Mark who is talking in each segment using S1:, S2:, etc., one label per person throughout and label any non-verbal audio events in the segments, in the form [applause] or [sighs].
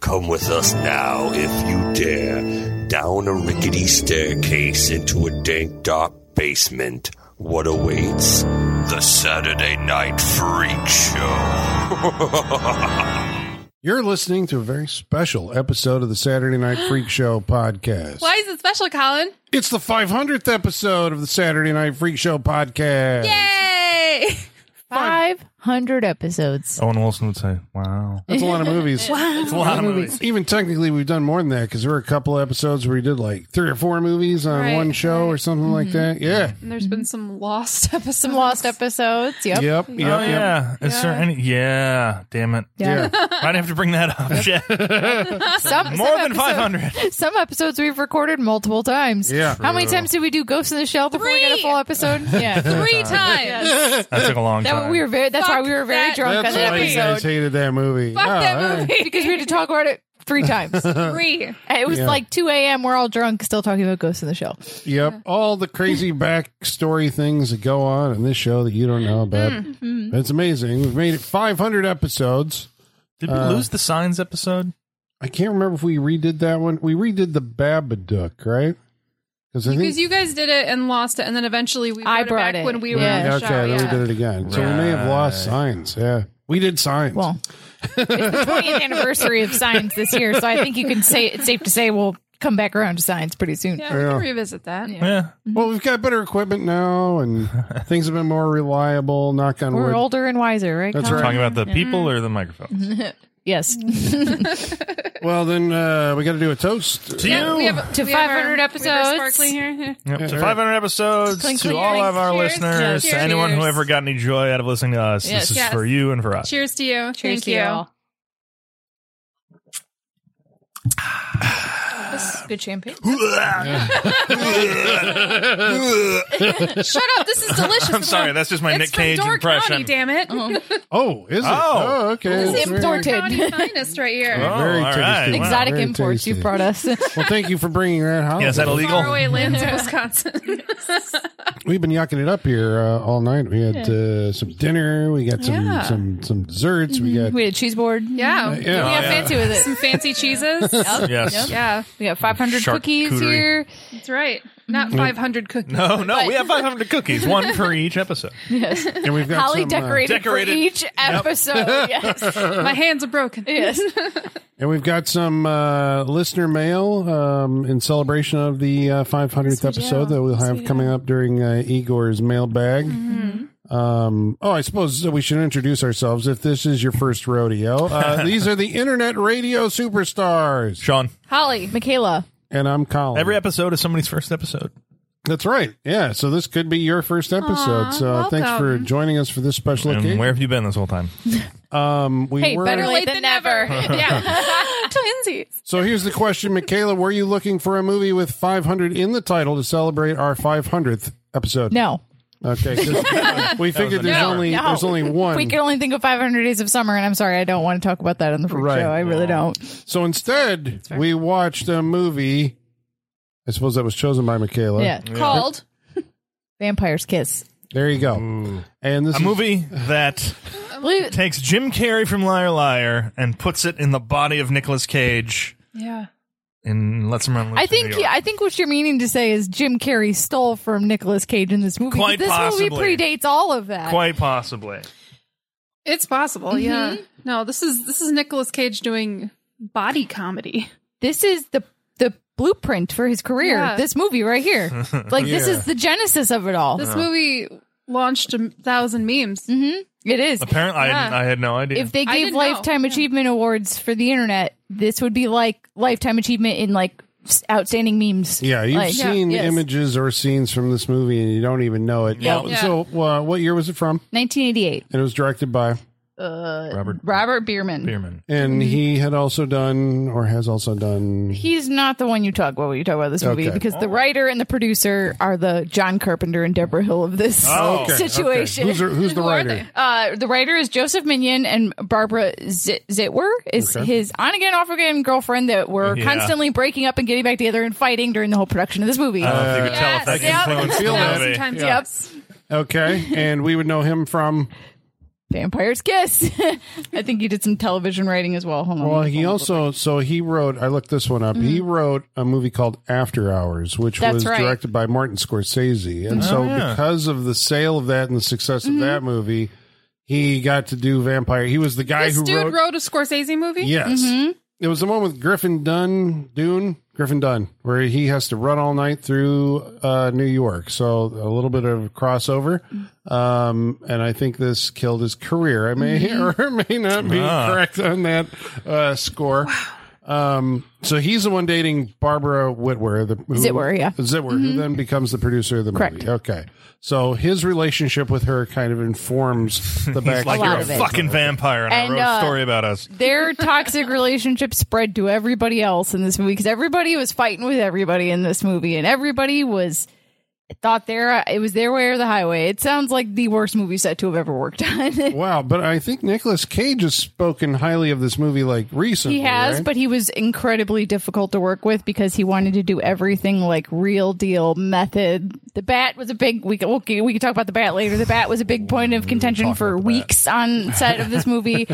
S1: Come with us now, if you dare, down a rickety staircase into a dank, dark basement. What awaits? The Saturday Night Freak Show.
S2: You're listening to a very special episode of the Saturday
S3: [gasps]
S2: Night Freak Show podcast.
S3: Why is it special, Colin?
S2: It's the 500th episode of the Saturday Night Freak Show podcast.
S3: Yay!
S4: 500 episodes.
S5: Owen Wilson would say, "Wow,
S2: That's a lot of
S3: [laughs]
S2: movies.
S5: it's a lot of movies."
S2: Even technically, we've done more than that because there were a couple episodes where we did like three or four movies on
S3: Right, Mm-hmm.
S2: one show or something like that. Yeah.
S3: And there's been some lost [laughs] episodes.
S4: Some lost episodes. Yep.
S2: Yep. Yep. yep.
S5: Oh yeah, is there
S3: Yeah.
S5: any? Yeah,
S3: [laughs]
S5: damn it,
S2: Yeah.
S5: I'd have to bring that up. Yeah.
S4: Some,
S5: More
S4: some
S5: than
S4: episodes-
S5: 500.
S4: [laughs] Some episodes we've recorded multiple times.
S2: Yeah.
S4: How many times did we do Ghosts in the Shell before we got a
S3: Three.
S2: [laughs]
S4: full episode? Yeah.
S3: Three times.
S5: that took a long
S4: That
S5: time.
S4: we were very. That's why
S3: Fuck
S4: we were very
S3: that.
S4: drunk
S2: That's
S4: on that
S2: why you guys
S4: episode
S2: hated that movie.
S3: Fuck
S2: Oh,
S3: that
S2: hey.
S3: movie.
S4: because [laughs] we had to talk about it three
S2: [laughs]
S4: times.
S3: Three.
S4: It was
S2: Yeah.
S4: like 2 a.m. We're all drunk, still talking about Ghosts in the Shell.
S2: Yep. All the
S3: [laughs]
S2: crazy backstory things that go on in this show that you don't know about.
S3: Mm-hmm.
S2: It's amazing. We've made it 500 episodes.
S5: Did we lose the signs episode?
S2: I can't remember if we redid that one. We redid the Babadook, right? Because I
S3: Because
S2: think.
S3: you guys did it and lost it, and then eventually we
S4: I
S3: brought
S4: brought
S3: it back
S4: it.
S3: when we were
S4: Yeah.
S3: on the
S2: okay,
S3: show.
S2: then
S3: yeah.
S2: we did it again. So we may have lost
S5: Right.
S2: signs. Yeah. We did signs.
S4: Well, it's the 20th anniversary of science this year, so I think you can say it's safe to say we'll come back around to science pretty soon.
S3: Yeah, we can
S2: Yeah.
S3: revisit that.
S5: Yeah,
S2: Well, we've got better equipment now [laughs] and things have been more reliable. Knock on
S4: We're
S2: wood.
S4: older and wiser, right?
S2: That's right.
S4: Colin?
S5: talking about the people
S3: Mm-hmm.
S5: or
S3: [laughs]
S5: the microphones.
S4: Yes.
S2: Well, then uh, we got to do a toast.
S5: To
S3: Yeah,
S5: you,
S3: we have,
S4: To
S3: we have our-
S4: 500
S3: we have our
S4: episodes.
S3: Sparkling here. Yeah.
S5: Yep, to 500 episodes,
S4: Clink,
S5: to
S4: clink,
S5: all
S4: clink.
S5: of our
S3: Cheers.
S5: listeners,
S3: Yes.
S5: to anyone who
S3: Cheers.
S5: ever got any joy out of listening to us.
S4: Yes.
S5: This is
S3: Yes.
S5: for you and for us.
S3: Cheers to you. Thank
S4: to
S3: you.
S2: [sighs]
S4: all. This is good champagne.
S3: Shut up. This is delicious.
S5: I'm sorry, that's just my
S3: it's
S5: Nick
S3: from
S5: Cage
S3: Door County,
S5: impression.
S3: damn it.
S2: Oh, is it?
S5: Oh.
S2: okay.
S4: It's
S2: Very-
S4: important.
S3: Door County finest right here.
S5: Oh,
S2: Very
S5: all
S2: tasty.
S5: right.
S2: Wow.
S4: Exotic
S2: Very
S4: imports
S2: tasty.
S4: you brought us.
S2: Well, thank you for bringing that home.
S5: Yeah, is that illegal?
S3: Faraway [laughs] lands of Wisconsin.
S2: We've been yucking it up here uh, all night. We had uh, some dinner. We got some
S3: Yeah.
S2: some some desserts. We got
S4: [laughs] we had a cheese board.
S3: yeah.
S2: yeah.
S4: Mm-hmm. We got fancy with
S3: Some
S4: it.
S3: fancy cheeses.
S5: Yes.
S3: [laughs] Yeah,
S4: We got 500 cookies
S5: Charcuterie.
S4: here.
S3: that's right. Not 500 cookies.
S5: No, Oh, no, we have 500 cookies, one for
S3: [laughs]
S5: each episode.
S2: and we've got
S4: Holly
S2: some, uh,
S4: decorated,
S5: Decorated.
S2: [laughs]
S4: for each episode. Yes.
S3: My hands are broken.
S4: Yes.
S2: [laughs] and we've got some uh, listener mail um, in celebration of the uh, 500th episode that we'll have coming up during uh, Igor's mailbag.
S3: Mm-hmm.
S2: Um, oh, I suppose that we should introduce ourselves if this is your first rodeo.
S5: [laughs]
S2: Uh, these are the internet radio superstars,
S5: Sean,
S4: Holly. Michaela.
S2: and I'm Colin.
S5: every episode is somebody's first episode.
S2: That's right. Yeah. So this could be your first episode.
S3: Aw,
S2: so thanks for
S3: welcome.
S2: joining us for this special
S5: And
S2: occasion.
S5: where have you been this whole time?
S2: um, we
S4: Hey,
S2: were,
S4: better late than never.
S3: [laughs] yeah. Twinsies.
S2: so here's the question, Michaela. Were you looking for a movie with 500 in the title to celebrate our 500th episode?
S4: No.
S2: Okay.
S4: [laughs]
S2: 'cause we figured there's
S5: no,
S2: only
S4: no.
S2: there's only one.
S4: We can only think of 500 days of summer, and I'm sorry, I don't want to talk about that on the freak
S2: Right.
S4: show. I really don't.
S2: so instead, we watched a movie. I suppose that was chosen by Michaela.
S4: Yeah.
S3: Called.
S4: Vampire's Kiss.
S2: There you go. And this
S5: Mm. A
S2: is-
S5: movie that
S4: Believe it.
S5: takes Jim Carrey from Liar Liar and puts it in the body of Nicolas Cage
S3: Yeah.
S5: and lets him run loose.
S4: I
S5: in
S4: think
S5: New York.
S4: I think what you're meaning to say is Jim Carrey stole from Nicolas Cage in this movie.
S5: Quite
S4: this
S5: possibly.
S4: movie predates all of that.
S5: quite possibly.
S3: It's possible. Yeah. No, this is this is Nicolas Cage doing body comedy.
S4: This is the the blueprint for his career.
S3: Yeah.
S4: This movie right here. Like this
S2: Yeah.
S4: is the genesis of it all.
S3: This movie launched a thousand memes.
S4: it is.
S5: Apparently, I, didn't- I had no idea.
S4: If they
S3: I
S4: gave
S3: didn't know.
S4: lifetime achievement awards for the internet, this would be like lifetime achievement in like s- outstanding memes.
S2: Yeah, you've
S4: Like-
S2: seen
S4: Yes.
S2: images or scenes from this movie and you don't even know it.
S5: Yeah.
S2: Well,
S3: Yeah.
S2: So, uh, what year was it from?
S4: 1988.
S2: And it was directed by,
S3: Uh,
S5: Robert
S4: Robert Bierman.
S5: Bierman.
S2: and
S4: Mm-hmm.
S2: he had also done, or has also done.
S4: He's not the one you talk about when you talk about this movie
S2: Okay.
S4: because the writer and the producer are the John Carpenter and Deborah Hill of this
S5: Oh, okay,
S4: situation.
S2: Who's, who's the writer?
S4: Uh, the writer is Joseph Minion and Barbara Z- Zitwer is his on again, off again girlfriend that were
S5: Yeah.
S4: constantly breaking up and getting back together and fighting during the whole production of this movie.
S5: I don't
S2: Uh.
S5: know if you could tell if
S3: Yes.
S5: that
S3: Yep.
S5: influenced the
S3: Thousand
S5: movie.
S3: times.
S4: Yep.
S3: yes.
S2: Okay, and we would know him from
S4: Vampire's Kiss. [laughs] I think you did some television writing as well. Hold on.
S2: Well,
S4: let me
S2: he
S4: pull up.
S2: also so he wrote. I looked this one up. He wrote a movie called After Hours, which
S4: That's
S2: was
S4: right.
S2: directed by Martin Scorsese, and so
S5: yeah.
S2: because of the sale of that and the success of that movie, he got to do Vampire. He was the guy
S3: This
S2: who
S3: dude
S2: wrote.
S3: wrote, a Scorsese movie.
S2: yes,
S4: Mm-hmm.
S2: it was the one with Griffin Dunn, Dune, Griffin Dunn, where he has to run all night through uh, New York. So a little bit of crossover, um, and I think this killed his career. I may [laughs]
S4: Mm-hmm.
S2: or may not be
S5: Ah.
S2: correct on that uh, score. Um, so he's the one dating Barbara Whitwer, the who,
S4: Zitwer, yeah. Mm-hmm.
S2: Zitwer, who then becomes the producer of the
S4: Correct.
S2: movie. Okay, so his relationship with her kind of informs the
S5: [laughs] He's
S2: back.
S5: like,
S4: A lot
S5: you're a
S4: of it.
S5: fucking vampire, and,
S4: And,
S5: I wrote
S4: uh,
S5: a story about us.
S4: Their toxic relationship spread to everybody else in this movie because everybody was fighting with everybody in this movie, and everybody was thought their it was their way or the highway. It sounds like the worst movie set to have ever worked on. [laughs]
S2: Wow, but I think Nicolas Cage has spoken highly of this movie like recently.
S4: He has,
S2: right?
S4: but he was incredibly difficult to work with because he wanted to do everything like real deal method. The bat was a big we can- okay, we can talk about the bat later. The bat was a big point of contention for weeks on set of this movie.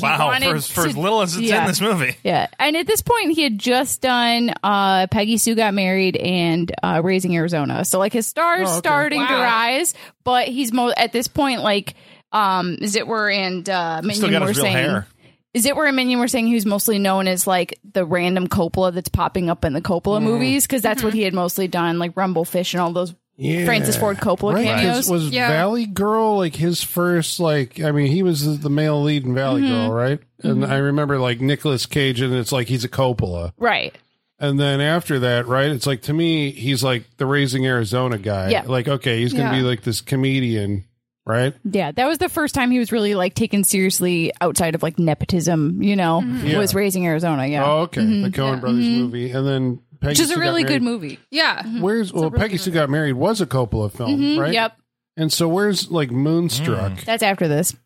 S5: Wow,
S4: wanted
S5: for, as- for as
S4: to-
S5: little as it's
S4: yeah.
S5: in
S4: [laughs]
S5: this movie.
S4: yeah, and at this point he had just done uh, Peggy Sue Got Married and uh, Raising Arizona, so like his
S5: Oh,
S4: stars
S2: okay.
S4: starting to
S3: Wow.
S4: rise, but he's mo- at this point like um, Zitwer and uh,
S5: Still
S4: Minion
S5: got
S4: were
S5: his real
S4: saying
S5: hair.
S4: is it where Minion were saying he was mostly known as like the random Coppola that's popping up in the Coppola movies? Because that's what he had mostly done, like Rumblefish and all those
S2: Yeah.
S4: Francis Ford Coppola
S2: Right, 'cause
S4: cameos.
S2: Was
S3: Yeah.
S2: Valley Girl like his first? Like, I mean, he was the male lead in Valley
S4: Mm-hmm.
S2: Girl, right? And I remember like Nicolas Cage, and it's like he's a Coppola.
S4: Right.
S2: And then after that, right? It's like to me, he's like the Raising Arizona guy.
S4: Yeah.
S2: Like, okay, he's gonna
S3: Yeah.
S2: be like this comedian, right?
S4: Yeah. That was the first time he was really like taken seriously outside of like nepotism, you know,
S5: Mm-hmm.
S2: Yeah.
S4: was Raising Arizona. Mm-hmm. Yeah.
S2: Oh, okay, the Coen
S3: Yeah.
S2: Brothers movie, and then Peggy
S4: Which is
S2: Sue
S4: a
S2: Got
S4: really
S2: Married.
S4: good movie.
S3: Yeah.
S2: Where's well, Peggy Sue Got Married was a Coppola film, right?
S4: Mm-hmm. Yep.
S2: And so where's like Moonstruck?
S4: That's after this.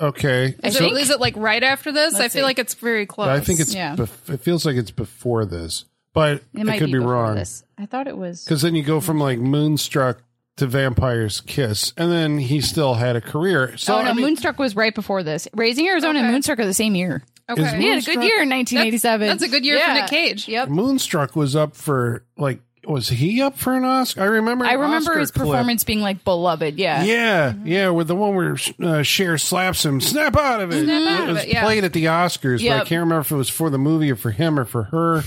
S2: Okay,
S3: Is,
S2: so
S3: it, is it like right after this? I
S4: Let's
S3: feel
S4: see.
S3: like it's very close.
S2: I think it's
S4: Yeah.
S2: bef- it feels like it's before this, but
S4: It,
S2: it,
S4: might
S2: could be,
S4: before
S2: wrong
S4: This. I thought it was.
S2: because then you go from like Moonstruck to Vampire's Kiss, and then he still had a career. So
S4: oh, no.
S2: I mean,
S4: Moonstruck was right before this. Raising Arizona and
S3: Okay.
S4: Moonstruck are the same year.
S3: okay.
S2: is
S4: He had a good
S2: Moonstruck-
S4: year in 1987.
S3: That's a good year for
S4: Yeah.
S3: Nick Cage.
S4: Yep.
S2: Moonstruck was up for like was he up for an Oscar? I remember. an
S4: I remember
S2: Oscar
S4: his
S2: clip.
S4: performance being like beloved.
S3: Uh,
S4: Yeah.
S2: Yeah, yeah, with the one where uh, Cher slaps him, snap out of it.
S3: Snap out of
S2: was
S3: it, yeah.
S2: played at the Oscars, but I
S4: Yep.
S2: can't remember if it was for the movie or for him or for her.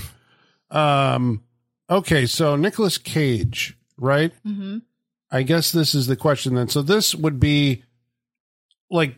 S2: Um, okay, so Nicolas Cage, right?
S3: Mm-hmm.
S4: Mhm.
S2: I guess this is the question then. So this would be like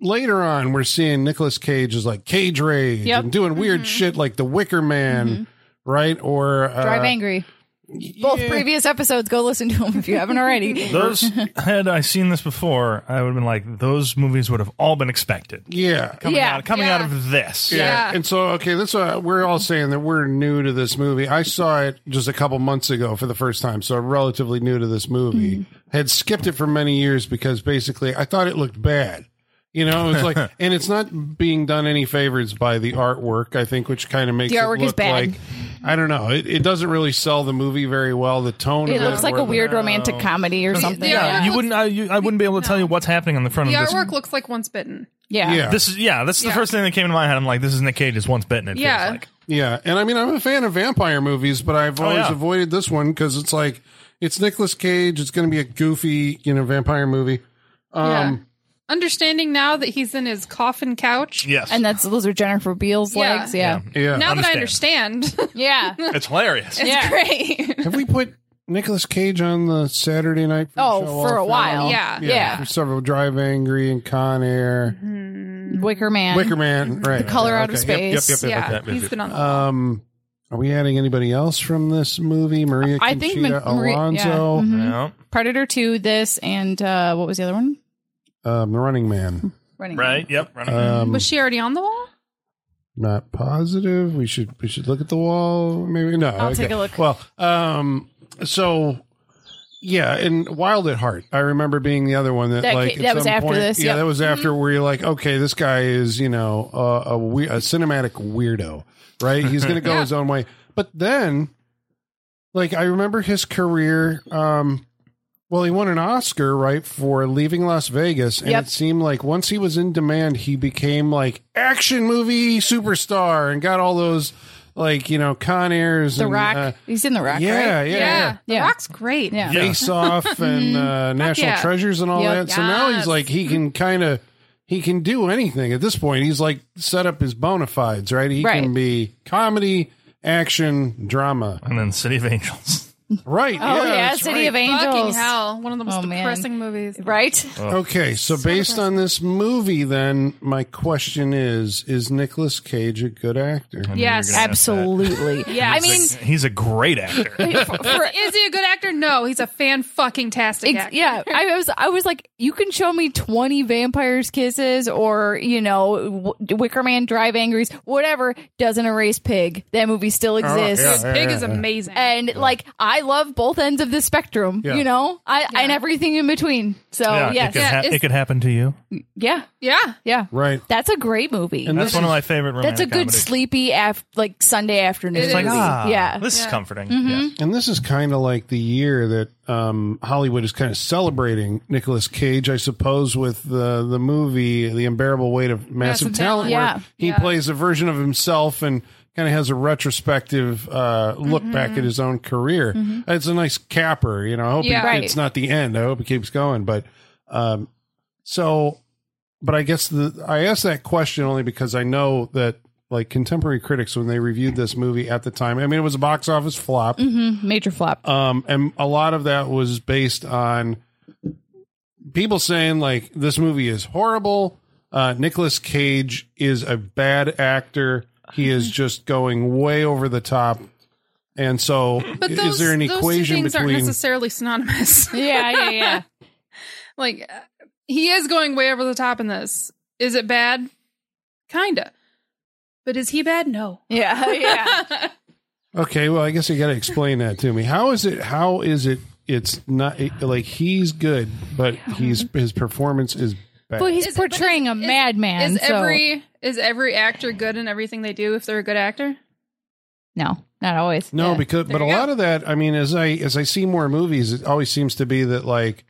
S2: later on we're seeing Nicolas Cage is like cage rage
S4: Yep.
S2: and doing weird
S3: Mm-hmm.
S2: shit like the Wicker Man, right? Or uh,
S4: Drive Angry. Both
S2: yeah.
S4: previous episodes. Go listen to them if you
S2: [laughs]
S4: haven't already.
S5: Those had I seen this before, I would have been like, those movies would have all been expected
S2: yeah.
S5: coming
S4: Yeah,
S5: out coming
S3: yeah.
S5: out of this.
S3: Yeah.
S2: And so, okay, that's uh, we're all saying that we're new to this movie. I saw it just a couple months ago for the first time, so I'm relatively new to this
S4: Hmm.
S2: movie. Had skipped it for many years because basically I thought it looked bad. You know, it's
S4: [laughs]
S2: like, and it's not being done any favors by the artwork. I think, which kind of makes
S4: The artwork
S2: it
S4: is
S2: look
S4: bad.
S2: like I don't know. It, it doesn't really sell the movie very well. The tone.
S4: It
S2: of
S4: looks like
S2: or
S4: a
S2: the-
S4: weird romantic comedy or something.
S3: Yeah.
S5: Yeah, you wouldn't. I, you, I wouldn't be able to tell you what's happening on the front
S3: The
S5: of this.
S3: artwork looks like Once Bitten.
S4: Yeah.
S2: Yeah.
S5: This is yeah. This is the
S3: Yeah.
S5: first thing that came into my head. I'm like, this is Nick Cage's once bitten. It
S3: Yeah.
S5: feels like.
S2: Yeah, and I mean, I'm a fan of vampire movies, but I've always
S5: yeah.
S2: avoided this one because it's like it's Nicolas Cage. It's going to be a goofy, you know, vampire movie. Um,
S3: yeah. Understanding now that he's in his coffin couch.
S5: Yes,
S4: And that's those are Jennifer Beals
S3: Yeah.
S4: legs. Yeah.
S2: Yeah.
S3: Now that I understand,
S4: Yeah. [laughs] Yeah.
S5: it's hilarious.
S2: [laughs]
S3: it's great.
S2: Have we put Nicolas Cage on the Saturday night?
S4: Oh,
S2: show
S4: for a
S2: off
S4: while.
S2: and on?
S3: Yeah.
S2: yeah,
S4: Yeah. Mm-hmm.
S2: For several Drive Angry and Con Air,
S4: Wicker Man.
S2: Wicker Man, right?
S4: Color
S2: yeah,
S4: Out of
S2: okay. Yep,
S4: Space.
S2: Yep, yep, yep.
S3: [laughs] yeah,
S5: that
S3: he's
S5: movie.
S3: been on. The-
S2: Um, are we adding anybody else from this movie? Maria
S4: I think Ma-
S2: Conchita
S4: Maria- yeah.
S2: Alonso,
S4: Mhm.
S5: Yeah.
S4: Predator 2, this, and uh, what was the other one? Mm-hmm.
S2: um, The Running Man.
S4: Running.
S5: Right. Yep. Running.
S2: Um,
S3: was she already on the wall?
S2: not positive. We should we should look at the wall. Maybe no.
S4: I'll take a look.
S2: Well, um, so yeah, and Wild at Heart. I remember being the other one that,
S4: That
S2: like
S4: ca-
S2: at
S4: that was
S2: some
S4: after
S2: point-
S4: this,
S2: Yeah,
S4: yep. Mm-hmm.
S2: that was after where you're like, okay, this guy is you know uh, a we- a cinematic weirdo, right? He's gonna go
S4: [laughs]
S2: his own way. But then, like, I remember his career. Um, Well, he won an Oscar, right, for leaving Las Vegas. And
S4: Yep.
S2: it seemed like once he was in demand, he became like action movie superstar and got all those, like, you know, Con Airs.
S4: The
S2: and,
S4: Rock.
S2: uh,
S4: He's in The Rock,
S2: yeah,
S4: right?
S2: yeah,
S3: Yeah.
S2: yeah.
S3: The
S4: Yeah.
S3: Rock's great.
S4: Yeah.
S2: Face
S4: [laughs]
S2: Off and uh, National
S3: yeah.
S2: Treasures and all
S4: Yep. Mm-hmm.
S2: that. So now he's
S3: Yes.
S2: like, he can kind of, he can do anything at this point. He's like set up his bona fides, right? He
S4: Right.
S2: can be comedy, action, drama.
S5: and then City of Angels.
S2: Right.
S4: Oh, yeah,
S2: that's
S4: City
S2: right.
S4: of Angels.
S3: Fucking hell. One of the most
S4: Oh, man.
S3: depressing movies.
S2: Oh,
S4: Right?
S2: Okay, so based on this movie, then my question is: Is Nicolas Cage a good actor?
S3: Yes.
S5: You're gonna-
S4: Absolutely. yeah. I mean,
S5: He's a- he's a
S4: [laughs]
S5: great actor.
S4: for,
S3: [laughs] Is he a good actor? No, he's a fan fucking tastic
S4: Ex-
S3: actor.
S4: yeah, I was I was like, you can show me twenty vampires kisses or you know w- Wicker Man drive angries, whatever doesn't erase pig. That movie still exists.
S2: Oh, yeah.
S3: Pig is amazing.
S4: And like I love both ends of the spectrum,
S2: Yeah.
S4: you know, I and everything in between. So
S5: yeah, it,
S4: yes,
S5: could
S4: yeah.
S5: ha-
S3: it's-
S5: it could happen to you.
S4: yeah,
S3: yeah.
S2: Right.
S4: that's a great movie.
S2: And
S5: That's
S2: this
S5: one of
S2: is-
S5: my favorite.
S4: that's a
S5: romantic
S4: good
S5: comedies.
S4: sleepy af- like Sunday afternoon.
S3: It
S5: It's like
S4: movie.
S5: ah,
S4: yeah, Mm-hmm.
S5: this is
S3: Yeah.
S5: comforting.
S2: And this is kind of like the year that um, Hollywood is kind of celebrating Nicolas Cage, I suppose, with the the movie "The Unbearable Weight of Massive
S3: Massive
S2: Talent,"
S3: Talent.
S4: Yeah.
S2: where he plays a version of himself and kind of has a retrospective uh, look back at his own career. It's a nice capper, you know. I hope
S3: Yeah.
S2: it-
S4: Right.
S2: it's not the end. I hope it keeps going, but um, so. But I guess the I asked that question only because I know that like contemporary critics when they reviewed this movie at the time, I mean it was a box office flop.
S4: Mm-hmm. major
S5: [laughs]
S4: flop.
S2: Um, and a lot of that was based on people saying like this movie is horrible. Uh, Nicholas Cage is a bad actor. He is just going way over the top. And so,
S3: But
S2: is
S3: those,
S2: there an
S3: those
S2: equation
S3: two things aren't
S2: between?
S3: necessarily synonymous. [laughs]
S4: yeah, yeah, yeah.
S3: like uh, he is going way over the top in this. Is it bad? Kinda. But is he bad? No.
S5: [laughs]
S4: Yeah, yeah.
S2: Okay, well, I guess you got to explain that to me. How is it? How is it? It's not it- like he's good, but he's his performance is bad.
S4: But he's
S3: Is it- but is-
S4: portraying a
S3: is-
S4: madman.
S3: Is
S4: so-
S3: every is every actor good in everything they do if they're a good actor?
S4: no, not always.
S2: No,
S4: Yeah.
S2: because but a
S3: you go.
S2: lot of that, I mean, as I as I see more movies, it always seems to be that like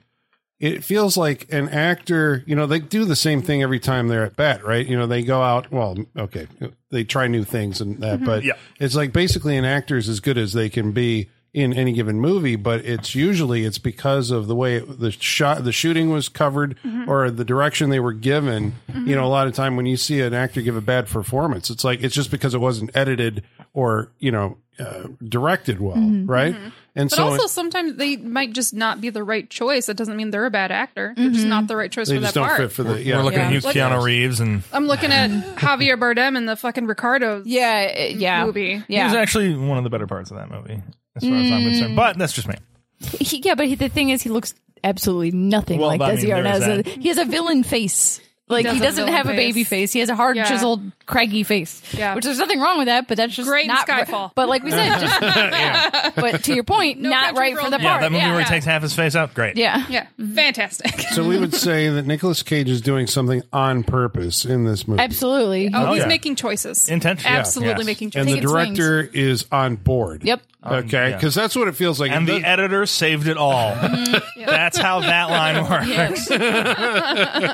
S2: it feels like an actor, you know, they do the same thing every time they're at bat, right? You know, they go out, well, okay, they try new things and that,
S3: Mm-hmm.
S2: but
S5: Yeah.
S2: it's like basically an actor is as good as they can be in any given movie, but it's usually it's because of the way the shot the shooting was covered
S3: Mm-hmm.
S2: or the direction they were given. You know, a lot of time when you see an actor give a bad performance, it's like it's just because it wasn't edited or, you know, uh, directed well, right? And
S3: Mm-hmm. But
S2: so
S3: also sometimes they might just not be the right choice. That doesn't mean they're a bad actor. They're
S4: Mm-hmm.
S3: just not the right choice
S2: they
S3: for
S2: just
S3: that
S2: don't
S3: part.
S2: fit for the yeah.
S5: We're looking at you,
S3: Like-
S5: Keanu Reeves, and
S3: I'm
S2: [laughs]
S3: looking at Javier Bardem in the fucking Ricardo
S4: Yeah, uh, yeah,
S3: movie.
S5: he was
S4: yeah, Mm.
S5: actually one of the better parts of that movie, as far as I'm concerned. But that's just me.
S4: he, yeah. But he, the thing is, he looks absolutely nothing
S5: Well,
S4: like
S5: I mean,
S4: Desiarna.
S5: there's
S4: Has a-
S5: that.
S4: He has a villain face. Like
S3: does
S4: he
S3: have
S4: doesn't
S3: villain
S4: have a baby
S3: face.
S4: face. He has a hard,
S3: Yeah.
S4: chiseled, craggy face.
S3: Yeah.
S4: which there's nothing wrong with that, but that's just
S3: Great in
S4: not. ri-
S3: Skyfall.
S4: but like we said, just,
S5: [laughs]
S4: [laughs] but to your point, not
S3: Country
S4: right
S3: for
S4: for
S3: Old
S4: the
S3: Men.
S5: Yeah,
S4: part.
S5: that movie
S4: yeah.
S5: where he takes half his face out, great.
S4: yeah.
S3: Yeah. Fantastic. [laughs]
S2: so we would say that Nicolas Cage is doing something on purpose in this movie.
S4: absolutely.
S3: Oh,
S5: Oh,
S3: he's
S5: yeah.
S3: making choices.
S5: Intention- yeah,
S3: Absolutely
S5: yes.
S3: making
S2: And
S3: choices.
S2: the
S4: Ticket swings.
S2: director is on board.
S4: Yep.
S2: Okay,
S5: Um, yeah.
S2: because that's what it feels like.
S5: And
S2: It
S5: the
S2: does-
S5: editor saved it all.
S4: Mm-hmm.
S5: [laughs] That's how that line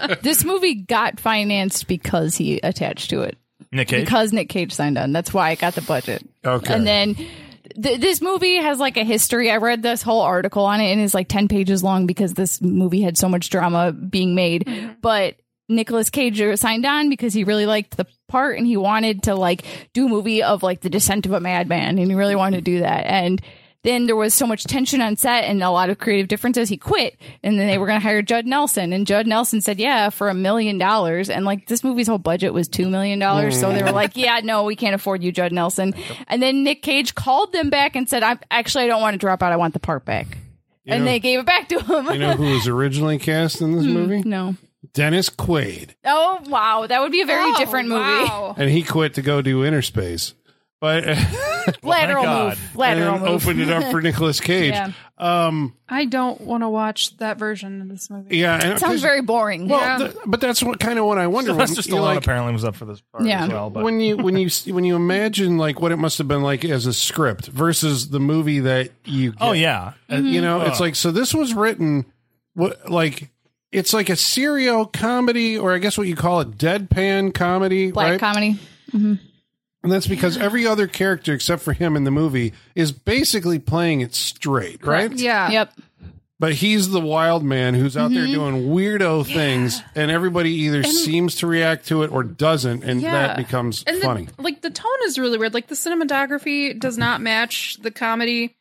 S5: works.
S4: This movie got financed because he attached to it.
S5: Nick Cage.
S4: because Nick Cage signed on. That's why I got the budget.
S2: Okay.
S4: And then th- this movie has like a history. I read this whole article on it and it's like 10 pages long because this movie had so much drama being made. But Nicolas Cage signed on because he really liked the part and he wanted to like do a movie of like the descent of a madman and he really wanted to do that. And then there was so much tension on set and a lot of creative differences. He quit, and then they were going to hire Judd Nelson, and Judd Nelson said, "Yeah, for a million dollars." And like this movie's whole budget was two million dollars, so
S2: Mm.
S4: they were like, "Yeah, no, we can't afford you, Judd Nelson." And then Nick Cage called them back and said, "I actually I don't want to drop out. I want the part back." and
S2: know-
S4: they gave it back to him.
S2: You know who was originally cast in this movie?
S4: [laughs] Hmm. no.
S2: Dennis Quaid,
S4: Oh wow, that would be a very
S3: Oh,
S4: different movie.
S3: wow.
S2: and he quit to go do Interspace. But
S4: [laughs]
S2: [laughs]
S4: lateral
S5: God.
S4: move.
S2: and oh,
S4: Lateral
S2: then
S4: move.
S2: opened it up for Nicolas Cage.
S4: Yeah.
S2: Um,
S3: I don't want to watch that version of this movie.
S2: yeah, and-
S4: It sounds
S2: 'cause-
S4: very boring.
S2: well,
S3: Yeah.
S2: th- but that's what kind of what I wonder. when
S5: Sylvester
S2: you,
S5: Stallone
S2: like,
S5: apparently was up for this part
S4: Yeah.
S5: as well. But
S2: when you when you when you imagine like what it must have been like as a script versus the movie that you get.
S5: oh yeah,
S2: you know it's like so this was written what like it's like a serial comedy or i guess what you call it deadpan comedy
S4: Black
S2: right
S4: comedy.
S2: and that's because every other character except for him in the movie is basically playing it straight right
S3: Yeah.
S4: Yep.
S2: but he's the wild man who's out
S3: Mm-hmm.
S2: there doing weirdo things and everybody either seems to react to it or doesn't and
S3: Yeah.
S2: that becomes
S3: And
S2: funny
S3: The, like the tone is really weird. Like the cinematography does not match the comedy.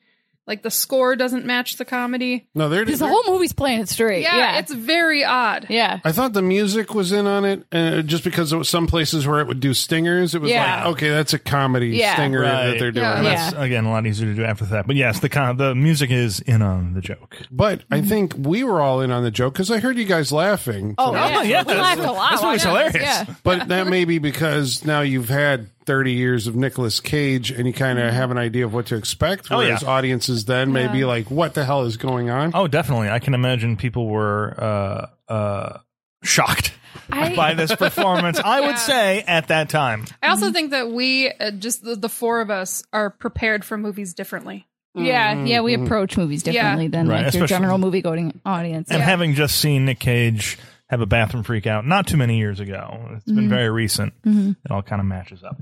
S3: Like the score doesn't match the comedy.
S2: no there
S4: Because the whole movie's playing it straight.
S3: Yeah,
S4: Yeah. Yeah.
S3: it's very odd.
S2: I thought the music was in on it, uh, just because it was some places where it would do stingers, it was like,
S4: Yeah.
S2: okay, that's a comedy
S4: Yeah.
S2: stinger that
S5: Right.
S2: they're doing.
S3: Yeah.
S5: and that's again a lot easier to do after that. But yes, the con- the music is in on the joke.
S2: But I think we were all in on the joke because I heard you guys laughing.
S4: Oh, yeah.
S5: yeah,
S4: We laughed a lot.
S5: that's what was
S4: watching this,
S5: hilarious.
S4: Yeah.
S2: But that may be because now you've had 30 years of Nicolas Cage and you kind
S4: Mm-hmm.
S2: of have an idea of what to expect.
S5: Oh, yeah.
S2: Whereas audiences then may be like, what the hell is going on?
S5: Oh, definitely. I can imagine people were uh, uh, shocked
S4: I-
S5: by
S4: [laughs]
S5: this performance. I
S3: Yeah.
S5: would say at that time.
S3: I also think that we, uh, just the, the four of us, are prepared for movies differently.
S4: Yeah. Yeah. We approach movies differently than
S5: Right,
S4: like your
S5: especially-
S4: general movie going audience.
S5: And
S4: Yeah.
S5: having just seen Nick Cage have a bathroom freak out not too many years ago, it's
S3: Mm-hmm.
S5: been very recent. It all kind of matches up.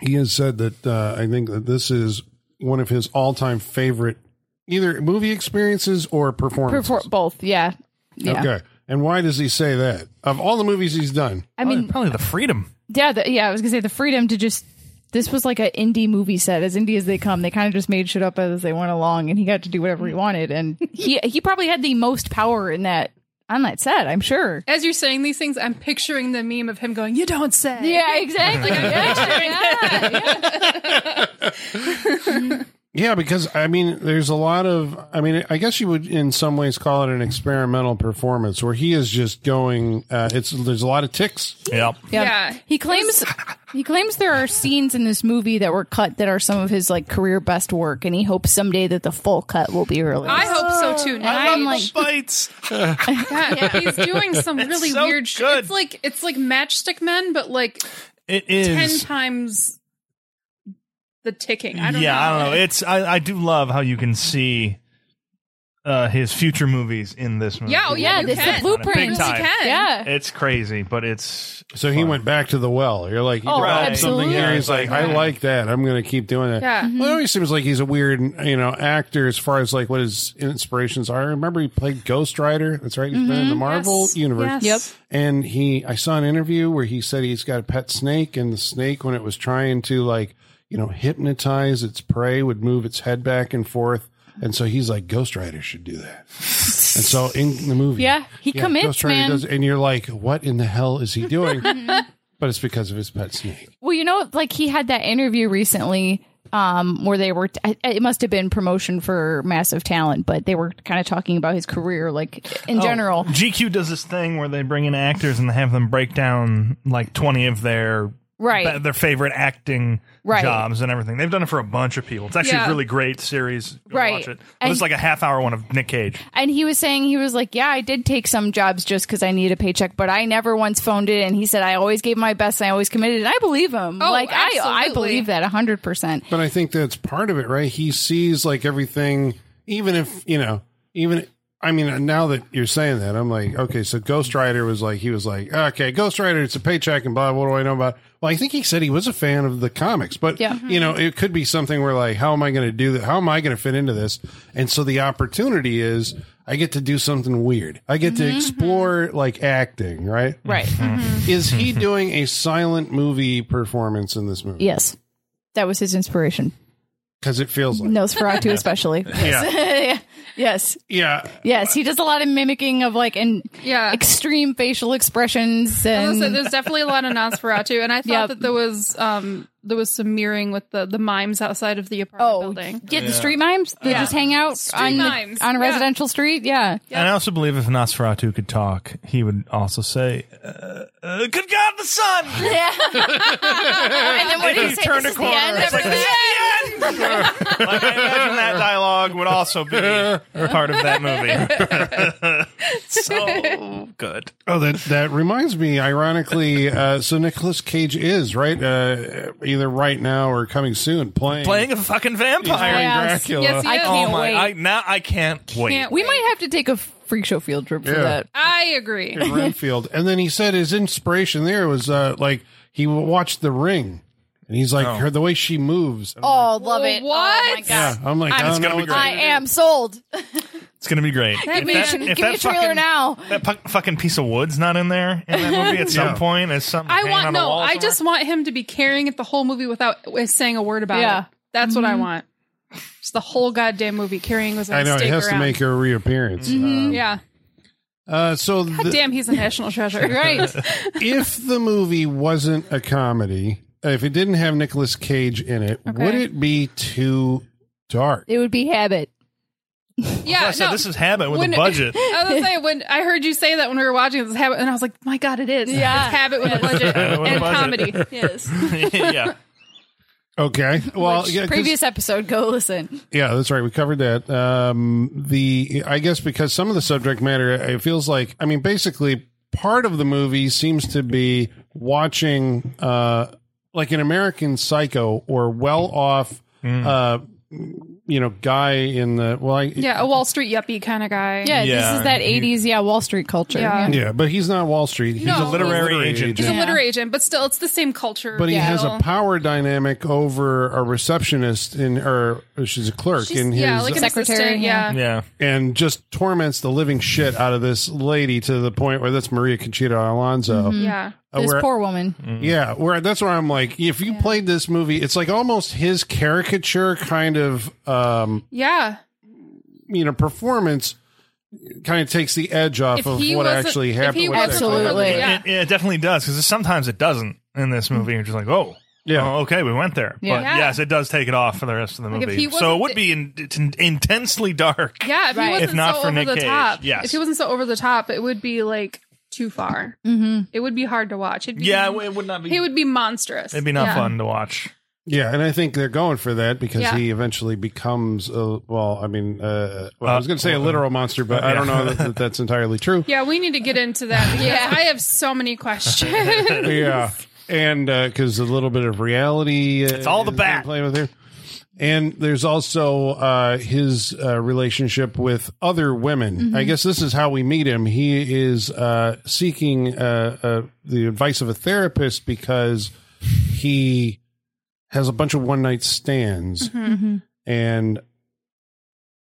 S2: He has said that uh, I think that this is one of his all time favorite either movie experiences or performances.
S4: Perfor- both. Yeah. Yeah.
S2: Okay. And why does he say that? Of all the movies he's done,
S4: I mean,
S5: probably the freedom.
S4: yeah. The, yeah. I was going to say the freedom to just. This was like an indie movie set, as indie as they come. They kind of just made shit up as they went along, and he got to do whatever he wanted. And he he probably had the most power in that on that set, I'm sure.
S3: As you're saying these things, I'm picturing the meme of him going, "You don't say."
S4: Yeah, exactly. yeah, yeah.
S2: Yeah, because I mean, there's a lot of. I mean, I guess you would, in some ways, call it an experimental performance where he is just going. Uh, it's there's a lot of ticks.
S5: Yep.
S4: Yeah.
S3: Yeah.
S4: He claims he claims there are scenes in this movie that were cut that are some of his like career best work and he hopes someday that the full cut will be released.
S3: I hope so too. Now.
S4: I'm like
S5: Bites.
S3: God, he's doing some really
S5: so
S3: weird shit.
S5: good.
S3: It's like it's like Matchstick Men, but like
S5: It
S3: ten
S5: is.
S3: times the ticking. I
S5: yeah,
S3: don't know.
S5: I don't know. It's I, I do love how you can see uh, his future movies in this movie.
S3: Yeah, oh, yeah,
S5: You
S3: this-
S5: can.
S3: the
S4: blueprint.
S5: Big
S4: Really
S5: time.
S3: can.
S4: Yeah.
S5: It's crazy, but it's
S2: So he went back to the well. You're like, he
S4: Oh,
S2: developed something
S4: absolutely.
S2: here. He's like, I like that. I'm going to keep doing that.
S3: Yeah.
S4: Mm-hmm.
S2: Well, it always seems like he's a weird, you know, actor as far as like what his inspirations are. I remember he played Ghost Rider. That's right. He's been
S4: Mm-hmm.
S2: in the Marvel
S3: Yes.
S2: universe.
S3: Yes.
S4: Yep.
S2: and he i saw an interview where he said he's got a pet snake and the snake when it was trying to like you know hypnotize its prey would move its head back and forth and so he's like ghost rider should do that and so in the movie
S4: Yeah, he commits, man.
S2: and you're like what in the hell is he
S4: [laughs]
S2: doing but it's because of his pet snake
S4: Well, you know, like he had that interview recently um, where they were, I- it must have been promotion for Massive Talent, but they were kind of talking about his career, like in general.
S5: GQ does this thing where they bring in actors and they have them break down like twenty of their
S4: Right.
S5: be- their favorite acting
S4: Right.
S5: jobs and everything. They've done it for a bunch of people. It's actually
S3: Yeah.
S5: a really great series. Go
S4: Right.
S5: Watch it.
S4: And-
S5: It's like a half hour one of Nick Cage.
S4: And he was saying, he was like, yeah, I did take some jobs just because I need a paycheck, but I never once phoned it. And he said, I always gave my best and I always committed. And I believe him.
S3: Oh,
S4: like, I, I
S3: absolutely.
S4: believe that 100%.
S2: but i think that's part of it right he sees like everything even if you know even I mean, now that you're saying that, I'm like, okay, so Ghost Rider was like, he was like, okay, Ghost Rider, it's a paycheck and blah, what do I know about? it? Well, I think he said he was a fan of the comics, but,
S4: Yeah.
S2: you know, it could be something where, like, how am I going to do that? How am I going to fit into this? And so the opportunity is I get to do something weird. I get to explore, like, acting, right? Mm-hmm.
S4: Right.
S2: Is he doing a silent movie performance in this movie?
S4: Yes. That was his inspiration.
S2: Because it feels like.
S4: Nosferatu, especially.
S5: Yeah.
S4: [laughs] yeah. Yes.
S2: Yeah.
S4: Yes. He does a lot of mimicking of like and
S3: Yeah.
S4: extreme facial expressions
S3: I was
S4: and
S5: Mm-hmm.
S3: gonna say, there's definitely a lot of Nosferatu, and I thought
S4: Yep.
S3: that there was um there was some mirroring with the the mimes outside of the apartment
S4: oh,
S3: building.
S4: get the street mimes. They just hang out on the-
S3: mimes,
S4: on a
S3: yeah.
S4: residential street. Yeah.
S5: And I also believe if Nosferatu could talk, he would also say, uh, uh, "Good God, the sun!"
S4: Yeah. [laughs] and then what do you say?
S5: turned
S4: This is
S5: a
S4: the
S5: corner.
S4: end
S5: It's
S4: of
S5: like,
S4: it?
S5: [laughs] Like, I imagine that dialogue would also be part of that
S4: [laughs]
S5: movie. [laughs] so good.
S2: Oh, that that reminds me. Ironically, uh, so Nicolas Cage is right, uh, either right now or coming soon, playing
S5: Playing a fucking vampire.
S2: playing
S4: Yes.
S2: Dracula.
S3: Yes, he
S4: I
S3: is.
S4: can't
S5: Oh my!
S4: wait.
S5: I, now I can't, wait.
S3: Can't
S4: We might have to take a freak show field trip for
S2: Yeah.
S4: that.
S3: I agree. [laughs]
S2: in Renfield. And then he said his inspiration there was uh, like he watched The Ring, and he's like,
S5: Oh.
S2: her the way she moves. I'm like,
S4: Oh, love it. Oh, my
S3: What?
S4: God.
S2: yeah, I'm like, "Oh, I
S5: It's
S2: don't
S5: gonna
S2: know
S5: be
S2: what's-
S5: great.
S4: I am [laughs] sold.
S5: It's gonna be great.
S4: Give
S5: If
S4: me,
S5: that-
S4: a,
S5: if
S4: give me
S5: that
S4: a trailer
S5: fucking-
S4: now.
S5: That pu- fucking piece of wood's not in there in that movie [laughs] at some
S2: Yeah.
S5: point. Is something
S3: I
S5: hanging
S3: want
S5: on a
S3: no.
S5: wall
S3: I
S5: somewhere?
S3: just want him to be carrying it the whole movie without uh, saying a word about
S4: Yeah. Mm-hmm.
S3: it. That's what I want. Just the whole goddamn movie carrying was.
S2: I know it
S3: stick
S2: has
S3: around.
S2: to make uh, a reappearance. Um,
S3: Mm-hmm. Yeah.
S2: uh, so the-
S3: Damn, he's a
S2: [laughs]
S3: national treasure.
S4: Right.
S2: if the movie wasn't a comedy, if it didn't have Nicolas Cage in it, would it be too dark?
S4: It would be habit.
S3: [laughs] Yeah.
S5: I said
S3: no.
S5: this is habit with
S3: When- [laughs]
S5: a budget. [laughs]
S3: I was gonna say when I heard you say that when we were watching this habit, and I was like, my God, it is.
S4: Yeah.
S3: It's habit with
S4: [laughs]
S3: a budget
S5: Habit with
S2: [laughs]
S5: a
S3: and
S5: budget.
S3: comedy.
S4: Yes.
S5: yeah.
S2: Okay, well, yeah, 'cause-
S4: Previous episode, go listen.
S2: Yeah, that's right. We covered that. Um, the I guess because some of the subject matter, it feels like I mean, basically, part of the movie seems to be watching uh, like an American Psycho or well-off, uh, you know, guy in the well, I,
S3: Yeah, a Wall Street yuppie kind of guy.
S4: Yeah,
S5: Yeah,
S4: this is that
S5: you-
S4: 80s, yeah, Wall Street culture.
S3: Yeah.
S2: yeah, but he's not Wall Street. He's
S3: No,
S5: He's a literary
S2: literary
S5: agent.
S3: He's
S4: Yeah.
S3: a literary agent, but still, it's the same culture.
S2: But he has a
S3: still.
S2: power dynamic over a receptionist in, or she's a clerk in his uh,
S3: yeah, like an
S4: Secretary,
S3: assistant,
S4: yeah.
S3: yeah.
S5: Yeah.
S2: and just torments the living shit out of this lady to the point where that's Maria Conchita Alonso.
S3: Mm-hmm. Yeah.
S5: Oh,
S2: Uh,
S4: This
S2: where-
S4: poor woman.
S5: Mm.
S2: Yeah, where that's where I'm like, if you played this movie, it's like almost his caricature kind of um,
S3: Yeah.
S2: you know performance kind of takes the edge off
S3: If
S2: of
S3: he
S2: what
S3: wasn't-
S2: actually
S3: if
S2: happened.
S3: he
S2: with that
S4: wasn't-
S2: character.
S4: Absolutely.
S3: Yeah.
S5: It, yeah, it definitely does because sometimes it doesn't in this movie. You're just like, oh,
S2: Yeah.
S5: oh, okay, we went there.
S4: Yeah.
S5: But
S3: Yeah.
S5: yes, it does take it off for the rest of the
S3: Like, if
S5: movie.
S3: he
S5: so it
S3: wasn't-
S5: would be in, it's in- intensely dark.
S3: Yeah. If
S4: Right.
S3: he wasn't
S5: If not
S3: so
S5: for
S3: over
S5: Nick
S3: the
S5: Cage,
S3: top,
S5: yes.
S3: if he wasn't so over the top, it would be like too far.
S4: Mm-hmm.
S3: It would be hard to watch. It'd be,
S5: Yeah, it would not be.
S3: He would be monstrous.
S5: it'd be not
S3: Yeah.
S5: fun
S3: [laughs]
S5: to watch.
S2: Yeah, and I think they're going for that because
S3: Yeah.
S2: he eventually becomes a well, I mean, uh, well, I
S5: Uh,
S2: was going to say a literal monster, but I don't
S5: yeah.
S2: know that,
S5: [laughs]
S2: that that's entirely true.
S3: Yeah, we need to get into that. Because yeah. I have so many
S5: [laughs]
S3: questions.
S2: yeah, and because a little bit of reality, uh,
S5: It's all the
S2: is being
S5: bat.
S2: played with her. And there's also uh, his uh, relationship with other women. I
S5: Mm-hmm.
S2: guess this is how we meet him. He is uh, seeking uh, uh, the advice of a therapist because he has a bunch of one night stands,
S5: Mm-hmm.
S2: and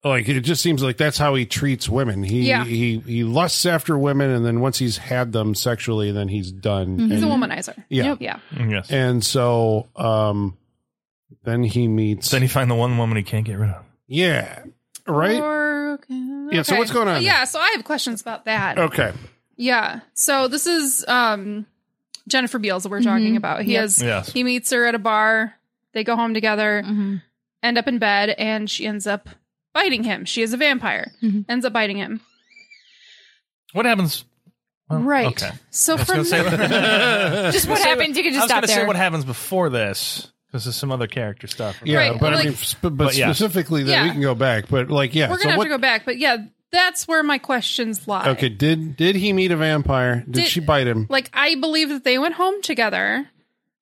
S2: like it just seems like that's how he treats women. He
S3: Yeah.
S2: he he lusts after women, and then once he's had them sexually, then he's done.
S5: Mm-hmm.
S3: He's a
S2: And-
S3: womanizer.
S2: Yeah.
S3: Yeah.
S5: Yes.
S2: And so, um, then he meets.
S5: then you find the one woman he can't get rid of.
S2: yeah. Right.
S3: Or- okay.
S2: Yeah, so what's going on
S3: Yeah, so I have questions about that.
S5: Oh.
S2: okay.
S3: Yeah. So this is um Jennifer Beals that we're talking about. He
S4: Mm-hmm. Yep.
S3: has
S5: Yes.
S3: he meets her at a bar. They go home together,
S4: Mm-hmm.
S3: end up in bed, and she ends up biting him. She is a vampire.
S4: Mm-hmm.
S3: Ends up biting him.
S5: What happens? Well,
S3: right.
S5: Okay.
S3: So
S5: I was
S3: from
S5: gonna say-
S3: there-
S4: [laughs] Just what happens, you can
S5: I
S4: just
S5: was
S4: stop
S5: gonna say
S4: there.
S5: what happens before this because there's some other character stuff.
S2: Yeah,
S3: Right,
S2: but I
S3: like-
S2: mean, sp- but,
S5: But yeah.
S2: specifically that we
S3: Yeah.
S2: can go back. But like, yeah.
S3: we're gonna have to go back, but yeah, that's where my questions lie.
S2: Okay. Did did he meet a vampire? Did,
S3: Did-
S2: she bite him?
S3: Like I believe that they went home together.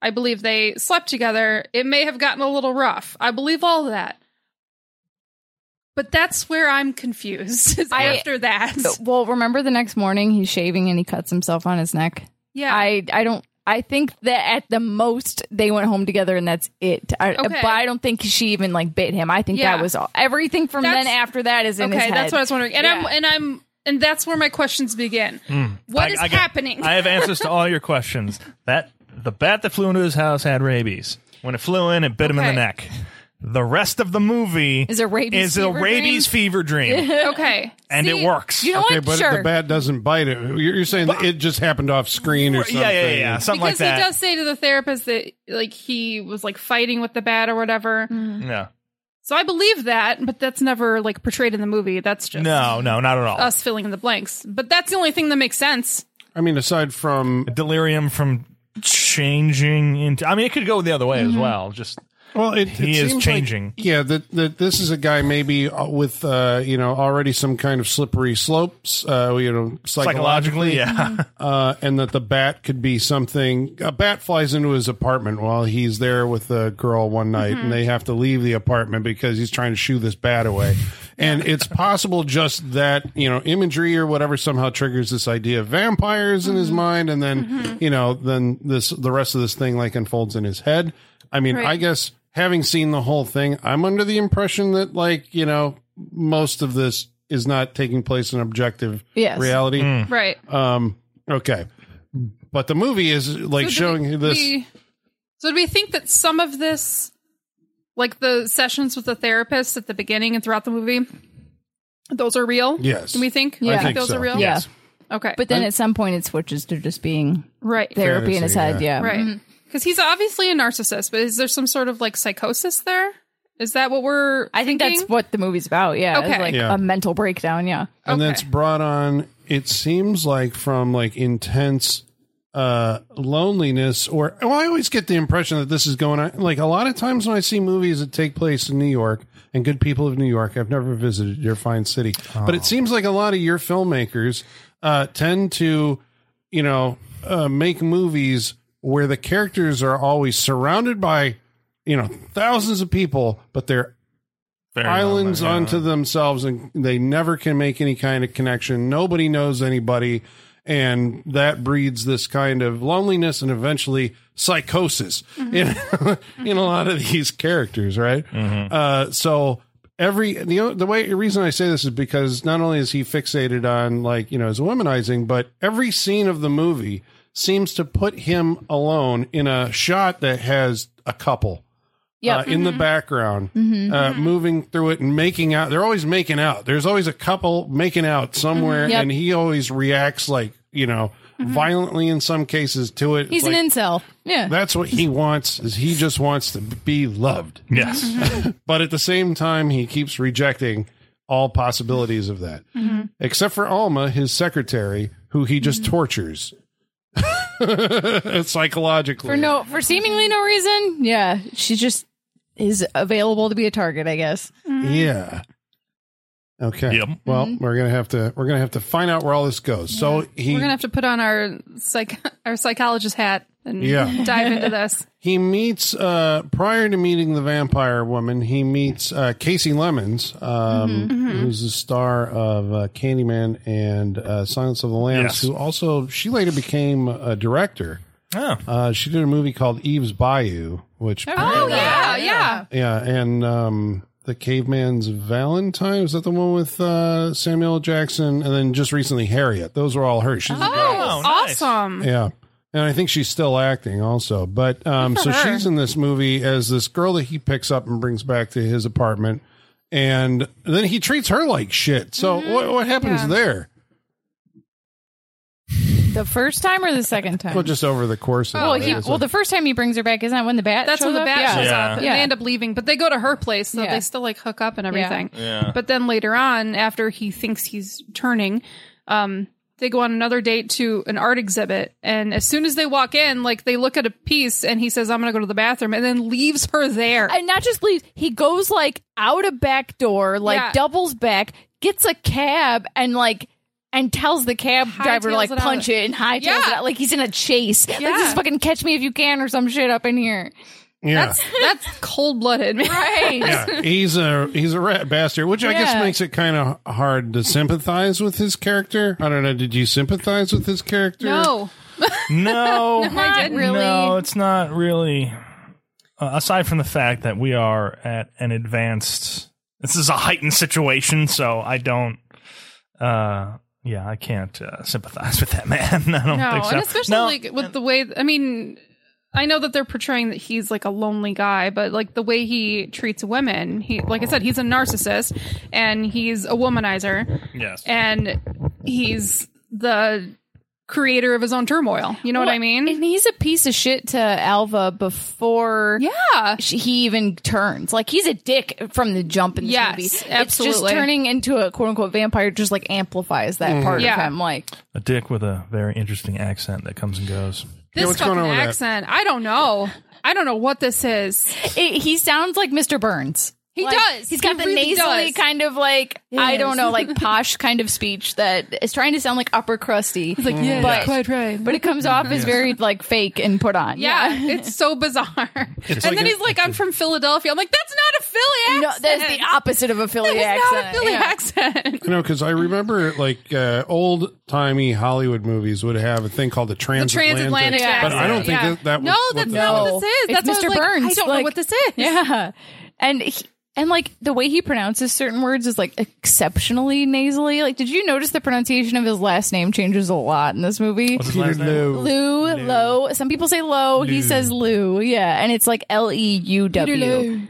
S3: I believe they slept together. It may have gotten a little rough. I believe all that. But that's where I'm confused. [laughs] is
S4: I-
S3: after that.
S4: Well, remember the next morning he's shaving and he cuts himself on his neck.
S3: Yeah.
S4: I I don't I think that at the most they went home together and that's it. I,
S3: Okay.
S4: But I don't think she even like bit him. I think that
S3: Yeah.
S4: was all. Everything from
S3: That's-
S4: then after that is in his
S3: okay,
S4: head.
S3: that's what I was wondering. And I'm
S4: Yeah.
S3: and I'm and that's where my questions begin. What is
S5: Hmm. I- I got-
S3: happening?
S5: I have answers to all your questions. That the bat that flew into his house had rabies. When it flew in, it bit him in the
S3: Okay.
S5: neck. The rest of the movie
S4: Is a rabies
S5: is a
S4: fever
S5: rabies fever
S3: [laughs] [laughs]
S5: dream,
S3: Okay.
S5: and
S4: See,
S5: it works.
S4: You know
S2: Okay,
S4: what?
S2: but
S4: sure.
S2: the bat doesn't bite it. You're, you're saying that it just happened off screen or something.
S5: yeah, yeah, yeah, yeah, something
S3: because
S5: like that.
S3: he does say to the therapist that like he was like fighting with the bat or whatever.
S4: Mm.
S5: yeah.
S3: So I believe that, but that's never like portrayed in the movie. That's just
S5: No, no, not at all.
S3: us filling in the blanks. But that's the only thing that makes sense.
S2: I mean, aside from
S5: Delirium from changing into. I mean, it could go the other way as well. Just
S2: well, it,
S5: He
S2: it
S5: is
S2: seems like-
S5: changing.
S2: yeah, that that this is a guy maybe uh, with uh, you know already some kind of slippery slopes. Uh, you know, psychologically.
S5: psychologically, Mm-hmm. yeah.
S2: uh, and that the bat could be something. A bat flies into his apartment while he's there with a girl one night, and they have to leave the apartment because he's trying to shoo this bat away. and it's possible just that you know imagery or whatever somehow triggers this idea of vampires in his mind, and then you know then this the rest of this thing like unfolds in his head. I mean,
S3: Right.
S2: I guess having seen the whole thing, I'm under the impression that like you know most of this is not taking place in objective
S4: Yes.
S2: reality.
S3: Right.
S2: Um, okay. But the movie is like
S3: So do
S2: showing
S3: we-
S2: this.
S3: we- so do we think that some of this, like the sessions with the therapist at the beginning and throughout the movie, those are real?
S2: Yes.
S3: Do we think?
S4: Yeah. I
S3: We
S4: think
S3: those
S2: so,
S3: are real?
S4: yeah.
S3: Okay.
S4: But then at some point it switches to just being
S3: right.
S4: therapy in his
S2: Fantasy,
S4: head.
S2: yeah.
S4: Yeah.
S3: Right. Because he's obviously a narcissist, but is there some sort of like psychosis there? Is that what we're?
S4: I think that's
S3: thinking?
S4: what the movie's about. Yeah. It's
S3: Okay.
S4: like
S2: Yeah.
S4: a mental breakdown. Yeah.
S2: and then
S3: okay.
S2: it's brought on, it seems like from like intense uh loneliness or well, I always get the impression that this is going on like a lot of times when I see movies that take place in New York and good people of New York, I've never visited your fine city. But it seems like a lot of your filmmakers uh tend to you know, uh, make movies where the characters are always surrounded by, you know, thousands of people, but they're
S5: Very
S2: islands
S5: well, yeah.
S2: unto themselves and they never can make any kind of connection. Nobody knows anybody. And that breeds this kind of loneliness and eventually psychosis in, [laughs] in a lot of these characters, right? Uh, so every the o- the way the reason I say this is because not only is he fixated on like you know his womanizing, but every scene of the movie seems to put him alone in a shot that has a couple
S4: Yep. Mm-hmm.
S2: uh, in the background, uh, moving through it and making out. They're always making out. There's always a couple making out somewhere,
S4: Mm-hmm. Yep. Mm-hmm.
S2: and he always reacts like you know violently in some cases to it. It's
S4: He's
S2: like,
S4: an incel. Yeah.
S2: that's what he wants is he just wants to be loved,
S5: Yes.
S2: but at the same time he keeps rejecting all possibilities of that,
S4: Mm-hmm.
S2: except for Alma, his secretary, who he just tortures [laughs] psychologically
S4: for no, for seemingly no reason. Yeah. She just is available to be a target, I guess.
S3: Mm-hmm.
S2: Yeah. Okay.
S5: Yep.
S2: Well, we're gonna have to we're gonna have to find out where all this goes. So he
S3: we're gonna have to put on our psych our psychologist hat and
S2: Yeah.
S3: [laughs] dive into
S4: [laughs]
S3: this.
S2: he meets uh, prior to meeting the vampire woman. He meets uh, Casey Lemons, um,
S3: Mm-hmm.
S2: who's the star of uh, Candyman and uh, Silence of the Lambs.
S5: Yes.
S2: Who also she later became a director.
S5: Oh.
S2: Uh, she did a movie called Eve's Bayou, which
S3: Oh yeah, yeah.
S2: Yeah, and um, the Caveman's Valentine was that the one with uh, Samuel L. Jackson, and then just recently Harriet. Those were all her. She's
S3: Oh,
S5: Oh, nice.
S3: awesome.
S2: yeah, and I think she's still acting also. But um, so
S3: her.
S2: she's in this movie as this girl that he picks up and brings back to his apartment, and then he treats her like shit. So what what happens there?
S4: The first time or the second time?
S2: Well, just over the course. of
S4: well,
S2: it,
S4: he,
S2: it's
S4: well,
S2: a-
S4: the first time he brings her back, isn't that when the
S3: Oh,
S4: bat?
S3: That's when the
S4: shows
S3: bat
S4: up?
S3: shows
S4: Yeah.
S5: Yeah.
S3: up, and
S4: Yeah.
S3: they end up leaving. But they go to her place, so
S4: Yeah.
S3: they still like hook up and everything.
S5: Yeah.
S3: But then later on, after he thinks he's turning, um, they go on another date to an art exhibit. And as soon as they walk in, like they look at a piece, and he says, "I'm gonna go to the bathroom," and then leaves her there.
S4: And not just leaves. He goes like out a back door, like
S3: Yeah.
S4: doubles back, gets a cab, and like and tells the cab
S3: Hightails
S4: driver to like
S3: it out.
S4: punch it and hightails
S3: Yeah.
S4: it out like he's in a chase.
S3: Yeah.
S4: Like just fucking catch me if you can or some shit up in here.
S2: yeah.
S3: That's cold blooded, man.
S4: Right. [laughs]
S2: yeah, he's a he's a rat bastard, which I guess
S4: Yeah.
S2: makes it kind of hard to sympathize with his character. I don't know. Did you sympathize with his character?
S3: No, [laughs]
S5: No.
S3: I didn't.
S4: really.
S5: No, it's not really. Uh, aside from the fact that we are at an advanced, this is a heightened situation, so I don't. Uh, yeah, I can't uh, sympathize with that [laughs] man. I don't
S3: No,
S5: think so.
S3: and especially
S5: No,
S3: like with the way. I mean, I know that they're portraying that he's like a lonely guy, but like the way he treats women, he like I said, he's a narcissist and he's a womanizer
S5: Yes.
S3: and he's the creator of his own turmoil. You know what I mean?
S4: And he's a piece of shit to Alva before
S3: Yeah.
S4: sh- he even turns. Like he's a dick from the jump in this
S3: Yes,
S4: movie. It's just
S3: absolutely.
S4: turning into a quote unquote vampire just like amplifies that part
S3: Yeah.
S4: of him. Like
S5: a dick with a very interesting accent that comes and goes.
S3: This
S2: what's going
S3: fucking
S2: on with that?
S3: accent. I don't know. I don't know what this is.
S4: it, he sounds like Mr. Burns.
S3: He
S4: Like,
S3: does.
S4: He's got
S3: He
S4: the
S3: really
S4: nasally
S3: does.
S4: kind of like I
S3: Yes.
S4: don't
S3: [laughs]
S4: know, like posh kind of speech that is trying to sound like upper crusty. He's like, yeah, but,
S3: quite right.
S4: but it comes off as very like fake and put on.
S3: Yeah, [laughs] it's
S2: [laughs]
S3: so bizarre. and
S5: like
S3: then
S5: a-
S3: he's like, "I'm from Philadelphia." I'm like, "That's not a [laughs] Philly
S4: No,
S3: accent.
S4: that's the opposite of
S3: [laughs]
S4: a Philly
S3: That is
S4: accent.
S3: not a Philly
S4: Yeah.
S3: accent."
S2: You know, because I remember like uh, old timey Hollywood movies would have a thing called the
S3: [laughs] The
S2: transatlantic.
S3: transatlantic
S2: But I don't
S3: accent,
S2: think
S3: yeah.
S2: that, that was
S3: no,
S2: what
S3: that's
S2: the-
S3: not
S4: No.
S3: what this is.
S4: It's
S3: that's why I was
S4: Mr.
S3: like,
S4: Burns,
S3: I don't
S4: like-
S3: know what this is.
S4: Yeah. And he, and like the way he pronounces certain words is like exceptionally nasally. Like, did you notice the pronunciation of his last name changes a lot in this movie?
S5: What's his
S2: Peter
S5: last name?
S2: Lowe.
S4: Lou, Low. Some people say Low. He says Lou. Yeah, and it's like L E U W.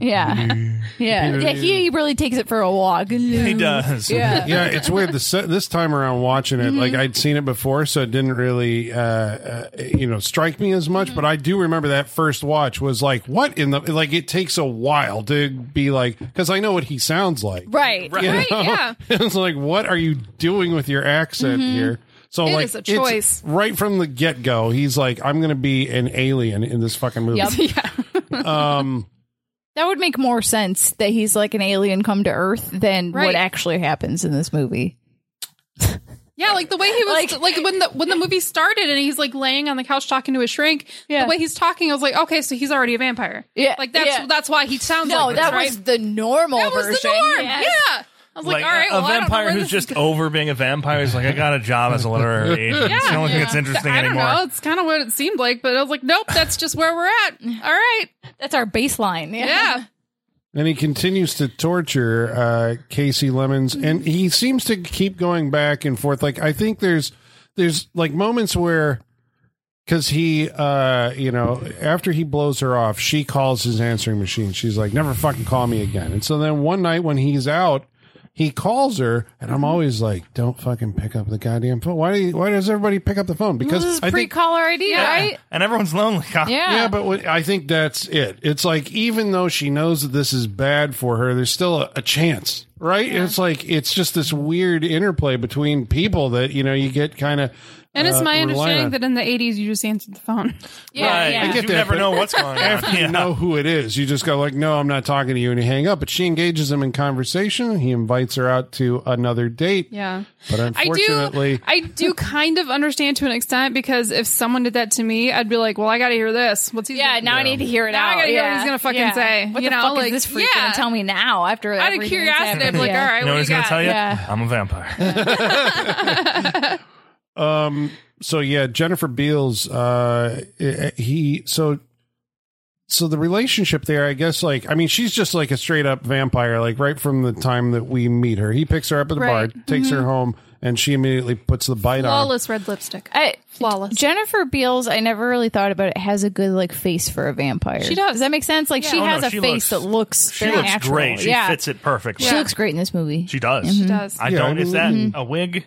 S4: Yeah, [laughs] yeah, yeah. He really takes it for a [laughs] walk.
S5: He does. [laughs]
S4: Yeah.
S2: yeah, it's weird. This this time around watching it, like I'd seen it before, so it didn't really, uh, uh, you know, strike me as much. But I do remember that first watch was like, what in the like? It takes a while to be like, because I know what he sounds like.
S4: Right.
S2: you
S4: [laughs]
S3: Right,
S2: know?
S3: [laughs] yeah.
S2: [laughs] it's like, what are you doing with your accent here? So
S3: Mm-hmm. It
S2: like,
S3: is a
S2: it's-
S3: choice.
S2: right from the get go. He's like, I'm going to be an alien in this fucking movie.
S4: Yep.
S3: yeah.
S2: Um,
S4: That would make more sense that he's like an alien come to Earth than
S3: Right.
S4: what actually happens in this movie.
S3: Yeah, like the way he was,
S4: Like-
S3: like, when the when the movie started and he's like laying on the couch talking to his shrink.
S4: Yeah.
S3: The way he's talking, I was like, okay, so he's already a vampire.
S4: Yeah,
S3: like that's
S4: yeah.
S3: that's why he sounds
S4: No,
S3: like this,
S4: that
S3: right?
S4: was the normal
S3: that was
S4: version.
S3: the norm.
S4: Yes.
S3: Yeah, I was like,
S5: Like,
S3: all right,
S5: a
S3: well, I don't know
S5: vampire
S3: where
S5: who's
S3: this
S5: just
S3: is go-
S5: over being a vampire. He's like, I got a job as a
S3: [laughs]
S5: literary agent. it's the only thing that's interesting
S3: I don't
S5: anymore.
S3: know. It's kind of what it seemed like, but I was like, nope, that's just where we're at. All right,
S4: That's our baseline. Yeah.
S3: yeah.
S2: And he continues to torture uh, Casey Lemons, and
S4: Mm-hmm.
S2: he seems to keep going back and forth. Like I think there's there's like moments where because he uh, you know after he blows her off, she calls his answering machine. She's like, "Never fucking call me again." And so then one night when he's out. He calls her, and
S4: Mm-hmm.
S2: I'm always like, "Don't fucking pick up the goddamn phone. Why? Do you, why does everybody pick up the phone? Because
S4: This is
S2: I
S4: pre
S2: think
S4: caller ID, right?
S5: And everyone's lonely.
S4: Yeah.
S2: yeah, but what, I think that's it. It's like even though she knows that this is bad for her, there's still a, a chance, right? It's like it's just this weird interplay between people that you know you get kind of.
S3: And it's
S2: uh,
S3: my
S2: reliant
S3: understanding
S2: on.
S3: that in the 80s you just answered the phone.
S4: yeah,
S5: right.
S4: yeah.
S5: You
S2: I get that,
S5: never
S2: but-
S5: know what's [laughs] going on.
S2: After you
S5: Yeah.
S2: know who it is, you just go like, "No, I'm not talking to you," and you hang up. But she engages him in conversation. He invites her out to another date.
S3: [laughs] Yeah.
S2: but unfortunately,
S3: I do, I do kind of understand to an extent because if someone did that to me, I'd be like, "Well, I got to hear this." What's he?
S4: Yeah, now I need to hear it
S3: Now I
S4: out.
S3: gotta hear what
S4: Yeah.
S3: he's gonna fucking
S4: Yeah.
S3: say.
S4: What
S3: You
S4: the
S3: know,
S4: fuck
S3: like,
S4: is this freak
S3: yeah.
S4: gonna tell me now after
S3: out of
S4: everything that's
S3: curiosity, I'd
S4: happened?
S3: be like,
S4: Yeah.
S3: "All right,
S5: You know
S3: what
S5: what
S3: do
S5: he's
S3: you got?"
S5: going to tell you?
S4: Yeah.
S5: I'm a vampire.
S2: so yeah, Jennifer Beals, uh, he so so the relationship there, I guess, like I mean, she's just like a straight up vampire, like right from the time that we meet her. He picks her up at the
S3: Right. Mm-hmm.
S2: bar, takes her home, and she immediately puts the bite on.
S3: Flawless red lipstick.
S4: I,
S3: Flawless.
S4: Jennifer Beals, I never really thought about it, has a good like face for a vampire.
S3: She does.
S4: Does that make sense? Like she
S5: Oh, no,
S4: has a
S5: she
S4: face
S5: looks-
S4: that looks
S5: She
S4: very
S5: looks
S4: natural.
S5: great. She
S4: yeah.
S5: fits it perfectly.
S4: She looks great in this movie.
S5: She does.
S3: She does.
S5: I
S2: Yeah,
S5: don't.
S2: I
S5: Is that a wig?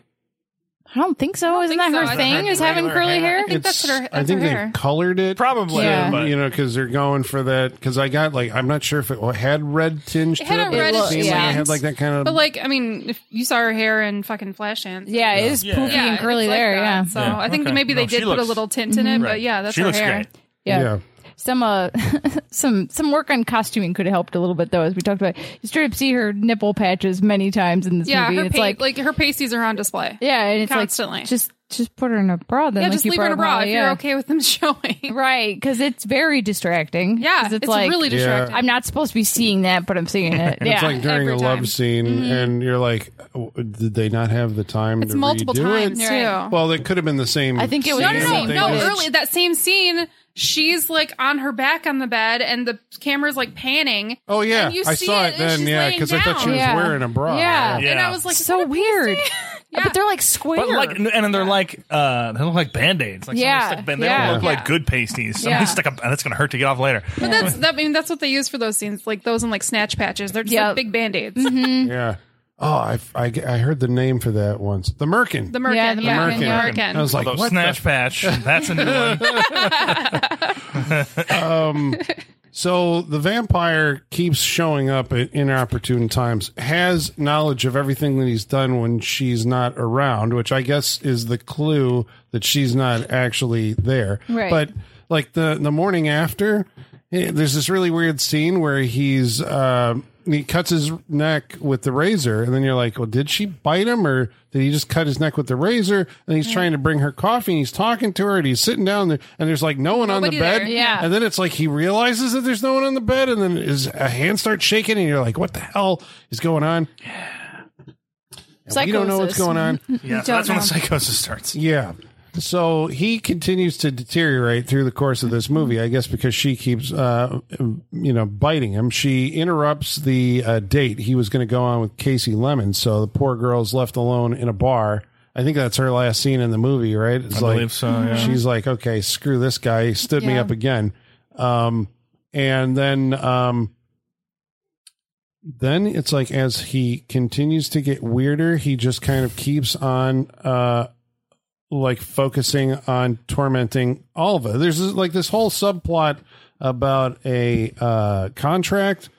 S4: I don't think so. Isn't that
S3: think
S4: her
S3: so. I
S4: thing?
S3: think
S4: Is
S5: her
S4: having
S5: regular
S4: curly
S5: hair.
S4: hair?
S3: I think that's her. That's
S2: I think
S3: her
S2: they
S3: hair.
S2: colored it.
S5: Probably.
S4: Yeah.
S5: But
S2: You know, because they're going for that. Because I got like, I'm not sure if it had red tinge.
S3: It had
S2: to
S3: a
S2: it, but it
S3: reddish
S2: seemed like it
S4: tinge.
S2: had like that kind of.
S3: But like, I mean, if you saw her hair in fucking Flashdance,
S4: Yeah, it is
S5: Yeah.
S4: poofy
S3: yeah,
S4: and
S3: it's
S4: curly
S3: like
S4: there.
S3: that.
S4: Yeah.
S3: So
S5: Yeah,
S3: I think
S5: okay.
S3: maybe they
S5: No, she
S3: did put a
S5: looks- Mhm.
S3: little tint in it, but yeah, that's
S5: she
S3: her
S5: looks
S3: hair.
S5: great.
S4: yeah.
S2: yeah.
S4: Some uh, [laughs] some some work on costuming could have helped a little bit though, as we talked about. You straight up see her nipple patches many times in this
S3: Yeah,
S4: movie.
S3: her
S4: and it's
S3: pa-
S4: like,
S3: like, her pasties are on display.
S4: yeah, and it's
S3: constantly.
S4: like just just put her in a bra. Then
S3: yeah,
S4: like
S3: just
S4: you
S3: leave her in a bra
S4: out,
S3: if
S4: yeah.
S3: you're okay with them [laughs] showing.
S4: right? Because it's very distracting.
S3: Yeah,
S4: 'Cause
S3: it's,
S4: it's, like
S3: really
S2: Yeah.
S3: distracting.
S4: I'm not supposed to be seeing that, but I'm
S2: [laughs]
S4: seeing it. yeah,
S2: It's like during
S3: every
S2: a
S3: time. Mm-hmm.
S2: love scene, and you're like, "Oh, did they not have the time
S3: It's
S2: to
S3: multiple
S2: redo
S3: times
S2: it?
S3: too.
S4: Right.
S2: Well, it could have been the same.
S4: I think it was
S3: No,
S4: the
S2: scene,
S3: no,
S4: same
S2: but they
S3: no, no.
S2: just-
S3: Early that same scene, she's like on her back on the bed, and the camera's like panning.
S2: Oh yeah,
S3: And you
S2: I
S3: see
S2: saw
S3: it
S2: it
S3: and
S2: then.
S3: she's
S2: Yeah,
S3: laying
S2: because I thought she
S3: down.
S2: was
S4: Yeah.
S2: wearing a bra.
S4: Yeah.
S3: And
S4: [laughs]
S5: Yeah.
S3: I was like,
S4: so weird.
S3: Yeah.
S4: But they're like square.
S5: But like, and- and they're like, uh, they look like band aids. Like
S4: Yeah,
S5: yeah, stuck band- they
S4: yeah.
S5: don't look
S3: Yeah.
S5: like good pasties. Somebody
S4: Yeah.
S5: stuck a, that's gonna hurt to get off later.
S3: But that's that, I mean that's what they use for those scenes, like those and like snatch patches. They're just
S4: Yep. Mm-hmm.
S3: like big band aids.
S2: Yeah. Oh, I, I, I heard the name for that once. The Merkin.
S3: The Merkin,
S4: Yeah,
S3: yeah,
S4: the
S3: the
S4: Merkin,
S3: Merkin,
S4: yeah.
S2: I was like,
S5: Although
S2: what
S5: snatch [laughs] patch, that's a new one.
S2: So the vampire keeps showing up at inopportune times, has knowledge of everything that he's done when she's not around, which I guess is the clue that she's not actually there.
S4: Right.
S2: But like the, the morning after, eh, there's this really weird scene where he's, um, he cuts his neck with the razor, and then you're like, "Well, did she bite him, or did he just cut his neck with the razor?" And he's trying to bring her coffee, and he's talking to her, and he's sitting down there, and there's like no one
S3: Nobody
S2: on the bed,
S3: there,
S4: yeah.
S2: And then it's like he realizes that there's no one on the bed, and then his a hand starts shaking, and you're like, "What the hell is going on?" And We don't know what's
S4: Psychosis.
S2: going on.
S4: [laughs]
S5: Yeah,
S3: Don't
S5: that's when
S3: know.
S5: the psychosis starts.
S2: Yeah. So he continues to deteriorate through the course of this movie, I guess, because she keeps, uh, you know, biting him. She interrupts the uh, date he was going to go on with Casey Lemon. So the poor girl's left alone in a bar. I think that's her last scene in the movie, right? It's
S5: I
S2: like
S5: believe so. Yeah.
S2: she's like, okay, screw this guy. He stood me
S4: Yeah.
S2: up again. Um, and then, um, then it's like as he continues to get weirder, he just kind of keeps on, uh, like focusing on tormenting Alva. There's this- like this whole subplot about a uh, contract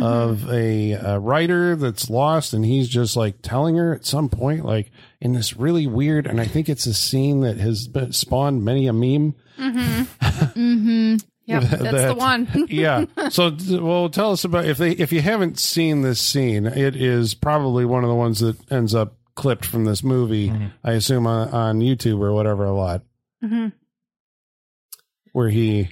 S2: of a, uh writer that's lost, and he's just like telling her at some point, like in this really weird, and I think it's a scene that has been, spawned many a meme.
S3: yeah, that's the
S2: That- [laughs]
S4: [laughs]
S3: one.
S2: yeah. So, th- well, tell us about if they if you haven't seen this scene, it is probably one of the ones that ends up clipped from this movie. I assume on, on YouTube or whatever a lot,
S3: Mhm.
S2: where he.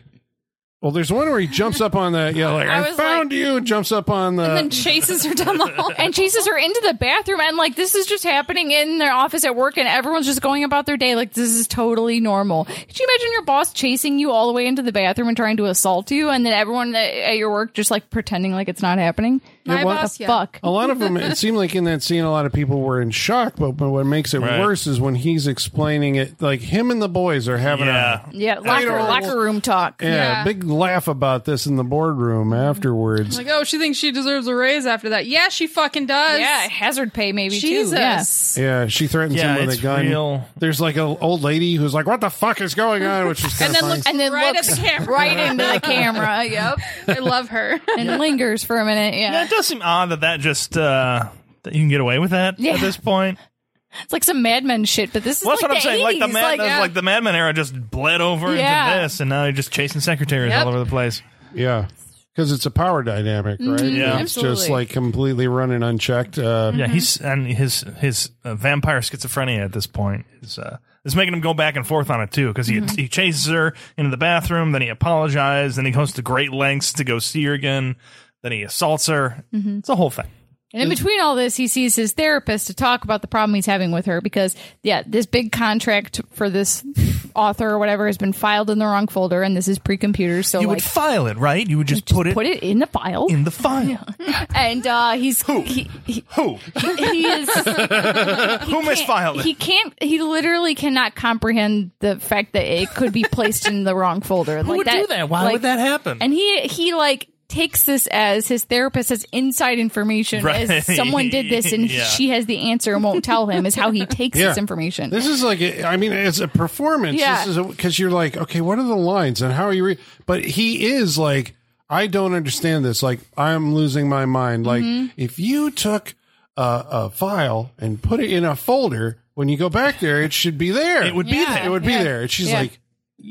S2: Well, there's one where he jumps up on the yeah, like
S4: I
S2: I,
S4: was
S2: found you. and Jumps up on the
S3: and then chases her down the hall.
S4: and chases her into the bathroom and like this is just happening in their office at work and everyone's just going about their day like this is totally normal could you imagine your boss chasing you all the way into the bathroom and trying to assault you and then everyone at at your work just like pretending like it's not happening
S3: My
S2: what
S3: boss, yeah.
S4: fuck
S2: A lot of them,
S3: [laughs]
S2: it seemed like in that scene, a lot of people were in shock. But, but what makes it
S5: Right.
S2: worse is when he's explaining it, like him and the boys are having
S5: Yeah.
S2: a
S4: yeah locker,
S2: don't-
S4: locker room talk
S2: yeah,
S3: Yeah.
S2: big laugh about this in the boardroom afterwards.
S3: Like, oh, she thinks she deserves a raise after that. Yeah, she fucking does.
S4: yeah hazard pay maybe
S3: Jesus.
S4: too yeah.
S2: yeah, she threatens
S5: Yeah,
S2: him with
S5: it's
S2: a gun.
S5: real.
S2: There's like an old lady who's like, "What the fuck is going on?" Which is kind
S3: [laughs] And
S2: of
S3: then
S2: funny.
S3: looks
S4: and then
S3: right
S4: looks
S3: at the camera.
S4: right into the [laughs] camera yep
S3: I love [laughs] her.
S4: Uh-huh. and lingers for a minute yeah.
S5: Yeah, it does seem odd that that just uh, that you can get away with that
S4: Yeah.
S5: at this point.
S4: it's like some madman shit but this is
S5: Well, that's
S4: like
S5: what I'm
S4: the
S5: saying. Like the
S4: 80s,
S5: mad,
S4: like,
S5: that's
S4: yeah.
S5: like the Madman era just bled over
S4: Yeah.
S5: into this, and now you're just chasing secretaries
S3: Yep.
S5: all over the place.
S2: yeah, because it's a power dynamic, right?
S3: Mm-hmm.
S5: Yeah.
S2: it's just
S4: absolutely.
S2: like completely running unchecked. Uh,
S4: Mm-hmm.
S5: Yeah, he's and his his uh, vampire schizophrenia at this point is uh, is making him go back and forth on it too because he
S4: Mm-hmm.
S5: he chases her into the bathroom, then he apologizes, then he goes to great lengths to go see her again, then he assaults her.
S4: Mm-hmm.
S5: It's a whole thing.
S4: And in between all this, he sees his therapist to talk about the problem he's having with her because, yeah, this big contract for this author or whatever has been filed in the wrong folder, and this is pre-computer, so
S5: you
S4: like
S5: would file it, right? You would just, put it
S4: put it in the file.
S5: in the file.
S4: [laughs] and uh, he's
S5: Who?
S4: he he,
S5: Who
S4: he
S5: [laughs]
S4: is
S5: who misfiled it?
S4: he can't he literally cannot comprehend the fact that it could be placed in the wrong folder.
S5: Who
S4: like
S5: would do that? Why
S4: like-
S5: would that happen?
S4: And he he like takes this as his therapist has inside information
S5: Right.
S4: as someone did this and
S5: [laughs] Yeah.
S4: she has the answer and won't tell him is how
S5: [laughs]
S4: he takes
S2: Yeah.
S4: this information.
S2: This is like, a- I mean, it's a performance.
S4: Yeah.
S2: This is because you're like, okay, what are the lines and how are you? Re-? But he is like, I don't understand this. Like, I'm losing my mind. Like,
S4: Mm-hmm.
S2: if you took a, a file and put it in a folder, when you go back there, it should be there.
S5: it would be
S4: Yeah.
S5: there.
S2: It would be
S4: Yeah.
S2: there. And she's
S4: Yeah.
S2: like,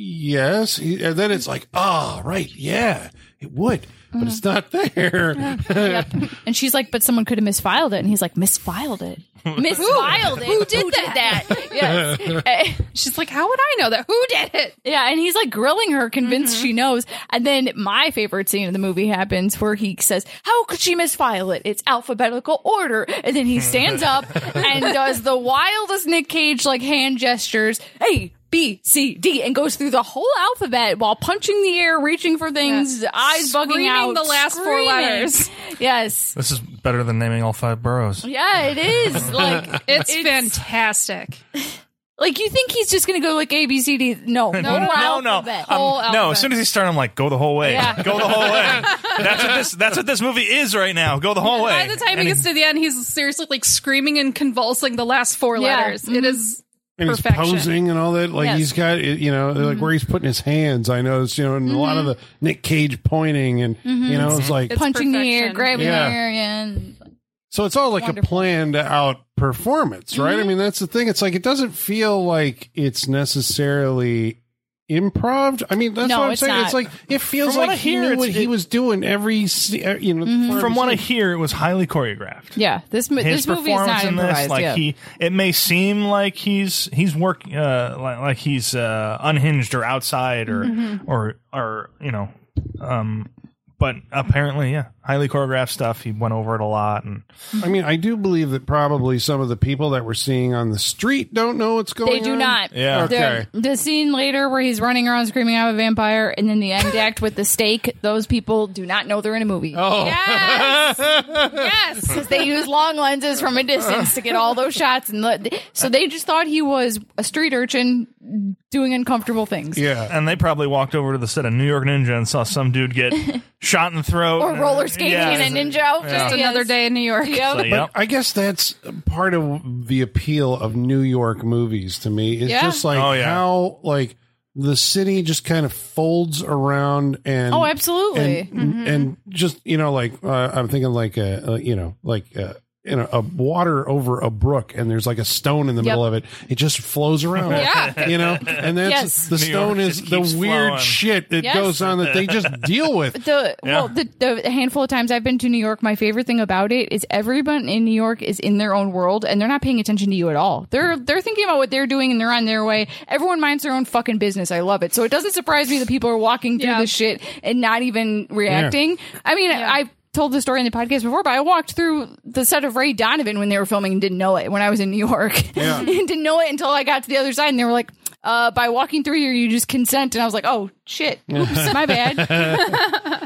S2: yes. He- And then it's like, oh, right, yeah, it would,
S4: Mm-hmm.
S2: but it's not there.
S4: Yep. [laughs] And she's like, but someone could have misfiled it. And he's like, misfiled [laughs] it. misfiled it. Who did that? [laughs] yes. Eh,
S3: She's like, how would I know that? Who did it?
S4: yeah. And he's like grilling her, convinced she knows. And then my favorite scene of the movie happens where he says, how could she misfile it? It's alphabetical order. And then he stands [laughs] up and does the wildest Nick Cage like hand gestures. Hey, B, C, D, and goes through the whole alphabet while punching the air, reaching for things, eyes bugging
S3: Screaming
S4: out,
S3: the last four
S4: screaming.
S3: letters.
S4: [laughs] Yes,
S5: This is better than naming all five boroughs.
S4: Yeah, it
S5: [laughs]
S4: is. Like
S3: It's,
S4: It's-
S3: fantastic.
S4: like you think he's just gonna go like A B C D. No, no,
S5: [laughs] no,
S4: no,
S5: no. Um,
S3: Whole
S5: No,
S3: alphabet.
S5: as soon as he started, I'm like, go the whole way,
S4: Yeah.
S5: [laughs] go the whole way. That's what this. That's what this movie is right now. Go the whole
S3: By
S5: way.
S3: the time he
S5: And
S3: gets to the end, he's seriously like screaming and convulsing the last four
S4: Yeah.
S3: letters.
S4: mm-hmm.
S3: It is
S2: and he's
S3: perfection.
S2: posing and all that. Like
S4: Yes. Mm-hmm.
S2: he's got, it- you know, like where he's putting his hands. I noticed, you know, and a lot of the Nick Cage pointing, and
S4: Mm-hmm.
S2: you know, it's like
S3: It's
S4: punching the air,
S3: perfection.
S4: grabbing
S2: Yeah.
S4: the air, and
S2: so. It's all like a
S4: Wonderful. Mm-hmm.
S2: planned out performance, right? I mean, that's the thing. It's like it doesn't feel like it's necessarily improv. I mean, that's
S4: No,
S2: what I'm
S4: it's
S2: saying.
S4: not.
S2: It's like it feels
S5: From what
S2: like
S5: I
S2: he
S5: hear,
S2: knew
S5: it's-
S2: what he
S5: it-
S2: was doing every, se- uh, you know,
S4: Mm-hmm.
S2: part
S5: from
S2: of
S5: what I
S2: his-
S5: hear, it was highly choreographed.
S4: yeah, this mo-
S5: His
S4: this movie is
S5: performance
S4: not
S5: in this,
S4: improvised.
S5: like
S4: yeah.
S5: he, it may seem like he's he's work uh, like, like he's uh, unhinged or outside or or or you know, um, but apparently, yeah, highly choreographed stuff. He went over it a lot, and
S2: I mean, I do believe that probably some of the people that we're seeing on the street don't know what's going on.
S4: they do not.
S5: Yeah.
S4: The, the scene later where he's running around screaming, "I'm a vampire," and then the end act with the stake. Those people do not know they're in a movie.
S2: Oh.
S3: [laughs]
S4: Yes, yes, because they use long lenses from a distance to get all those shots, and the, so they just thought he was a street urchin doing uncomfortable things.
S2: Yeah.
S5: and they probably walked over to the set of New York Ninja and saw some
S4: [laughs]
S5: dude get shot in the throat
S4: Or
S5: and-
S4: roller skating
S5: Yeah.
S4: in a ninja outfit.
S3: Just another day in New York.
S4: Yep.
S5: So, yep.
S2: I guess that's part of the appeal of New York movies to me. It's
S4: Yeah.
S2: just like
S5: Oh, yeah.
S2: how like the city just kind of folds around and
S4: Oh, absolutely. Mm-hmm.
S2: and, and just you know like uh, I'm thinking like a, uh you know like uh you know a water over a brook and there's like a stone in the middle of it. It just flows around.
S3: Yeah.
S2: you know, and that's
S4: Yes.
S2: the
S5: New
S2: stone
S5: York
S2: is
S5: just
S2: the
S5: keeps
S2: weird
S5: flowing.
S2: shit that
S4: Yes.
S2: goes on that they
S5: [laughs]
S2: just deal with.
S4: the
S5: Yeah.
S4: well the, the handful of times i've been to new york my favorite thing about it is everyone in new york is in their own world and they're not paying attention to you at all they're they're thinking about what they're doing and they're on their way everyone minds their own fucking business i love it so it doesn't surprise me that people are walking through
S3: Yeah.
S4: this shit and not even reacting i mean i told the story in the podcast before but i walked through the set of ray donovan when they were filming and didn't know it when i was in new york [laughs] and didn't know it until i got to the other side and they were like uh, by walking through here, you just consent, and I was like, "Oh shit, oops, my bad."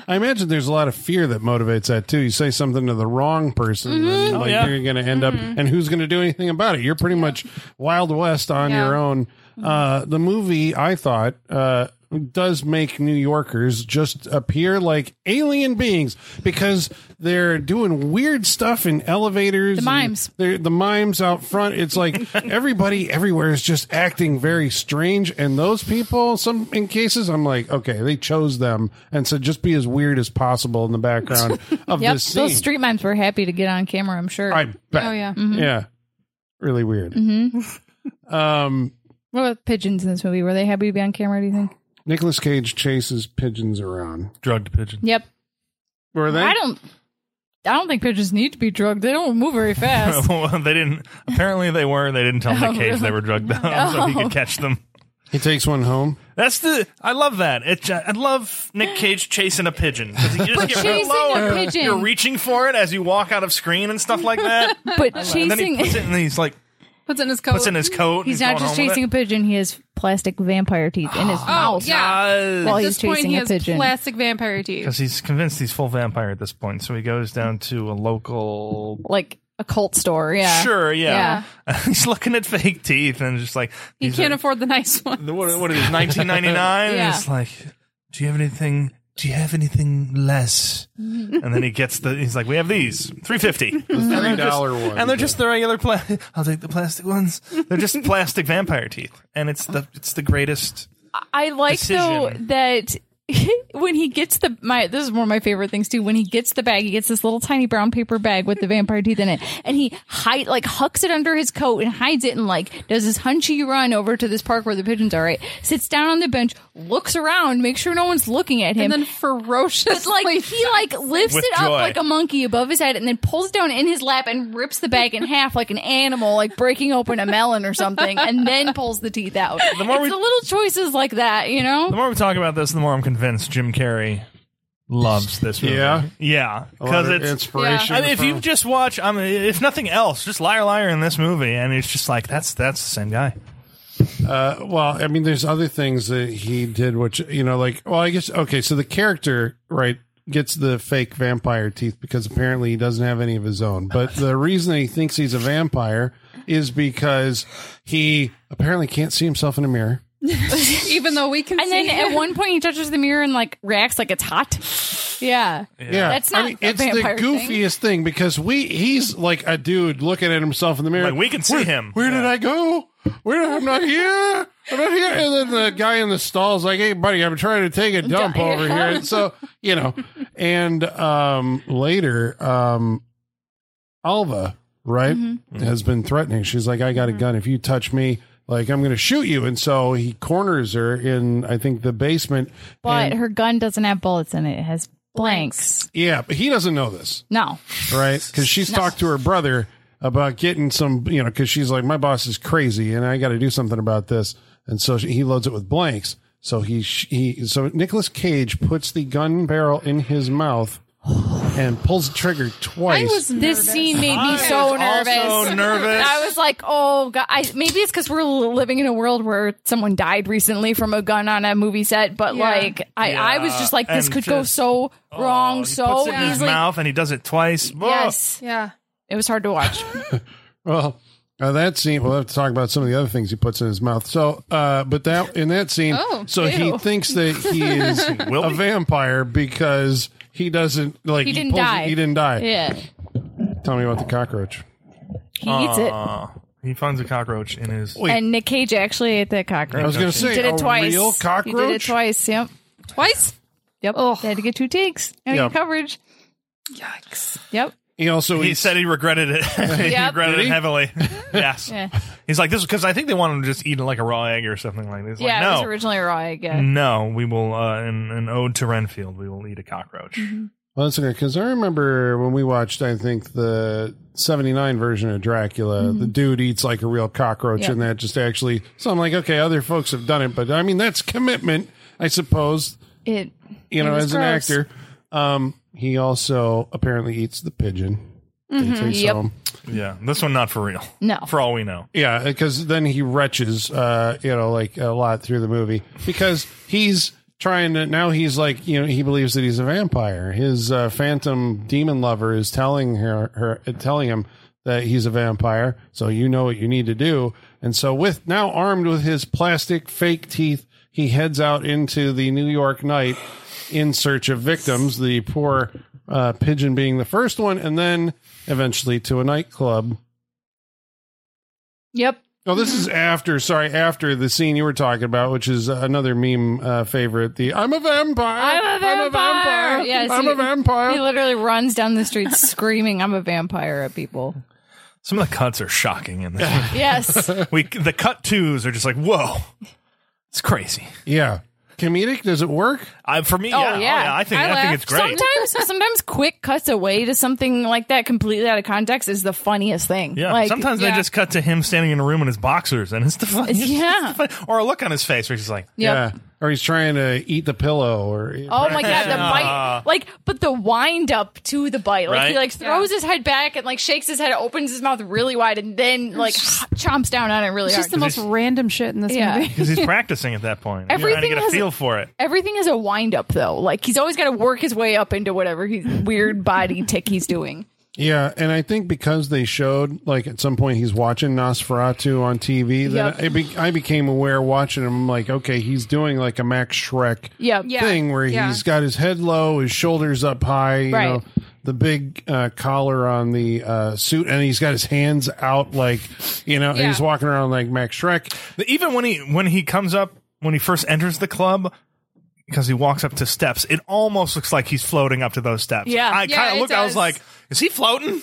S2: I imagine there's a lot of fear that motivates that too. You say something to the wrong person, and like,
S5: yeah.
S2: you're going to end up, and who's going to do anything about it? You're pretty much Wild West on
S3: Yeah.
S2: your own. Uh, the movie, I thought, uh, does make New Yorkers just appear like alien beings because they're doing weird stuff in elevators. The
S4: mimes.
S2: They're, the mimes out front. It's like
S4: [laughs]
S2: everybody everywhere is just acting very strange. And those people, some in cases, I'm like, okay, they chose them and said just be as weird as possible in the
S4: [laughs]
S2: background of
S4: Yep,
S2: this scene.
S4: those street mimes were happy to get on camera. I'm sure.
S2: I bet.
S3: Oh, yeah.
S2: Yeah.
S4: Mm-hmm.
S2: Really weird. [laughs] Um,
S4: What about pigeons in this movie? Were they happy to be on camera? Do you think?
S2: Nicholas Cage chases pigeons around.
S5: drugged pigeon.
S4: Yep.
S2: Were they?
S4: I don't. I don't think pigeons need to be drugged. They don't move very
S5: [laughs]
S4: fast.
S5: [laughs] Well, they didn't. Apparently, they were. They didn't tell
S4: Oh,
S5: Nick Cage they were drugged down, so he could catch them.
S2: He takes one home.
S5: That's the. I love that. It, I love
S4: [laughs]
S5: Nick Cage chasing a pigeon. 'Cause You just get real
S4: chasing
S5: low
S4: a
S5: and
S4: pigeon.
S5: You're reaching for it as you walk out of screen and stuff like
S4: [laughs]
S5: that.
S4: but
S5: and then
S4: chasing.
S5: he puts it in. He's like
S3: Puts it in his coat.
S5: puts it in his coat.
S4: [laughs]
S5: and
S4: He's not
S5: going
S4: just
S5: home with
S4: chasing a
S5: it.
S4: pigeon. He has plastic vampire teeth in [gasps] his mouth.
S3: Oh, yeah.
S5: Uh,
S4: While
S3: At
S4: he's
S3: this point,
S4: chasing
S3: he
S4: a
S3: has
S4: pigeon.
S3: plastic vampire teeth.
S5: because he's convinced he's full vampire at this point, so he goes down to a local.
S4: like a cult store. Yeah.
S5: Sure, yeah. [laughs] he's looking at fake teeth and just like
S3: He
S5: these
S3: can't
S5: are-
S3: afford the nice one.
S5: the- what, what is nineteen ninety nine?
S4: Yeah.
S5: It's like, do you have anything? Do you have anything less? and then he gets the. He's like, we have these three fifty,
S2: Three dollar one.
S5: and they're just the regular. Pla- I'll take the plastic ones. They're just plastic vampire teeth, and it's the it's the greatest.
S4: I like though
S5: Decision.
S4: that [laughs] when he gets the my this is one of my favorite things too. When he gets the bag, he gets this little tiny brown paper bag with the vampire teeth in it, and he hide like hucks it under his coat and hides it, and like does his hunchy run over to this park where the pigeons are. Right, sits down on the bench, looks around, makes sure no one's looking at him.
S3: And then ferocious.
S4: But, like he like lifts
S5: With
S4: it up
S5: joy.
S4: like a monkey above his head and then pulls it down in his lap and rips the bag in half like an animal like breaking open a melon or something and then pulls the teeth out
S5: more
S4: it's
S5: we-
S4: the little choices like that you know
S5: The more we talk about this, the more I'm convinced Jim Carrey loves this movie.
S2: Yeah? A
S5: yeah,
S2: lot
S5: because
S2: of
S5: it's
S2: inspiration.
S5: I mean, if
S2: from-
S5: you just watch, I mean, if nothing else, just liar, liar in this movie, and it's just like that's that's the same guy.
S2: well, I mean, there's other things that he did, which you know, like, well, I guess okay. So the character, right? gets the fake vampire teeth because apparently he doesn't have any of his own. But the reason that he thinks he's a vampire is because he apparently can't see himself in a mirror.
S3: even though we can
S4: And
S3: see
S4: then at one point he touches the mirror and like reacts like it's
S5: [sighs]
S4: hot. Yeah.
S2: Yeah,
S4: That's
S2: I
S4: not
S2: mean,
S4: a
S2: it's the
S4: vampire thing.
S2: goofiest thing. because we he's like a dude looking at himself in the mirror.
S5: Like, we can see
S2: Where-
S5: him.
S2: Where did
S5: Yeah.
S2: I go? Where I'm not here. I'm not here. And then the guy in the stall is like, "Hey, buddy, I'm trying to take a dump over here." And
S4: [laughs]
S2: so you know, and um, later, um, Alva right
S4: Mm-hmm.
S5: Mm-hmm.
S2: has been threatening. She's like, "I got a gun. If you touch me." Like I'm going to shoot you, and so he corners her in I think the basement.
S4: But
S2: and-
S4: her gun doesn't have bullets in it. It has blanks.
S2: yeah, but he doesn't know this.
S4: No.
S2: right? Because she's talked to her brother about getting some, you know, because she's like, my boss is crazy, and I got to do something about this. And so she, he loads it with blanks. So he he so Nicolas Cage puts the gun barrel in his mouth and pulls the trigger
S3: I
S2: twice.
S3: was
S4: This
S3: nervous.
S4: scene made me so nervous.
S5: Also nervous.
S4: I was like, oh god. I, maybe it's because we're living in a world where someone died recently from a gun on a movie set. But
S3: Yeah.
S4: like, I, I was just like, this
S5: And
S4: could go
S5: just-
S4: so wrong,
S5: Oh, he
S4: so
S5: puts it in his
S4: easily.
S5: mouth and he does it twice. Whoa.
S4: Yes,
S3: Yeah.
S4: it was hard to
S5: [laughs]
S4: watch.
S2: well, uh, that scene we'll have to talk about some of the other things he puts in his mouth. So, uh, but that in that scene,
S3: Oh,
S2: so he
S3: ew.
S2: thinks that
S4: [laughs]
S2: he is
S5: Will
S2: a
S5: be?
S2: vampire because he doesn't like
S4: He didn't
S2: pulls it-
S4: die.
S2: He didn't die.
S4: yeah,
S2: Tell me about the cockroach.
S4: he eats it.
S5: Uh, he finds a cockroach in his.
S2: wait.
S4: And Nick Cage actually ate that
S2: I
S4: cockroach.
S2: was going to
S5: He
S2: say
S4: He did
S2: a
S4: it twice.
S2: real
S4: He
S2: cockroach.
S4: did it twice. Yep.
S3: Twice?
S4: Yep. They had to get two takes. And
S2: Yeah.
S4: coverage.
S3: Yikes.
S4: Yep.
S2: He also
S5: He
S2: eats-
S5: said he regretted it. [laughs] he
S4: Yep.
S5: regretted
S2: Did
S5: it
S2: he?
S5: heavily. [laughs] yes.
S4: Yeah.
S5: He's like this because I think they want him to just eat like a raw egg or something like this.
S4: yeah,
S5: like, no.
S4: it was originally raw egg. Yeah.
S5: no, we will. Uh, in an ode to Renfield, we will eat a cockroach.
S4: Mm-hmm.
S2: Well, that's okay because I remember when we watched, I think the '79 version of Dracula, the dude eats like a real cockroach,
S4: Mm-hmm. Yeah.
S2: and that just actually. So I'm like, okay, other folks have done it, but I mean, that's commitment, I suppose.
S4: It.
S2: You know,
S4: was
S2: as an
S4: gross.
S2: actor, um, he also apparently eats the pigeon. They take
S4: Mm-hmm. Yep.
S2: some.
S5: Yeah, this one not for real.
S4: No.
S5: for all we know.
S2: Yeah, because then he retches, uh, you know, like a lot through the movie because he's trying to now he's like you know he believes that he's a vampire. His uh, phantom demon lover is telling her, her uh, telling him that he's a vampire. So you know what you need to do. And so with now armed with his plastic fake teeth, he heads out into the New York night in search of victims. The poor uh, pigeon being the first one, and then eventually to a nightclub.
S4: Yep.
S2: No, this is after. Sorry, after the scene you were talking about, which is another meme uh, favorite. The I'm a vampire.
S4: I'm a vampire. Yes,
S2: I'm
S4: he-
S2: a vampire.
S4: He literally runs down the street screaming, "I'm a vampire!" at people.
S5: Some of the cuts are shocking in [laughs] this.
S4: Yes.
S5: we the cut twos are just like whoa, it's crazy.
S2: yeah, comedic. Does it work?
S5: I, for me,
S4: Oh,
S5: yeah,
S4: yeah.
S5: I think
S3: I
S5: I, think
S3: laughed.
S5: it's great.
S4: Sometimes, sometimes quick cuts away to something like that, completely out of context, is the funniest thing.
S5: Yeah,
S4: Like,
S5: sometimes
S3: yeah.
S5: they just cut to him standing in a room in his boxers, and it's the fun.
S4: It's-
S5: it's the
S4: yeah.
S5: fun- or a look on his face where he's just like,
S4: Yep.
S2: Yeah. Or he's trying to eat the pillow. Or
S4: Oh my god, the
S5: Yeah.
S4: bite! Like, but the wind up to the bite, like he
S5: Right?
S4: like throws his head back and like shakes his head, opens his mouth really wide, and then like chomps down on it really
S3: It's
S4: hard.
S3: just the most random shit in this
S4: Yeah.
S3: movie.
S5: because he's practicing at that point. He's trying to
S4: Everything
S5: get a
S4: has a-
S5: feel for it.
S4: Everything is a wind up though. Like he's always got to work his way up into whatever he's weird body tick he's doing.
S2: Yeah, and I think because they showed like at some point he's watching Nosferatu on TV,
S4: Yep.
S2: that I, be- I became aware watching him. I'm like, okay, he's doing like a Max Shrek
S4: Yeah,
S3: Yeah.
S2: thing where
S3: yeah.
S2: he's got his head low, his shoulders up high, you
S4: Right.
S2: know, the big uh, collar on the uh, suit, and he's got his hands out like, you know, and
S3: Yeah.
S2: he's walking around like Max Shrek.
S5: But even when he when he comes up when he first enters the club. Because he walks up to steps, it almost looks like he's floating up to those steps.
S4: Yeah.
S5: I
S3: Yeah,
S5: kind of
S3: it
S5: looked. I was
S3: does.
S5: like, "Is he floating?"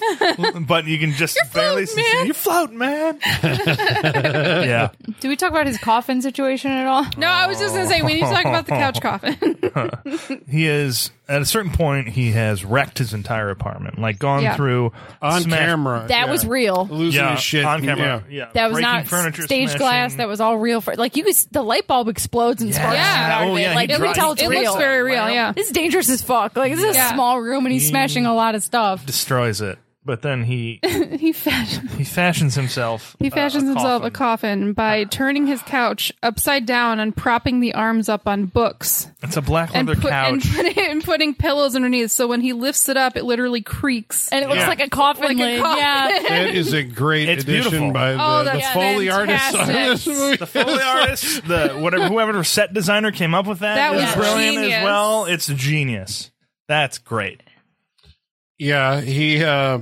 S5: but you can just barely
S3: floating,
S5: see.
S3: man.
S5: You're floating, man. [laughs] yeah,
S4: Do we talk about his coffin situation at all?
S3: No, I was just gonna say we need to talk about the couch coffin. [laughs]
S5: he is at a certain point. He has wrecked his entire apartment, like gone
S3: Yeah.
S5: through
S2: On
S5: smash-
S2: camera.
S4: That was real.
S2: Losing
S5: yeah,
S2: his shit.
S5: on camera. Yeah,
S4: That was
S5: Breaking
S4: not
S5: furniture,
S4: stage glass.
S5: smashing.
S4: That was all real. For like you, could, s- the light bulb explodes and sparks.
S3: Yeah.
S4: out of
S5: Oh,
S4: it.
S5: yeah, he
S4: like you can
S5: dropped-
S4: tell it's
S3: it
S4: real.
S3: looks very real. Yeah.
S4: This is dangerous as fuck. Like this is
S3: Yeah.
S4: a small room and he's smashing a lot of stuff.
S5: destroys it. But then he
S3: he fashions
S5: he fashions himself.
S3: he
S5: uh,
S3: fashions himself a
S5: coffin.
S3: coffin by turning his couch upside down and propping the arms up on books
S5: It's a black
S3: and,
S5: leather
S3: put- and,
S5: couch.
S3: put- and putting pillows underneath. So when he lifts it up, it literally creaks.
S4: And it looks
S5: Yeah.
S4: like a coffin
S3: Like a
S4: lid.
S3: coffin.
S4: Yeah.
S2: That is a great
S5: It's
S2: addition
S5: beautiful.
S2: by the,
S3: Oh,
S2: the
S3: that's
S2: Foley artist [laughs] on this
S3: fantastic.
S2: movie.
S3: [laughs]
S5: the Foley artist, the whatever whoever set designer came up with that,
S3: That
S4: was
S5: is brilliant as
S3: genius.
S5: well. It's genius. That's great.
S2: Yeah, he.
S4: [laughs]
S2: Uh,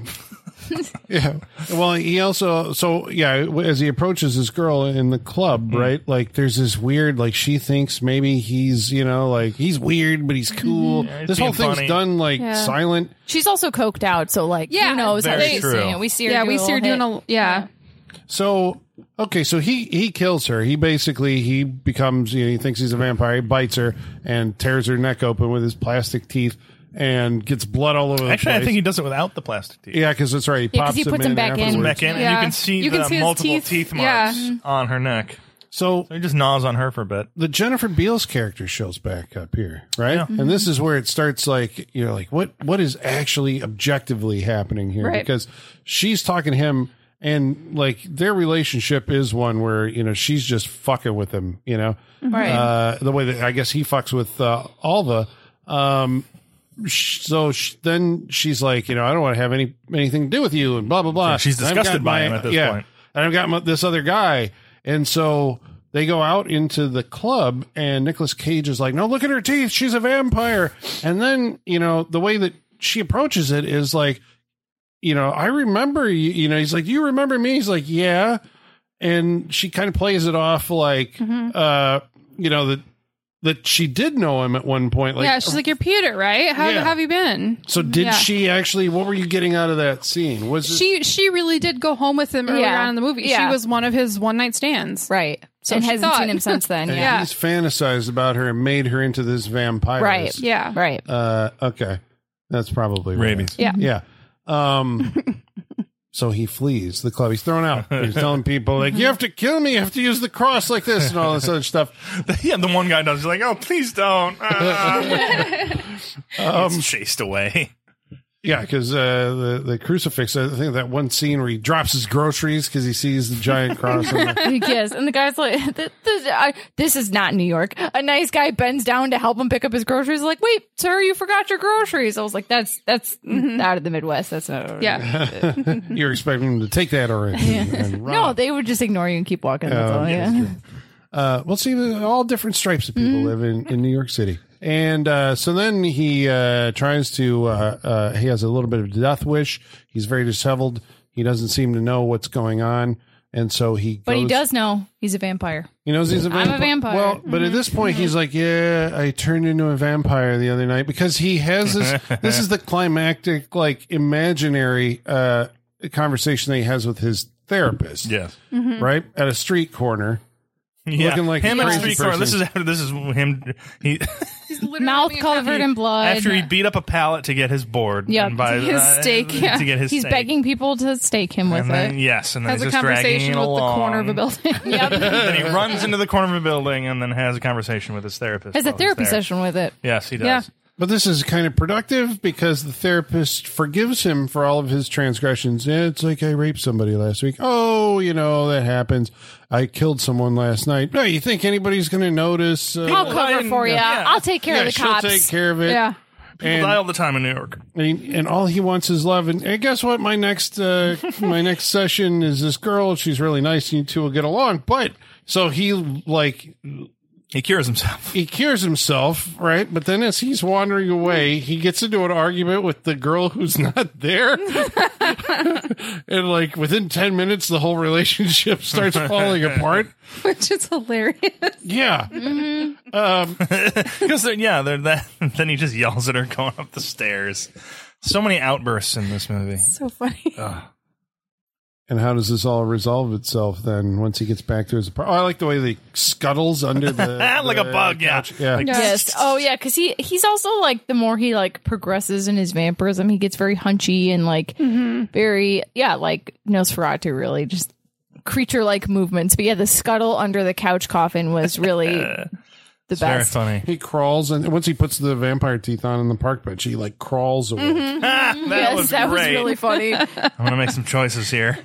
S2: yeah. Well, he also so yeah. As he approaches this girl in the club,
S5: Mm-hmm.
S2: right? Like, there's this weird. Like, she thinks maybe he's you know like he's weird, but he's cool.
S4: Mm-hmm.
S5: Yeah, he's
S2: this whole
S5: being
S2: thing's
S5: funny.
S2: done like
S3: Yeah.
S2: silent.
S4: [laughs] She's also coked out, so like
S3: Yeah,
S4: who knows how
S5: very
S4: she's
S5: true.
S4: seeing it. We see her.
S3: yeah,
S4: do
S3: we
S4: a
S3: see her
S4: little
S3: doing
S4: hit.
S3: a yeah.
S2: So okay, so he he kills her. He basically he becomes you know he thinks he's a vampire. He bites her and tears her neck open with his plastic teeth and gets blood all over. The
S5: Actually, I
S2: place.
S5: think he does it without the plastic teeth.
S2: yeah, because that's right. He
S4: Yeah, 'cause
S2: pops
S4: he
S2: them
S4: puts
S2: in
S4: them back in.
S2: afterwards.
S5: Back in,
S3: Yeah.
S5: and you can see
S3: You can
S5: the
S3: see his
S5: multiple teeth,
S3: teeth.
S5: marks
S3: Yeah. Mm.
S5: on her neck.
S2: So
S5: So he just gnaws on her for a bit. [laughs]
S2: the Jennifer Beals character shows back up here, right?
S5: Yeah.
S2: And this is where it starts like you know, like what what is actually objectively happening here?
S3: Right.
S2: Because she's talking to him and like their relationship is one where, you know, she's just fucking with him, you know.
S4: Right.
S2: Uh the way that I guess he fucks with uh Alva. Um sh- so sh- then she's like, you know, I don't want to have any anything to do with you, and blah blah blah.
S5: Yeah, she's
S2: And I've
S5: disgusted
S2: got
S5: by him at this point.
S2: and I've got my, this other guy. And so they go out into the club, and Nicolas Cage is like, "No, look at her teeth. She's a vampire." And then you know the way that she approaches it is like, you know, I remember you. You know, he's like, "Do you remember me?" He's like, "Yeah." And she kind of plays it off like,
S3: Mm-hmm.
S2: uh, you know that that she did know him at one point. Like,
S3: yeah, she's like, "You're Peter, right? How,
S2: Yeah.
S3: how have you been?"
S2: so did
S3: yeah.
S2: she actually? What were you getting out of that scene? Was it-
S3: She she really did go home with him earlier
S4: Yeah.
S3: on in the movie.
S4: Yeah.
S3: She was one of his one night stands.
S4: Right. So
S3: And
S4: and
S3: she
S4: hasn't
S3: thought-
S4: seen him since then.
S2: and
S4: [laughs] yeah.
S3: Yeah.
S2: he's fantasized about her and made her into this vampire.
S4: Right.
S3: Yeah.
S4: Right.
S2: Uh, okay. That's probably right.
S5: Rabies.
S3: Yeah.
S2: Yeah. Um,
S3: [laughs]
S2: so he flees the club. He's thrown out. He's telling people, like, you have to kill me. You have to use the cross like this and all this other stuff.
S5: yeah, the one guy does. He's like, "Oh,
S3: [laughs]
S5: please don't." Ah. He's chased [laughs] away.
S2: Yeah. Cause, uh, the, the crucifix, I think that one scene where he drops his groceries cause he sees the giant cross.
S3: [laughs]
S2: on the-
S4: yes, and the guy's like, [laughs] "Th- "This, I- this is not New York." A nice guy bends down to help him pick up his groceries. Like, wait, sir, you forgot your groceries. I was like, "That's that's out of the Midwest. That's not."
S3: Yeah.
S2: You're expecting him to take that orange. And, and rob
S4: No,
S2: it.
S4: they would just ignore you and keep walking.
S5: Oh,
S4: That's all. Yeah.
S2: uh, well, see, all different stripes of
S4: Mm-hmm.
S2: people live in, in New York City. And uh, so then he uh, tries to, uh, uh, he has a little bit of death wish. He's very disheveled. He doesn't seem to know what's going on. And so he
S4: But he
S2: goes-
S4: does know he's a vampire.
S2: He knows he's a vampire.
S4: a vampire. Mm-hmm.
S2: Well, but at this point, he's like, yeah, I turned into a vampire the other night because he has
S4: [laughs]
S2: this. this is the climactic, like, imaginary uh, conversation that he has with his therapist,
S5: Yes.
S4: Mm-hmm.
S2: right? At a street corner.
S5: Yeah.
S2: Looking like a
S5: him at a
S2: crazy
S5: street corner. This
S2: person.
S5: is after. This is him. He
S3: He's literally
S4: Mouth
S3: being
S4: covered in blood.
S5: [laughs] after he beat up a pallet to get his board.
S4: Yeah,
S5: and buy-
S4: to
S3: get his steak, yeah.
S5: [laughs] To get his.
S4: he's
S5: steak.
S4: begging people to stake him with
S5: And then,
S4: it.
S5: yes, and then
S3: has
S5: he's
S3: a
S5: just dragging
S3: conversation
S5: it
S3: with the corner of a
S5: along.
S3: building.
S5: [laughs]
S3: [laughs]
S4: [laughs]
S5: then he runs into the corner of a building and then has a conversation with his therapist.
S4: Has a
S5: while he's
S4: therapy
S5: there.
S4: session with it.
S5: Yes, he does.
S3: Yeah.
S2: But this is kind of productive because the therapist forgives him for all of his transgressions. Yeah, It's like I raped somebody last week. Oh, you know, that happens. I killed someone last night. No, you think anybody's going to notice? Uh,
S4: I'll cover
S5: Ryan-
S4: for you.
S5: yeah.
S4: I'll take care
S2: yeah,
S4: of the
S2: she'll
S4: cops.
S2: take care of it.
S3: yeah.
S5: People die
S2: And,
S5: all the time in New York.
S2: and, and all he wants is love. And, and guess what? My next
S4: [laughs]
S2: uh, my next session is this girl. She's really nice. You two will get along. But so he like
S5: He cures himself. [laughs]
S2: he cures himself, right? But then as he's wandering away, he gets into an argument with the girl who's [laughs] not there. and like within 10 minutes, the whole relationship [laughs] starts falling apart.
S3: Which is hilarious.
S2: Yeah.
S5: Because they're, yeah, they're that. [laughs] Then he just yells at her going up the stairs. So many outbursts in this movie.
S3: so funny.
S2: And how does this all resolve itself then once he gets back to his apartment? Oh, I like the way that he scuttles under the.
S5: [laughs] Ah, Like a
S2: the
S5: bug, yeah.
S2: couch. Yeah.
S5: Like-
S4: Yes. Oh yeah, because he he's also like the more he like progresses in his vampirism, he gets very hunchy and like
S3: Mm-hmm.
S4: very yeah, like Nosferatu really just
S2: [laughs]
S4: creature like movements. But yeah, the scuttle under the couch coffin was really the
S5: It's very
S4: best.
S5: funny.
S2: He crawls and once he puts the vampire teeth on in the park bench, he like crawls away.
S5: Ah, that
S4: yes,
S5: was
S4: that
S5: great.
S4: was
S2: [laughs]
S4: really funny.
S5: I'm gonna make some choices here.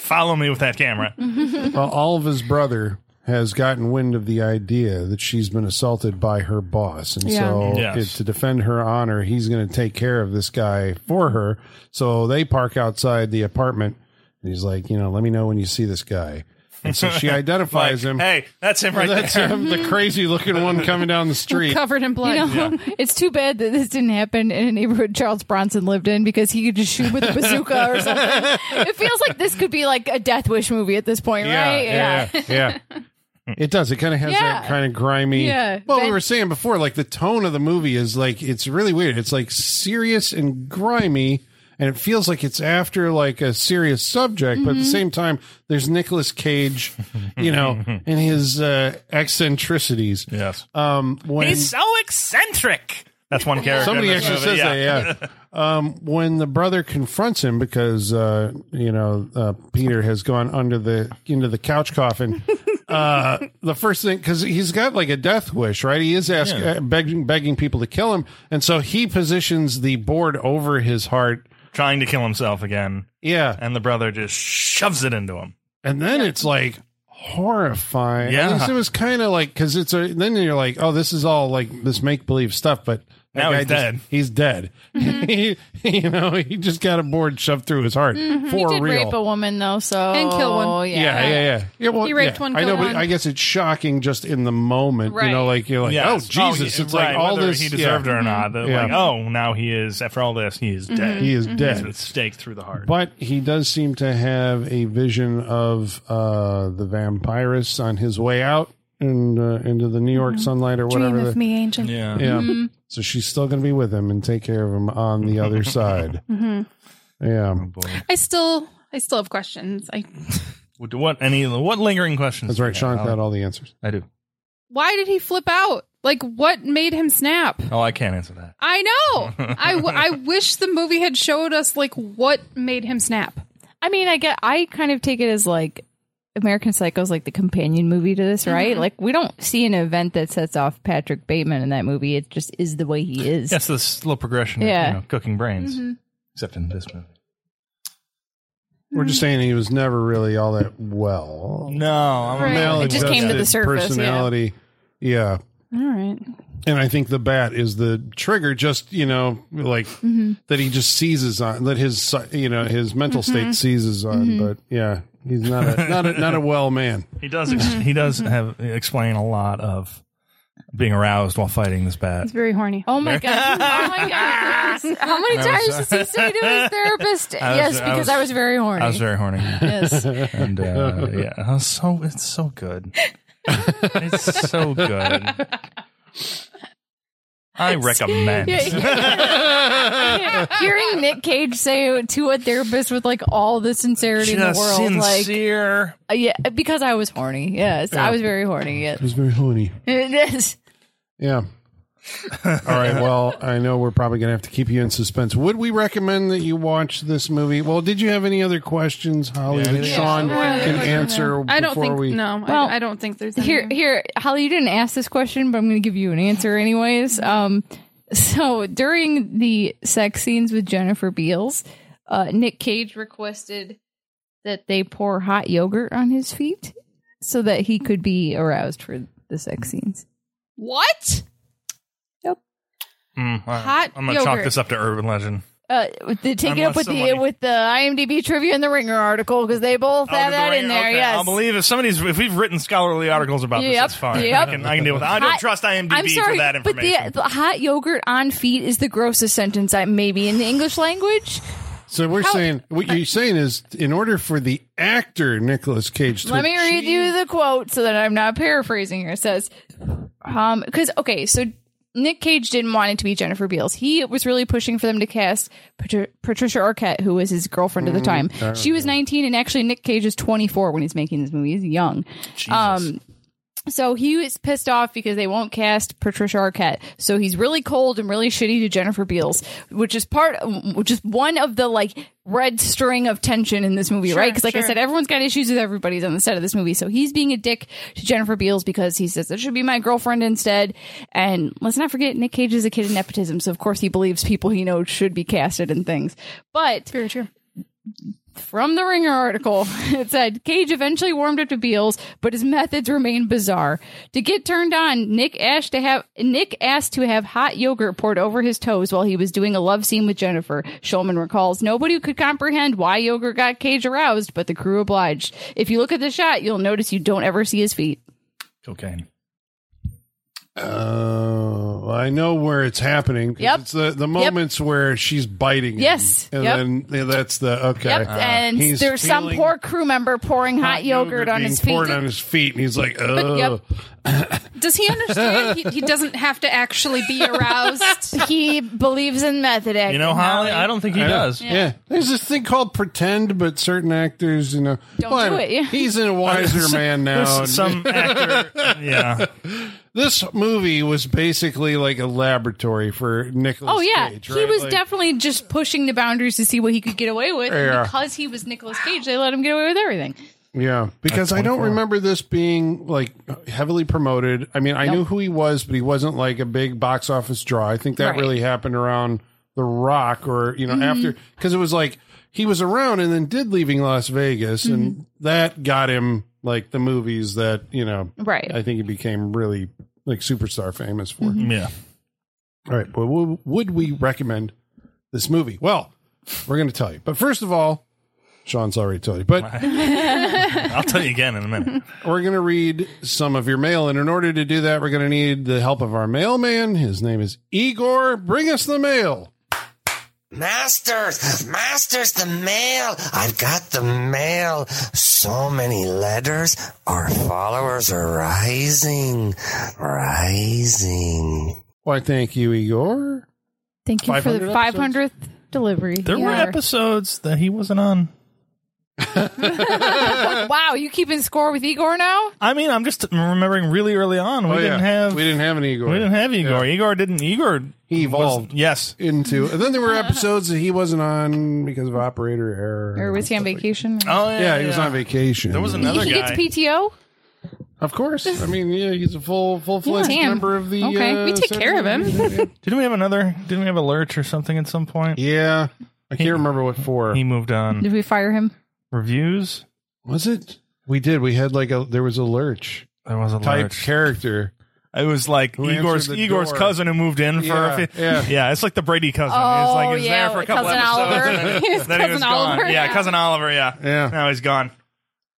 S5: Follow me with that camera.
S2: Well, Oliva's Uh, brother has gotten wind of the idea that she's been assaulted by her boss. And
S3: Yeah.
S2: so,
S5: Yes.
S2: it- to defend her honor, he's going to take care of this guy for her. So they park outside the apartment. And he's like, you know, let me know when you see this guy. And so
S5: [laughs]
S2: she
S5: Like,
S2: identifies him.
S5: hey, that's him right
S2: That's
S5: there.
S2: him, [laughs] the crazy looking one coming down the street.
S3: [laughs] covered in blood.
S4: You know, it's too bad that this didn't happen in a neighborhood Charles Bronson lived in because he could just shoot with a bazooka
S2: [laughs]
S4: or something. It feels like this could be like a Death Wish movie at this point, right?
S2: yeah, yeah, yeah. It does. It kind of has that
S4: Yeah.
S2: kind of grimy.
S4: Yeah.
S2: Well, we
S4: But-
S2: were saying before, like the tone of the movie is like it's really weird. It's like serious and grimy, and it feels like it's after like a serious subject,
S4: Mm-hmm.
S2: but at the same time, there's Nicolas Cage, you [laughs] know, and his uh, eccentricities.
S5: Yes.
S2: Um, when
S5: He's so eccentric. That's one character.
S2: Somebody
S5: in this
S2: actually says
S5: movie, yeah.
S2: that, yeah. [laughs] Um, when the brother confronts him because uh, you know uh, Peter has gone under the into the couch coffin, uh, [laughs] the first thing because he's got like a death wish, right? He is asking,
S5: Yeah.
S2: uh begging, begging people to kill him, and so he positions the board over his heart.
S5: Trying to kill himself again,
S2: Yeah,
S5: and the brother just shoves it into him.
S2: and then it's like horrifying.
S5: Yeah.
S2: At least it was kind of like because it's a then you're like, oh, this is all like this make believe stuff, but. that
S5: Now
S2: guy
S5: he's
S2: just- He's
S5: dead. Mm-hmm.
S2: dead. [laughs] he, you know, he just got a board shoved through his heart
S5: Mm-hmm.
S4: He
S2: for
S4: did
S2: real.
S4: rape a woman though, so
S3: And kill one.
S4: Yeah,
S2: yeah, yeah, yeah. yeah well,
S3: He raped
S2: yeah.
S3: one,
S2: I know,
S3: killed
S2: but
S3: one.
S2: I guess it's shocking just in the moment. You
S3: Right.
S2: know, like you're like,
S5: Yes.
S2: oh Jesus!
S5: yeah,
S2: it's
S5: right,
S2: like all
S5: whether
S2: this. Mm-hmm.
S5: He deserved it or not. They're
S2: Yeah.
S5: Like, oh, now he is. After all this, he is dead.
S2: He is
S5: He's been
S2: dead.
S5: staked through the heart.
S2: But he does seem to have a vision of uh, the vampirus on his way out and uh, into the New
S5: Mm-hmm.
S2: York sunlight or whatever.
S3: Dream
S2: the-
S3: of me, angel.
S5: yeah.
S2: Yeah.
S4: Mm-hmm.
S2: So she's still going to be with him and take care of him on [laughs] the other side.
S4: Mm-hmm.
S2: Yeah.
S3: I still, I still have questions. I,
S5: What, what any what lingering questions?
S2: That's
S5: do you
S2: right.
S5: have,
S2: Sean's
S5: Alex?
S2: got all the answers.
S5: I do.
S3: why did he flip out? Like, what made him snap?
S5: Oh, I can't answer that.
S3: I know. I, w-
S5: [laughs]
S3: I wish the movie had showed us like what made him snap.
S4: I mean, I get. I kind of take it as like American Psycho is like the companion movie to this, right? Like we don't see an event that sets off Patrick Bateman in that movie. It just is the way he is.
S5: That's the slow progression.
S4: Yeah. Mm-hmm.
S5: Of, you know, cooking brains, except in this movie.
S2: We're
S4: Mm-hmm.
S2: just saying he was never really all that well.
S5: No, I'm
S4: Right.
S2: Maladjusted
S4: It just came to the surface, yeah.
S2: Personality. Yeah.
S3: All right.
S2: And I think the bat is the trigger, just, you know, like
S4: Mm-hmm.
S2: that he just seizes on, that his, si- you know, his mental
S4: Mm-hmm.
S2: state seizes on. But yeah, he's not a, not a, not [laughs] a well man.
S5: He does. Ex-
S4: Mm-hmm.
S5: he does have explain a lot of being aroused while fighting this bat.
S3: It's very horny.
S4: Oh my [laughs] god! Oh my god! How many times
S5: was-
S4: does he say to his therapist?
S5: was-
S4: yes,
S5: I
S4: because [laughs] I
S5: was-
S4: was, very horny.
S5: I was very horny,
S4: yes. [laughs]
S5: and uh, yeah, I was so it's so good. it's so good.
S4: [laughs]
S5: I
S4: [laughs]
S5: recommend.
S4: Hearing Nick Cage say to a therapist with like all the sincerity in the
S5: Just
S4: world, like
S5: sincere.
S4: uh, yeah, because I was horny. Yes, I was very horny. Yes, [laughs]
S2: He's very horny.
S4: yes.
S2: [laughs] Yeah. All right. Well, I know we're probably going to have to keep you in suspense. Would we recommend that you watch this movie? Well, did you have any other questions, Holly, that
S5: anything
S2: Sean
S3: else? Yeah.
S2: can
S3: Yeah.
S2: answer
S3: I don't
S2: before
S3: think.
S2: we?
S3: no,
S4: Well,
S3: I, I don't think there's
S4: Here,
S3: any-
S4: here, Holly, you didn't ask this question, but I'm going to give you an answer anyways. Um, so during the sex scenes with Jennifer Beals, uh, Nick Cage requested that they pour hot yogurt on his feet so that he could be aroused for the sex scenes.
S3: What?
S5: Mm, all right.
S3: Hot
S5: I'm gonna chalk
S3: yogurt.
S5: this up to urban legend.
S4: Uh, with the- take it up
S5: Unless
S4: with
S5: somebody-
S4: the with the IMDb trivia and the Ringer article because they both
S5: Oh,
S4: have
S5: did the
S4: that
S5: ringer-
S4: in there.
S5: okay.
S4: Yes,
S5: I'll believe if somebody's if we've written scholarly articles about this,
S4: Yep,
S5: that's fine.
S4: yep.
S5: I, can, I can deal with. It. I don't
S4: Hot-
S5: trust IMDb
S4: I'm sorry,
S5: for that
S4: but
S5: information.
S4: the, the hot yogurt on feet is the grossest sentence I maybe in the English language.
S2: So we're saying what you're saying is in order for the actor Nicolas Cage to
S4: Let me read you the quote so that I'm not paraphrasing here. It says, um, because okay, so Nick Cage didn't want it to be Jennifer Beals. He was really pushing for them to cast Patri- Patricia Arquette, who was his girlfriend at the time. She was 19, and actually Nick Cage is 24 when he's making this movie. He's young. Um, So he is pissed off because they won't cast Patricia Arquette. So he's really cold and really shitty to Jennifer Beals, which is part, which is one of the like red string of tension in this movie,
S3: Sure,
S4: right? Because like I
S3: sure.
S4: said, everyone's got issues with everybody's on the set of this movie. So he's being a dick to Jennifer Beals because he says that should be my girlfriend instead. And let's not forget, Nick Cage is a kid in nepotism, so of course he believes people he knows should be casted and things. But
S3: Very true.
S4: from the Ringer article, [laughs] it said Cage eventually warmed up to Beals, but his methods remained bizarre. To get turned on, Nick asked to have Nick asked to have hot yogurt poured over his toes while he was doing a love scene with Jennifer. Shulman recalls nobody could comprehend why yogurt got Cage aroused, but the crew obliged. If you look at the shot, you'll notice you don't ever see his feet.
S5: Cocaine.
S2: Oh, I know where it's happening. 'cause
S4: Yep.
S2: It's the, the moments where she's biting. him.
S4: Yes.
S2: And
S4: Yep.
S2: then yeah, that's the okay.
S4: Yep, and
S2: Uh, He's
S4: there's some
S2: feeling
S4: poor crew member pouring hot, yogurt, on
S2: being
S4: his feet.
S2: poured on his feet, and he's like, oh.
S4: [laughs] yep.
S3: Does he understand? he,
S5: [laughs]
S3: he doesn't have to actually be aroused.
S4: he believes in method acting.
S5: You know, Holly, I don't think he does.
S2: Yeah. There's this thing called pretend, but certain actors, you know,
S4: Don't do it, yeah.
S2: He's a wiser
S5: [laughs]
S2: man now. [laughs]
S5: There's some actor. Yeah.
S2: this movie was basically like a laboratory for Nicholas.
S4: Oh yeah,
S2: Cage,
S4: he
S2: right?
S4: was
S2: Like,
S4: definitely just pushing the boundaries to see what he could get away with. and
S2: Yeah.
S4: because he was Nicolas Cage, they let him get away with everything.
S2: Yeah, because I don't remember this being like heavily promoted. I mean, I knew who he was, but he wasn't like a big box office draw. I think that
S4: Right. Mm-hmm.
S2: really happened around The Rock or, you know, after because it was like he was around and then did leaving Las Vegas
S4: Mm-hmm.
S2: and that got him like the movies that, you know,
S4: Right. Mm-hmm.
S2: I think he became really like superstar famous for.
S5: Yeah.
S2: All right, but w- would we recommend this movie? Well, we're going to tell you. But first of all, Sean's already told you. But
S5: I'll tell you again in a minute.
S2: we're going to read some of your mail. And in order to do that, we're going to need the help of our mailman. His name is Igor. Bring us the mail.
S6: Masters, Masters, the mail. I've got the mail. So many letters. Our followers are rising, rising.
S2: Why, thank you, Igor.
S4: Thank you for the
S2: 500
S4: five hundredth delivery.
S5: There were
S4: Yeah.
S5: episodes that he wasn't on.
S4: wow, you keeping score with Igor now?
S5: I mean, I'm just remembering really early on. We
S2: Oh, yeah.
S5: didn't have
S2: we didn't have an Igor.
S5: we didn't have Igor. Igor didn't. Igor
S2: He evolved.
S5: was, yes.
S2: into and then there
S5: [laughs]
S2: were episodes that he wasn't on because of operator error.
S4: Or was he on vacation?
S5: Oh yeah,
S2: yeah, he was on vacation.
S5: There was another
S4: he
S5: guy.
S4: gets PTO.
S2: Of course. I mean, yeah, he's a full full fledged
S4: Damn.
S2: member of the.
S4: Okay.
S2: uh,
S3: We take care of him.
S2: Saturday-
S5: Didn't we have another? Didn't we have a lurch or something at some
S2: [laughs]
S5: point?
S2: yeah, I can't remember what for.
S5: He moved on.
S4: Did we fire him?
S5: Reviews.
S2: Was it? We did. We had like a. There was a lurch
S5: There was a
S2: type
S5: lurch.
S2: character.
S5: It was like
S2: Who
S5: Igor's
S2: answered the
S5: Igor's
S2: door?
S5: cousin who moved in for
S2: Yeah,
S5: a few,
S2: yeah.
S5: It's like the Brady cousin. it's like he's there for a couple
S4: cousin
S5: episodes.
S4: Oliver. Oh, [laughs] His
S5: Then he was
S4: cousin Oliver.
S5: gone. Yeah, cousin Oliver. Yeah.
S2: Yeah.
S5: Now he's gone.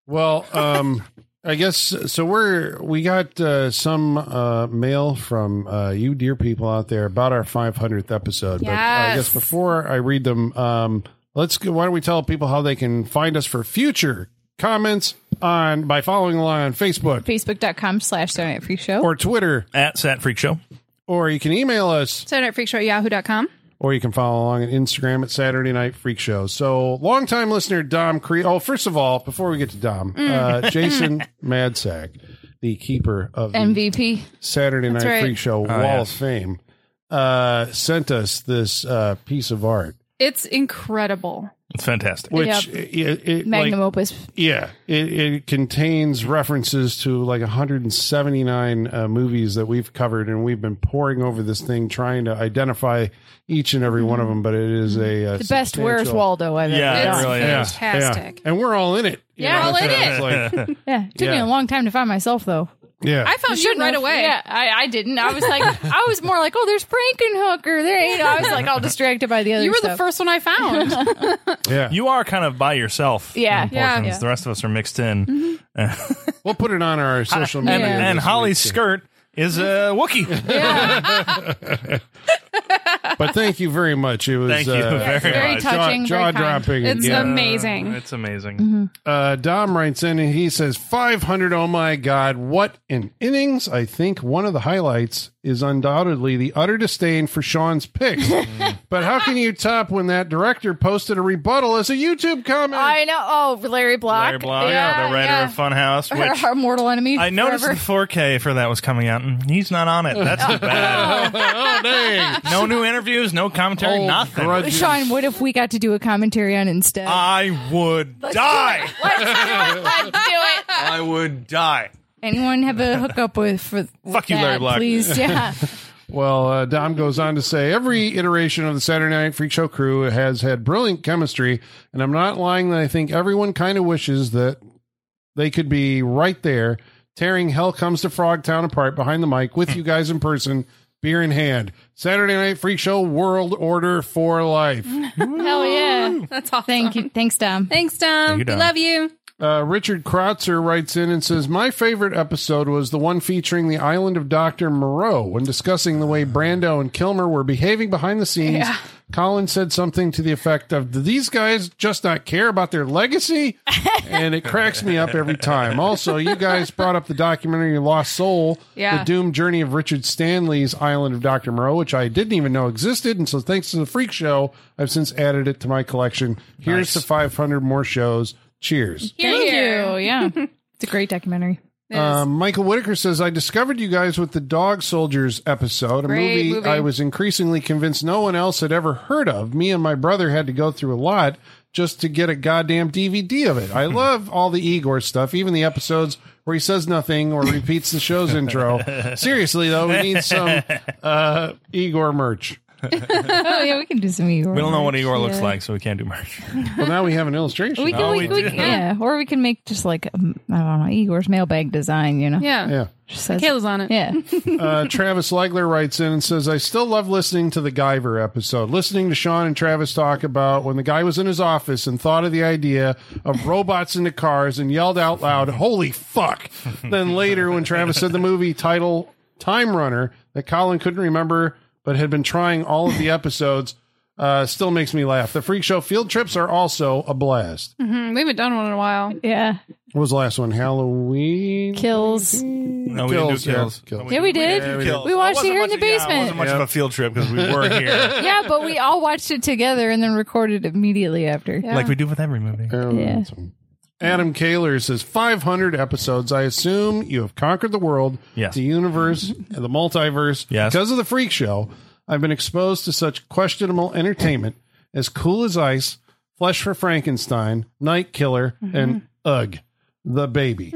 S2: Well, um, I guess so. We're we got uh, some uh, mail from uh, you, dear people out there, about our 500th episode. But I
S3: Yes.
S2: guess before I read them, um, let's go, why don't we tell people how they can find us for future comments on by following along on Facebook
S4: Facebook.com slash Saturday Night Free Show.
S2: or Twitter,
S5: At Sat Freak Show.
S2: or you can email us,
S3: Saturday Night Freak Show at yahoo.com.
S2: or you can follow along on Instagram at Saturday Night Freak Show. So, longtime listener Dom Cree. Oh, first of all, before we get to Dom, uh, Jason [laughs] Madsack. The keeper of the
S4: MVP.
S2: Saturday Night
S3: right.
S2: Freak
S5: Oh,
S2: Show Wall of Fame uh, sent us this uh, piece of art,
S3: It's incredible.
S5: It's fantastic.
S2: which
S4: Yep.
S2: it, it,
S4: Magnum
S2: like,
S4: opus.
S2: yeah, it, it contains references to like 179 uh, movies that we've covered, and we've been poring over this thing trying to identify each and every one of them. But it is a uh,
S4: Mm-hmm. The best Where's
S2: substantial-
S4: Waldo I've ever
S5: Yeah, it
S4: done.
S3: It's
S5: really is.
S2: Yeah.
S3: fantastic.
S2: and we're all in it. you
S4: Yeah, all
S2: so
S4: in it.
S2: it's
S4: [laughs]
S2: like-
S4: Yeah. It took me
S2: Yeah.
S4: a long time to find myself though.
S2: yeah,
S3: I found you
S4: shouldn't
S3: right
S4: have.
S3: away.
S4: Yeah, I, I didn't. I
S3: [laughs]
S4: was like, I was more like, oh, there's Frankenhooker. There, you know, I was like all distracted by the other.
S3: You were the
S4: stuff.
S3: first one I found.
S2: yeah.
S5: You are kind of by yourself.
S4: Yeah. Mm-hmm.
S5: in
S3: Yeah.
S5: Portland's.
S3: Yeah.
S5: The rest of us are mixed in.
S2: we'll put it on our social
S5: Uh, And,
S2: media.
S5: and
S2: this
S4: Mm-hmm.
S5: Holly's
S2: week.
S5: skirt is a Wookiee.
S2: but thank you very much. It was
S5: Thank you
S2: uh,
S5: very,
S4: very
S5: much.
S4: touched. Touching,
S2: jaw
S4: very kind.
S2: dropping.
S3: It's
S2: yeah.
S3: amazing.
S5: It's amazing.
S4: Mm-hmm.
S2: Uh, Dom writes in and he says, 500. Oh my God. What an innings. I think one of the highlights is undoubtedly the utter disdain for Sean's [laughs] picks. but how can you top when that director posted a rebuttal as a YouTube comment?
S4: I know. Oh, Larry Block.
S5: Larry Block,
S4: Yeah,
S5: the writer
S4: yeah.
S5: of Funhouse,
S4: Her-
S5: which
S4: her mortal enemy.
S5: I noticed
S4: forever.
S5: the 4K for that was coming out, and he's not on
S4: [laughs]
S5: it. That's too bad.
S2: oh, dang.
S5: No new interviews, no commentary,
S2: Old
S5: nothing.
S2: grudges.
S4: [laughs] Sean, what if we got to do a commentary on instead?
S5: I would die.
S4: Let's [laughs] do it.
S5: I would die.
S4: Anyone have a hookup with for with
S5: Fuck you, Larry
S4: that,
S5: Block. [laughs]
S4: Please, yeah.
S2: Well, uh, Dom goes on to say every iteration of the Saturday Night Freak Show crew has had brilliant chemistry, and I'm not lying that I think everyone kind of wishes that they could be right there, tearing Hell Comes to Frog Town apart behind the mic with you guys in person, beer in hand. Saturday Night Freak Show World Order for Life.
S4: Hell yeah.
S3: That's awesome.
S4: Thank you. Thanks, Dom.
S3: Thanks, Dom.
S5: Thank you,
S3: We
S5: Dom.
S3: love you.
S2: Uh, Richard Krotzer writes in and says, My favorite episode was the one featuring the island of Dr. Moreau. When discussing the way Brando and Kilmer were behaving behind the scenes, Colin said something to the effect of, Do these guys just not care about their legacy? and it cracks me up every time. Also, you guys brought up the documentary Lost Soul,
S3: Yeah.
S2: The Doomed Journey of Richard Stanley's Island of Dr. Moreau, which I didn't even know existed. And so, thanks to the Freak Show, I've since added it to my collection. Here's
S5: Nice.
S2: to 500 more shows. Cheers.
S3: Here,
S4: Thank
S3: here. [laughs]
S4: you. Yeah. It's a great documentary.
S3: It is.
S2: Um, Michael Whitaker says, I discovered you guys with the Dog Soldiers episode, a
S3: Great
S2: movie,
S3: movie.
S2: I was increasingly convinced no one else had ever heard of. Me and my brother had to go through a lot just to get a goddamn DVD of it. I love all the Igor stuff, even the episodes where he says nothing or repeats the show's intro. Seriously, though, we need some uh, Igor merch.
S4: Oh yeah, we can do some Igor.
S5: We don't know what Igor looks
S4: Yeah.
S5: like, so we can't
S4: [laughs]
S5: do merch.
S2: Well, now we have an illustration.
S4: We can,
S5: No,
S4: we,
S5: we
S4: we
S5: do.
S4: can- yeah, or we can make just like um, I don't know Igor's mailbag design. You know,
S3: yeah.
S2: yeah.
S4: Just says-
S3: Kayla's on it. [laughs]
S4: yeah.
S2: Uh, Travis Legler writes in and says, I still love listening to the Guyver episode, listening to Sean and Travis talk about when the guy was in his office and thought of the idea of robots into cars and yelled out loud, Holy fuck. then later, when Travis said the movie title Time Runner that Colin couldn't remember but had been trying all of the episodes, uh, still makes me laugh. The Freak Show field trips are also a blast.
S3: Mm, we haven't done one in a while.
S4: yeah,
S2: What was the last one? Halloween?
S4: kills.
S5: No, we didn't do
S2: yeah,
S5: kills.
S2: kills.
S4: Yeah, we did.
S5: do
S2: we
S5: kills.
S4: did. We watched it
S5: It
S4: here in
S5: wasn't
S4: the
S5: much-
S4: basement.
S5: Yeah, it wasn't much of a field trip because we [laughs] were here,
S4: Yeah, but we all watched it together and then recorded immediately after.
S3: Yeah.
S5: like we do with every movie.
S2: Um,
S4: Yeah.
S2: Adam Kaler says 500 episodes. I assume you have conquered the world,
S5: Yes.
S2: the universe, and the multiverse
S5: Yes.
S2: because of the freak show. I've been exposed to such questionable entertainment as Cool as Ice, Flesh for Frankenstein, Night Killer, and Ugh, the baby.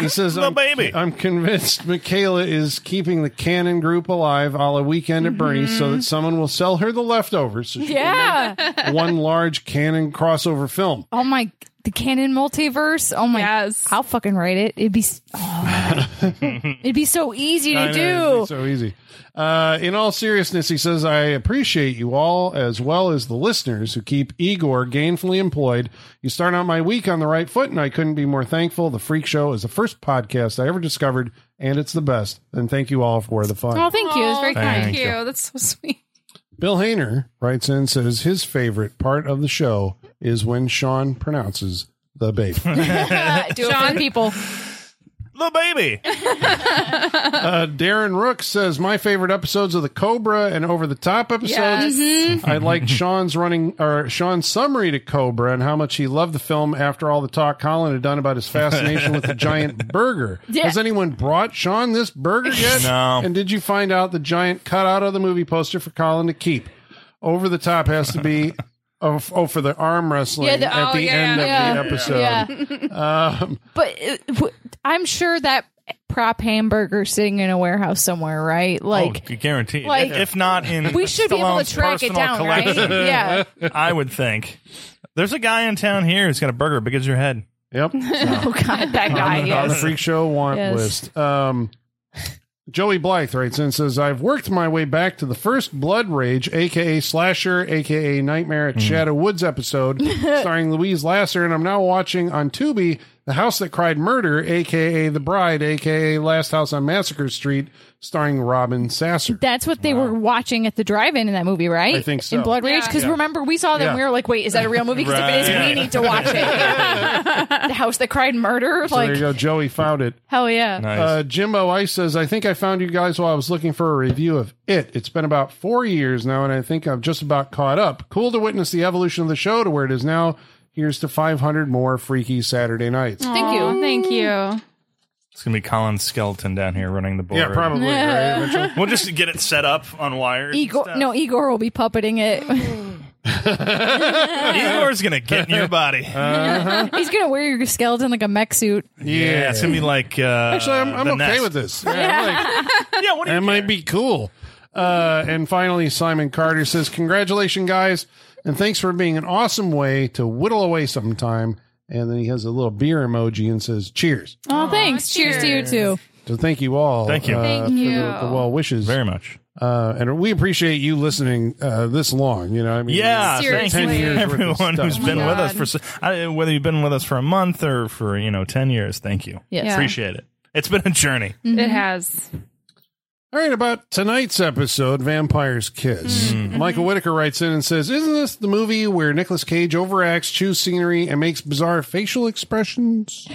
S2: he says,
S5: The
S2: I'm,
S5: baby.
S2: I'm convinced Michaela is keeping the Cannon group alive a la Weekend at Bernie's so that someone will sell her the leftovers so she can [laughs]
S4: Yeah.
S2: one large canon crossover film.
S4: oh my, the canon multiverse. Oh my,
S3: Yes.
S4: I'll fucking write it. It'd be, s- oh, man. it'd be so easy to do.
S2: So easy. Uh, in all seriousness, he says, I appreciate you all as well as the listeners who keep Igor gainfully employed. You start out my week on the right foot, and I couldn't be more thankful. The Freak Show is the first podcast I ever discovered, and it's the best. And thank you all for the fun.
S4: Oh, thank you. It's very
S3: Oh,
S4: kind.
S3: Thank you. That's so sweet.
S2: Bill Hayner writes in and says his favorite part of the show is when Sean pronounces the
S4: [laughs]
S2: baby.
S4: Uh, do it for the people.
S5: The baby.
S2: Uh, Darren Rook says my favorite episodes of the Cobra and Over the Top episodes. I liked Sean's running or Sean's summary to Cobra and how much he loved the film after all the talk Colin had done about his fascination with the giant burger.
S4: Yeah.
S2: Has anyone brought Sean this burger yet?
S5: No.
S2: And did you find out the giant cutout of the movie poster for Colin to keep? Over the top has to be. [laughs] Oh, f- oh, for the arm wrestling
S4: Yeah, the-
S2: at
S3: oh,
S2: the
S3: yeah,
S2: end
S4: yeah.
S2: of the episode. Um,
S4: Yeah. but uh, w- I'm sure that prop hamburger sitting in a warehouse somewhere, right? Like,
S5: oh, guaranteed.
S4: like-
S5: if, if not in,
S4: we should be able to
S5: Stallone's
S4: track it
S5: personal
S4: down, right? [laughs]
S5: collection,
S4: Yeah.
S5: I would think. There's a guy in town here who's got a burger big as your head.
S2: Yep.
S4: Oh God, that guy.
S2: on the
S4: Yes.
S2: freak show want
S4: Yes.
S2: list. Um, Joey Blythe writes in and says, I've worked my way back to the first Blood Rage, aka Slasher,
S4: [laughs]
S2: aka Nightmare at Shadow Woods episode, starring Louise Lasser, and I'm now watching on Tubi The House That Cried Murder, aka The Bride, aka Last House on Massacre Street, starring Robin Sasser.
S4: That's what they were watching at the drive-in in that movie, right?
S2: I think so.
S4: In Blood Rage,
S3: Yeah.
S4: because remember we saw them,
S2: Yeah.
S4: we were like, "Wait, is that a real movie? Because if it is, we
S5: Right.
S4: need to watch
S2: [laughs]
S4: it." the House That Cried Murder,
S2: so there
S4: like
S2: you go. Joey found it.
S4: hell yeah.
S5: Nice.
S2: Uh, Jimbo Ice says, I think I found you guys while I was looking for a review of it. It's been about four years now, and I think I've just about caught up. Cool to witness the evolution of the show to where it is now. Here's to 500 more freaky Saturday nights.
S4: Thank
S3: Aw,
S4: you.
S3: Thank you.
S5: it's gonna be Colin Skeleton down here running the board.
S2: Yeah, probably. Right, Mitchell?
S5: We'll just get it set up on wires. and
S4: Igor,
S5: stuff.
S4: no, Igor will be puppeting it.
S5: Igor's gonna get in your [laughs] body.
S2: Uh-huh.
S4: [laughs] He's gonna wear your skeleton like a mech suit.
S5: yeah, it's gonna be like. Uh,
S2: Actually, I'm, I'm
S5: the
S2: okay
S5: nest.
S2: with this. Yeah, I'm like- [laughs]
S5: Yeah, what do you
S2: That might be cool. Uh, and finally, Simon Carter says, Congratulations, guys, and thanks for being an awesome way to whittle away some time. And then he has a little beer emoji and says, Cheers.
S4: Oh, thanks. Cheers. to you too.
S2: So thank you all.
S5: Thank you.
S2: uh,
S5: Thank
S2: for the-
S3: you.
S2: The, well wishes.
S5: very much.
S2: Uh, and we appreciate you listening uh, this long. You know, I mean,
S5: Yeah,
S3: Seriously.
S5: thank you,
S2: Years worth of
S5: everyone
S2: stuff.
S5: who's been
S3: Oh my
S5: with us
S3: God.
S5: for so- I, whether you've been with us for a month or for you know ten years. Thank you.
S4: Yes.
S3: Yeah. Mm-hmm.
S5: appreciate it. It's been a journey.
S3: It has.
S2: All right, about tonight's episode, Vampire's Kiss.
S5: Mm-hmm.
S2: Michael Whitaker writes in and says, Isn't this the movie where Nicolas Cage overacts, chews scenery, and makes bizarre facial expressions?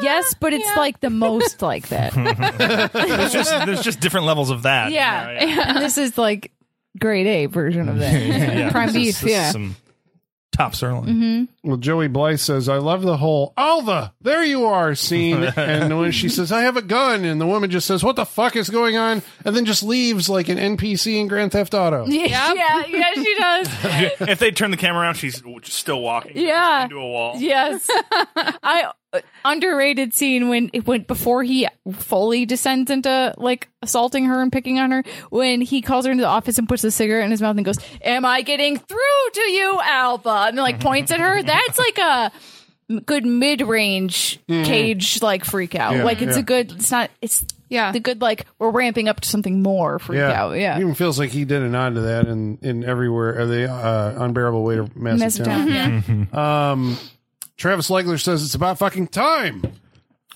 S4: Yes, but it's like the most like that.
S5: [laughs] There's just there's just different levels of that.
S4: yeah. And this is like grade A version of that.
S5: [laughs] Yeah,
S4: Prime
S5: this is-
S4: beef,
S5: this is
S4: yeah.
S5: Some top sirloin.
S2: Well, Joey Blythe says, I love the whole Alva, there you are
S5: [laughs]
S2: scene. and when she says, I have a gun, and the woman just says, What the fuck is going on? And then just leaves like an NPC in Grand Theft Auto.
S4: Yeah, [laughs] yeah, yeah, she
S5: [laughs]
S4: does.
S5: if they turn the camera around, she's still walking.
S4: Yeah.
S5: into a wall.
S4: Yes. I uh, underrated scene when it went before he fully descends into like assaulting her and picking on her when he calls her into the office and puts the cigarette in his mouth and goes, "Am I getting through to you, Alba?" and like points at her. That's like a good mid-range cage like freak out.
S2: Mm-hmm. Yeah,
S4: like it's
S2: yeah.
S4: a good it's not it's
S3: Yeah.
S4: the good like we're ramping up to something more freak out. Yeah.
S2: Even feels like he did a nod to that in, in everywhere. Are they uh, unbearable way to mess,
S4: Mess
S2: it
S4: it
S2: down?
S4: down. Yeah.
S2: Travis Legler says it's about fucking time.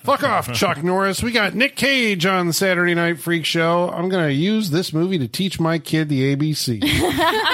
S2: Fuck off, Chuck Norris. We got Nick Cage on the Saturday Night Freak Show. I'm going to use this movie to teach my kid the ABC.
S4: [laughs]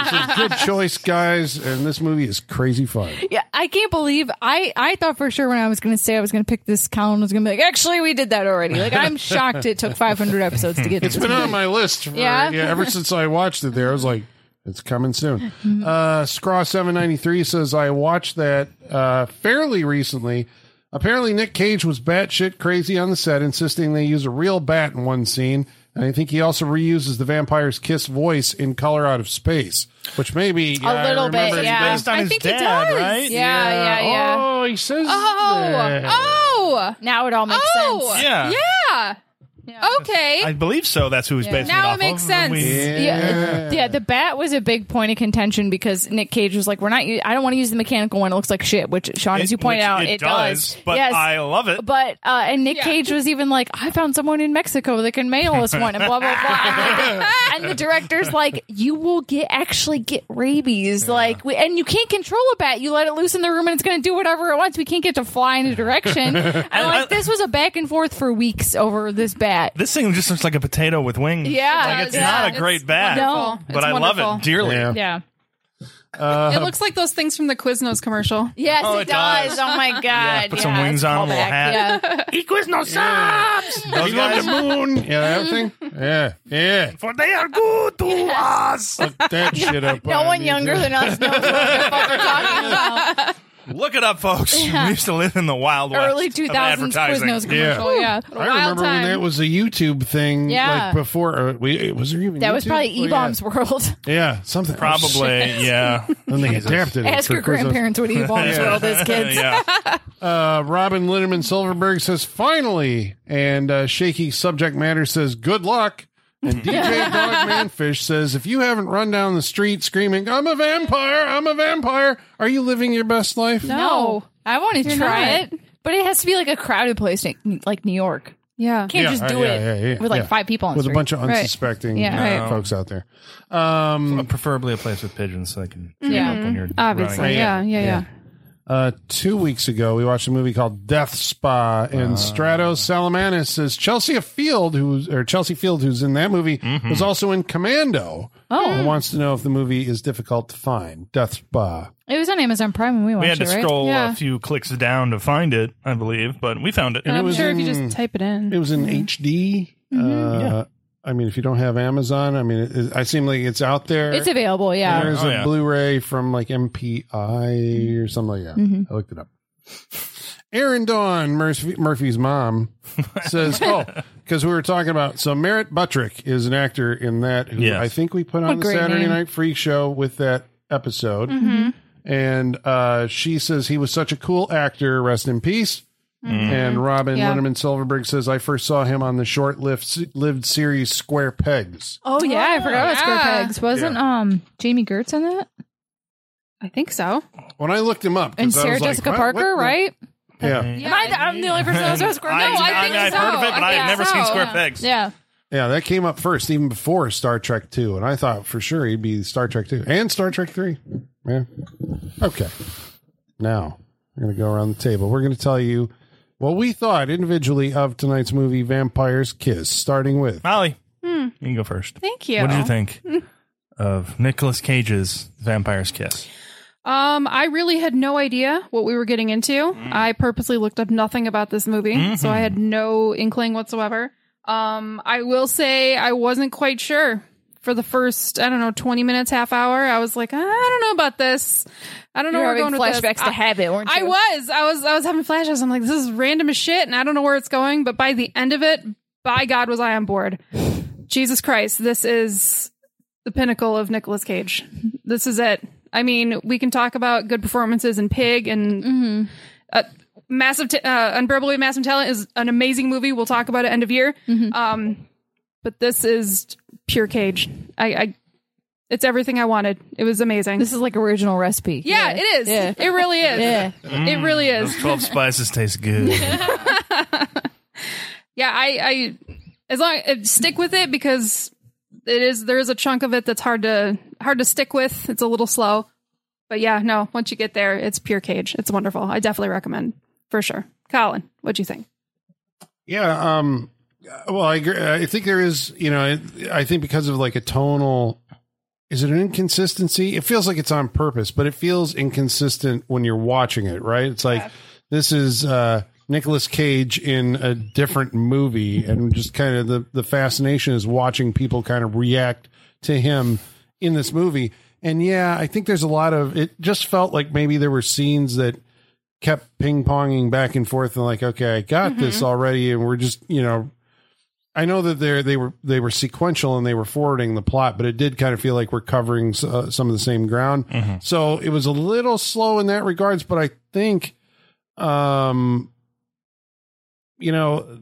S2: This is good choice, guys. And this movie is crazy fun.
S4: Yeah, I can't believe I I thought for sure when I was going to say I was going to pick this, Colin was going to be like, actually, we did that already. Like, I'm shocked it took 500 episodes to get
S2: It's
S4: this.
S2: been on my list for, yeah.
S4: Yeah? [laughs]
S2: ever since I watched it there. I was like, it's coming soon. Uh, Scraw793 says, I watched that uh, fairly recently. Apparently, Nick Cage was batshit crazy on the set, insisting they use a real bat in one scene. And I think he also reuses the vampire's kiss voice in Color Out of Space, which maybe
S4: A little bit, yeah.
S5: Based on
S3: I
S5: his
S3: think he
S5: dad,
S3: does.
S5: right?
S4: Yeah, yeah, yeah.
S2: Oh, he says.
S3: [laughs] Oh,
S2: that.
S3: oh,
S4: Now it all makes
S3: oh,
S4: sense.
S5: Yeah.
S3: yeah. Okay.
S5: I believe so. That's who he's basing
S3: Now
S5: it
S3: it
S5: off
S3: makes
S5: of.
S3: sense.
S5: We-
S2: Yeah.
S4: Yeah, yeah. The bat was a big point of contention because Nick Cage was like, "We're not. u- I don't want to use the mechanical one. It looks like shit." Which Sean, as you pointed
S5: which
S4: out, it, does.
S5: But
S4: yes.
S5: I love it.
S4: but uh, and Nick
S3: Yeah.
S4: Cage was even like, I found someone in Mexico that can mail us one, and blah blah blah.
S5: [laughs]
S4: And, like, and the director's like, you will get actually get rabies, like, we, and you can't control a bat. You let it loose in the room, and it's going to do whatever it wants. We can't get to fly in a
S5: [laughs]
S4: direction. And
S5: uh,
S4: like, this was a back and forth for weeks over this bat.
S5: This thing just looks like a potato with wings.
S4: Yeah.
S5: Like, it's
S4: Yeah.
S5: not a
S3: It's
S5: great bat.
S4: wonderful.
S5: But
S3: It's
S5: I love it
S3: wonderful.
S5: dearly.
S2: Yeah.
S4: Yeah.
S3: it looks like those things from the Quiznos commercial.
S4: Yes,
S5: Oh,
S4: it,
S5: it
S4: does.
S5: does.
S4: Oh my
S5: [laughs]
S4: god. Yeah,
S5: put some wings on, a little
S4: callback.
S5: hat.
S4: Yeah.
S5: Those
S2: He loved
S5: guys,
S2: the moon. Yeah, that thing. Yeah, yeah.
S5: for they are good to [laughs] us.
S2: Look that shit up.
S4: [laughs] No
S2: on
S4: one
S2: YouTube.
S4: younger
S2: [laughs]
S4: than us knows what the fuck we're talking about.
S5: Look it up, folks. We used to live in the wild west
S4: Early
S5: of
S4: 2000s
S5: advertising.
S4: Quiznos
S2: Yeah.
S4: commercial. Yeah.
S2: I remember when that was a YouTube thing.
S4: Yeah.
S2: Like before, or we, was there even
S4: That was
S2: YouTube?
S4: probably
S2: Oh, yeah.
S4: E-Bomb's world.
S2: Yeah, something.
S5: [laughs]
S2: Oh,
S5: Probably, yeah.
S2: And they adapted it.
S4: Ask
S2: for
S4: your
S2: Christmas. [laughs]
S4: grandparents what E-Bomb's world is, kids.
S5: yeah.
S2: Uh, Robin Linneman Silverberg says, finally. And uh, Shaky Subject Matter says, good luck.
S4: [laughs]
S2: And DJ Dog Manfish says, if you haven't run down the street screaming, I'm a vampire, I'm a vampire, are you living your best life?
S4: No,
S3: No.
S4: I want to try
S3: not.
S4: it, but it has to be like a crowded place, like- like New York.
S3: Yeah.
S4: Can't
S2: Yeah,
S4: just do
S2: uh, yeah,
S4: it
S2: yeah, yeah,
S4: with like
S2: yeah.
S4: five people on
S2: With
S4: the
S2: a bunch of
S4: street. Right.
S2: unsuspecting
S4: Yeah.
S2: uh,
S5: No.
S2: folks out there. Um,
S5: Preferably a place with pigeons so they can
S4: Yeah.
S5: yeah. up when you're
S3: Obviously.
S5: running.
S3: Yeah. Yeah. Yeah.
S2: Uh, two weeks ago, we watched a movie called Death Spa, and Stratos Salamanis is Chelsea Field, who's or Chelsea Field, who's in that movie, was also in Commando. Oh, and wants to know if the movie is difficult to find. Death Spa.
S4: It was on Amazon Prime when we watched
S5: We had to
S4: it, right?
S5: scroll
S3: Yeah.
S5: a few clicks down to find it, I believe, but we found it.
S3: And I'm
S2: was
S3: sure if you
S2: in-
S3: just type it
S2: It
S3: in.
S2: was in HD. uh, I mean, if you don't have Amazon, I mean, it, it, I seem like it's out there.
S4: It's available, yeah.
S2: There's
S5: Oh,
S2: a
S5: yeah.
S2: Blu-ray from like MPI or something like that.
S4: Mm-hmm.
S2: I looked it up. Erin Dawn Murphy, Murphy's
S5: [laughs]
S2: mom says, "Oh, because we were talking about so Merritt Buttrick is an actor in that who
S5: Yes.
S2: I think we put
S4: What a
S2: on the
S4: great
S2: Saturday
S4: name. Mm-hmm.
S2: Night Freak Show with that episode, and uh, she says he was such a cool actor. Rest in peace."
S4: Mm-hmm.
S2: And Robin
S3: Yeah.
S2: Linderman Silverberg says, "I first saw him on the short-lived lived series Square Pegs."
S4: Oh yeah, I forgot about Square
S3: yeah.
S4: Pegs. Wasn't um Jamie Gertz on that?
S3: I think so.
S2: When I looked him up, 'cause I
S4: And
S2: was
S4: Sarah
S2: like,
S4: Jessica
S2: what- what
S4: Parker,
S2: the-
S4: right?
S2: Yeah,
S3: Yeah.
S4: Am I the, I'm the only person that knows Square
S5: I,
S4: Pegs.
S3: No, I
S5: I
S3: think
S5: have heard of
S3: so.
S5: it, but
S3: I
S5: I
S3: think
S5: have never
S3: so.
S5: seen Square
S3: Yeah.
S5: Pegs.
S4: Yeah.
S2: Yeah, that came up first, even before Star Trek Two, and I thought for sure he'd be Star Trek Two and Star Trek Three. Yeah. Okay. Now we're gonna go around the table. We're gonna tell you what we thought individually of tonight's movie, Vampire's Kiss, starting with
S5: Molly, you can go first.
S3: Thank you.
S5: What did you think of Nicolas Cage's Vampire's Kiss?
S3: Um, I really had no idea what we were getting into. I purposely looked up nothing about this movie, so I had no inkling whatsoever. Um, I will say I wasn't quite sure for the first, I don't know, 20 minutes, half hour. I was like, "Ah, I don't know about this. I don't know
S4: You
S3: where
S4: were
S3: we're going
S4: having
S3: with
S4: flashbacks
S3: this.
S4: to
S3: I-
S4: Habit, weren't you?
S3: I was. I was I was having flashes. I'm like, this is random as shit and I don't know where it's going, but by the end of it, by God was I on board. [sighs] Jesus Christ, this is the pinnacle of Nicolas Cage. This is it. I mean, we can talk about good performances in Pig and
S4: Mm-hmm.
S3: uh, Massive t- uh, Unbearable Weight of Massive Talent is an amazing movie. We'll talk about it end of year.
S4: Mm-hmm.
S3: Um, but this is pure Cage. I, I it's everything I wanted. It was amazing.
S4: This is like original recipe.
S3: yeah, it is.
S4: Yeah.
S3: It really is.
S4: [laughs] Yeah.
S3: It really is.
S5: Those 12 spices taste good.
S3: yeah i i as long uh, stick with it because it is there is a chunk of it that's hard to hard to stick with it's a little slow but yeah no once you get there it's pure cage it's wonderful i definitely recommend for sure colin what'd you think
S2: Yeah. Um. Well, I agree. I think there is. You know, I- I think because of like a tonal, is it an inconsistency? It feels like it's on purpose, but it feels inconsistent when you're watching it. Right? It's like this is uh Nicolas Cage in a different movie, and just kind of the the fascination is watching people kind of react to him in this movie. And yeah, I think there's a lot of it. Just felt like maybe there were scenes that kept ping ponging back and forth and like, okay, I got this already, and we're just you know, I know that they they were they were sequential and they were forwarding the plot, but it did kind of feel like we're covering s- uh, some of the same ground. So it was a little slow in that regards, but I think, um, you know.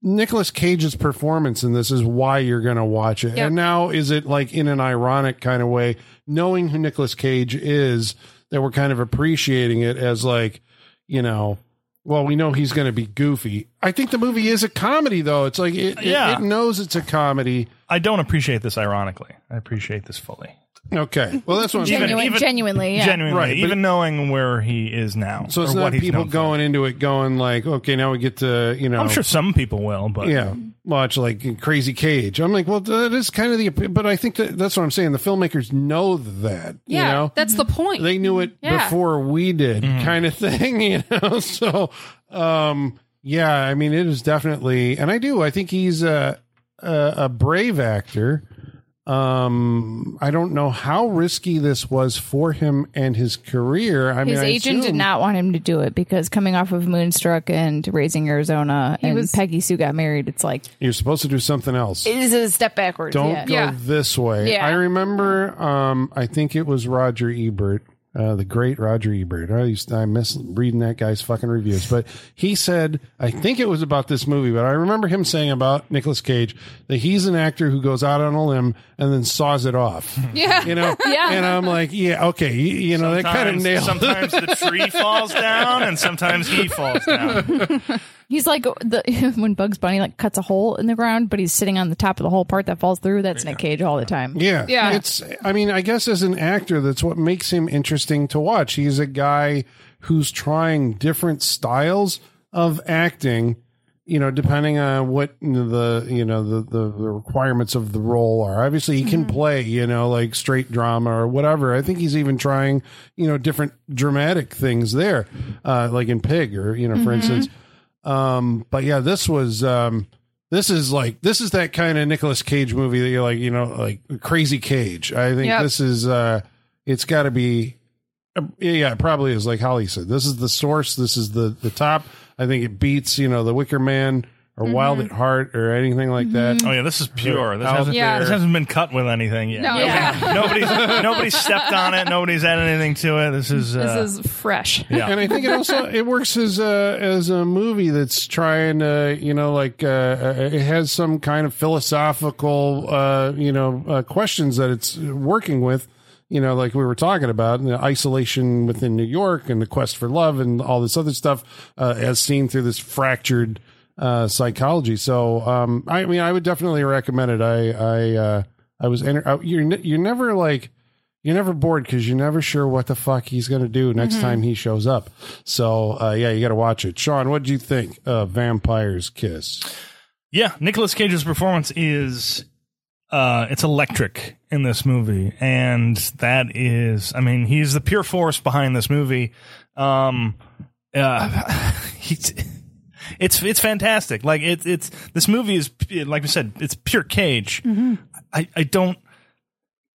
S2: Nicholas Cage's performance in this is why you're going to watch it.
S3: Yep.
S2: And now is it like in an ironic kind of way knowing who Nicolas Cage is that we're kind of appreciating it as like, you know, well, we know he's going to be goofy. I think the movie is a comedy though. It's like it, it-
S5: Yeah.
S2: it knows it's a comedy.
S5: I don't appreciate this ironically. I appreciate this fully.
S2: Okay. Well, that's what I'm saying.
S5: Even-
S4: Genuine,
S5: even-
S4: genuinely, yeah.
S5: Genuinely,
S2: Right, but-
S5: even knowing where he is now.
S2: So it's
S5: or
S2: not
S5: what he's
S2: people
S5: known for.
S2: going into it going like, okay, now we get to, you know,
S5: I'm sure some people will, but
S2: yeah, watch like Crazy Cage. I'm like, well, that is kind of the, but I think that that's what I'm saying. The filmmakers know that,
S3: yeah
S2: you know,
S3: that's the point
S2: they knew it
S3: Yeah.
S2: before we did
S5: Mm-hmm.
S2: kind of [laughs] thing you know so um yeah i mean it is definitely and i do i think he's a a, a brave actor um i don't know how risky this was for him and his career i
S4: His
S2: mean I
S4: agent did
S2: assume-
S4: not want him to do it because coming off of Moonstruck and Raising Arizona and
S3: was-
S4: Peggy Sue got married, it's like
S2: you're supposed to do something else
S4: it is a step backwards.
S2: don't
S4: yeah.
S2: go
S3: Yeah.
S2: this way.
S4: Yeah.
S2: I remember. Um, I think it was Roger Ebert, uh, the great Roger Ebert. I used I miss reading that guy's fucking reviews, but he said I think it was about this movie, but I remember him saying about Nicolas Cage that he's an actor who goes out on a limb and then saws it off.
S3: yeah
S2: You know,
S4: [laughs] Yeah.
S2: and I'm like, yeah, okay, you, you know, that kind of
S5: Sometimes-
S2: nailed.
S5: sometimes the tree falls down and sometimes he falls down.
S4: He's like the [laughs] when Bugs Bunny like cuts a hole in the ground, but he's sitting on the top of the whole part that falls through. That's Nick Cage all the time.
S2: Yeah.
S3: Yeah.
S2: It's I mean, I guess as an actor, that's what makes him interesting to watch. He's a guy who's trying different styles of acting you know depending on what the you know the the, the requirements of the role are obviously he can play you know like straight drama or whatever i think he's even trying you know different dramatic things there uh like in pig or you know for instance um but yeah this was um this is like this is that kind of Nicolas Cage movie that you're like, you know, like Crazy Cage. I think
S3: Yep.
S2: this is uh it's got to be uh, yeah, it probably is like Holly said. This is the source, this is the the top. I think it beats, you know, The Wicker Man or Wild at Heart or anything like that.
S5: Oh yeah, this is pure. This
S2: Out
S5: hasn't,
S3: there.
S5: this hasn't been cut with anything yet.
S3: No, yeah.
S5: nobody's nobody's stepped on it. Nobody's added anything to it. This is uh,
S3: This is fresh.
S5: yeah.
S2: And I think it also it works as a as a movie that's trying to you know like uh, uh, it has some kind of philosophical uh, you know uh, questions that it's working with you know like we were talking about you know, isolation within New York and the quest for love and all this other stuff uh, as seen through this fractured uh, psychology. So um, I mean I would definitely recommend it. I I uh, I was enter- uh, you're ne- you're never like you're never bored because you're never sure what the fuck he's going to do
S3: Mm-hmm.
S2: next time he shows up. So, uh, yeah, you got to watch it. Sean, what do you think of Vampire's Kiss?
S5: Yeah, Nicolas Cage's performance is uh it's electric in this movie and that is I mean, he's the pure force behind this movie. Um uh [laughs] he's it's it's fantastic. Like it's it's this movie is like we said, it's pure Cage. I I don't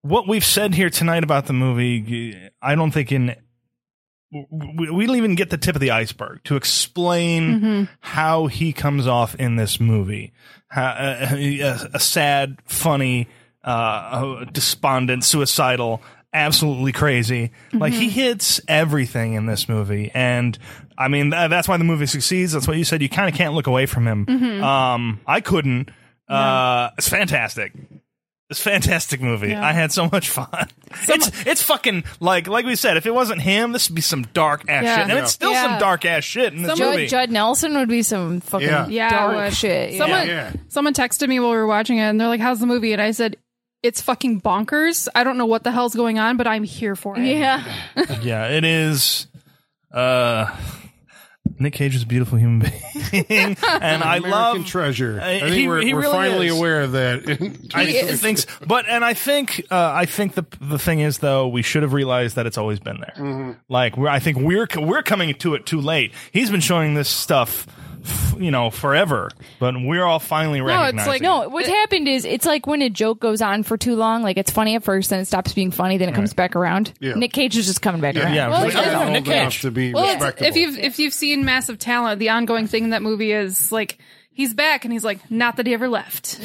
S5: what we've said here tonight about the movie, I don't think in we, we don't even get the tip of the iceberg to explain how he comes off in this movie. How, uh, a, a sad, funny, uh, despondent, suicidal, absolutely crazy. Like he hits everything in this movie, and I mean tha- that's why the movie succeeds. That's what you said. You kind of can't look away from him. Um, I couldn't. Uh, it's fantastic. It's a fantastic movie. I had so much fun. it's it's fucking like like we said. If it wasn't him, this would be some dark ass
S3: Yeah.
S5: shit, and it's still
S4: Yeah.
S5: some dark ass shit in this movie.
S4: Judd, Judd Nelson would be some fucking
S2: Yeah.
S3: Yeah,
S4: dark
S3: it would.
S4: shit. yeah.
S3: Someone
S2: Yeah.
S3: someone texted me while we were watching it, and they're like, "How's the movie?" And I said, "It's fucking bonkers. I don't know what the hell's going on, but I'm here for it."
S4: yeah.
S5: yeah, it is. Uh, Nick Cage is a beautiful human being, [laughs] and I
S2: American
S5: love. uh,
S2: Treasure. I think
S5: he-
S2: we're,
S5: he
S2: we're
S5: really
S2: finally
S5: is.
S2: aware of [laughs] that.
S5: I think, but and I think uh, I think the the thing is though we should have realized that it's always been there.
S2: Mm-hmm.
S5: Like we're, I think we're we're coming to it too late. He's been showing this stuff, f- you know, forever, but we're all finally recognizing.
S3: it's like-
S5: it.
S4: No, what's happened is it's like when a joke goes on for too long, like it's funny at first, then it stops being funny, then it comes back around.
S2: Yeah.
S4: Nick Cage is just coming back around.
S5: yeah.
S2: Well,
S5: Well, it's-
S2: old
S5: Nick
S2: enough
S5: Cage.
S2: to be
S3: Well, it's-
S2: respectable.
S3: if you've if you've seen Massive Talent, the ongoing thing in that movie is like he's back, and he's like, "Not that he ever left."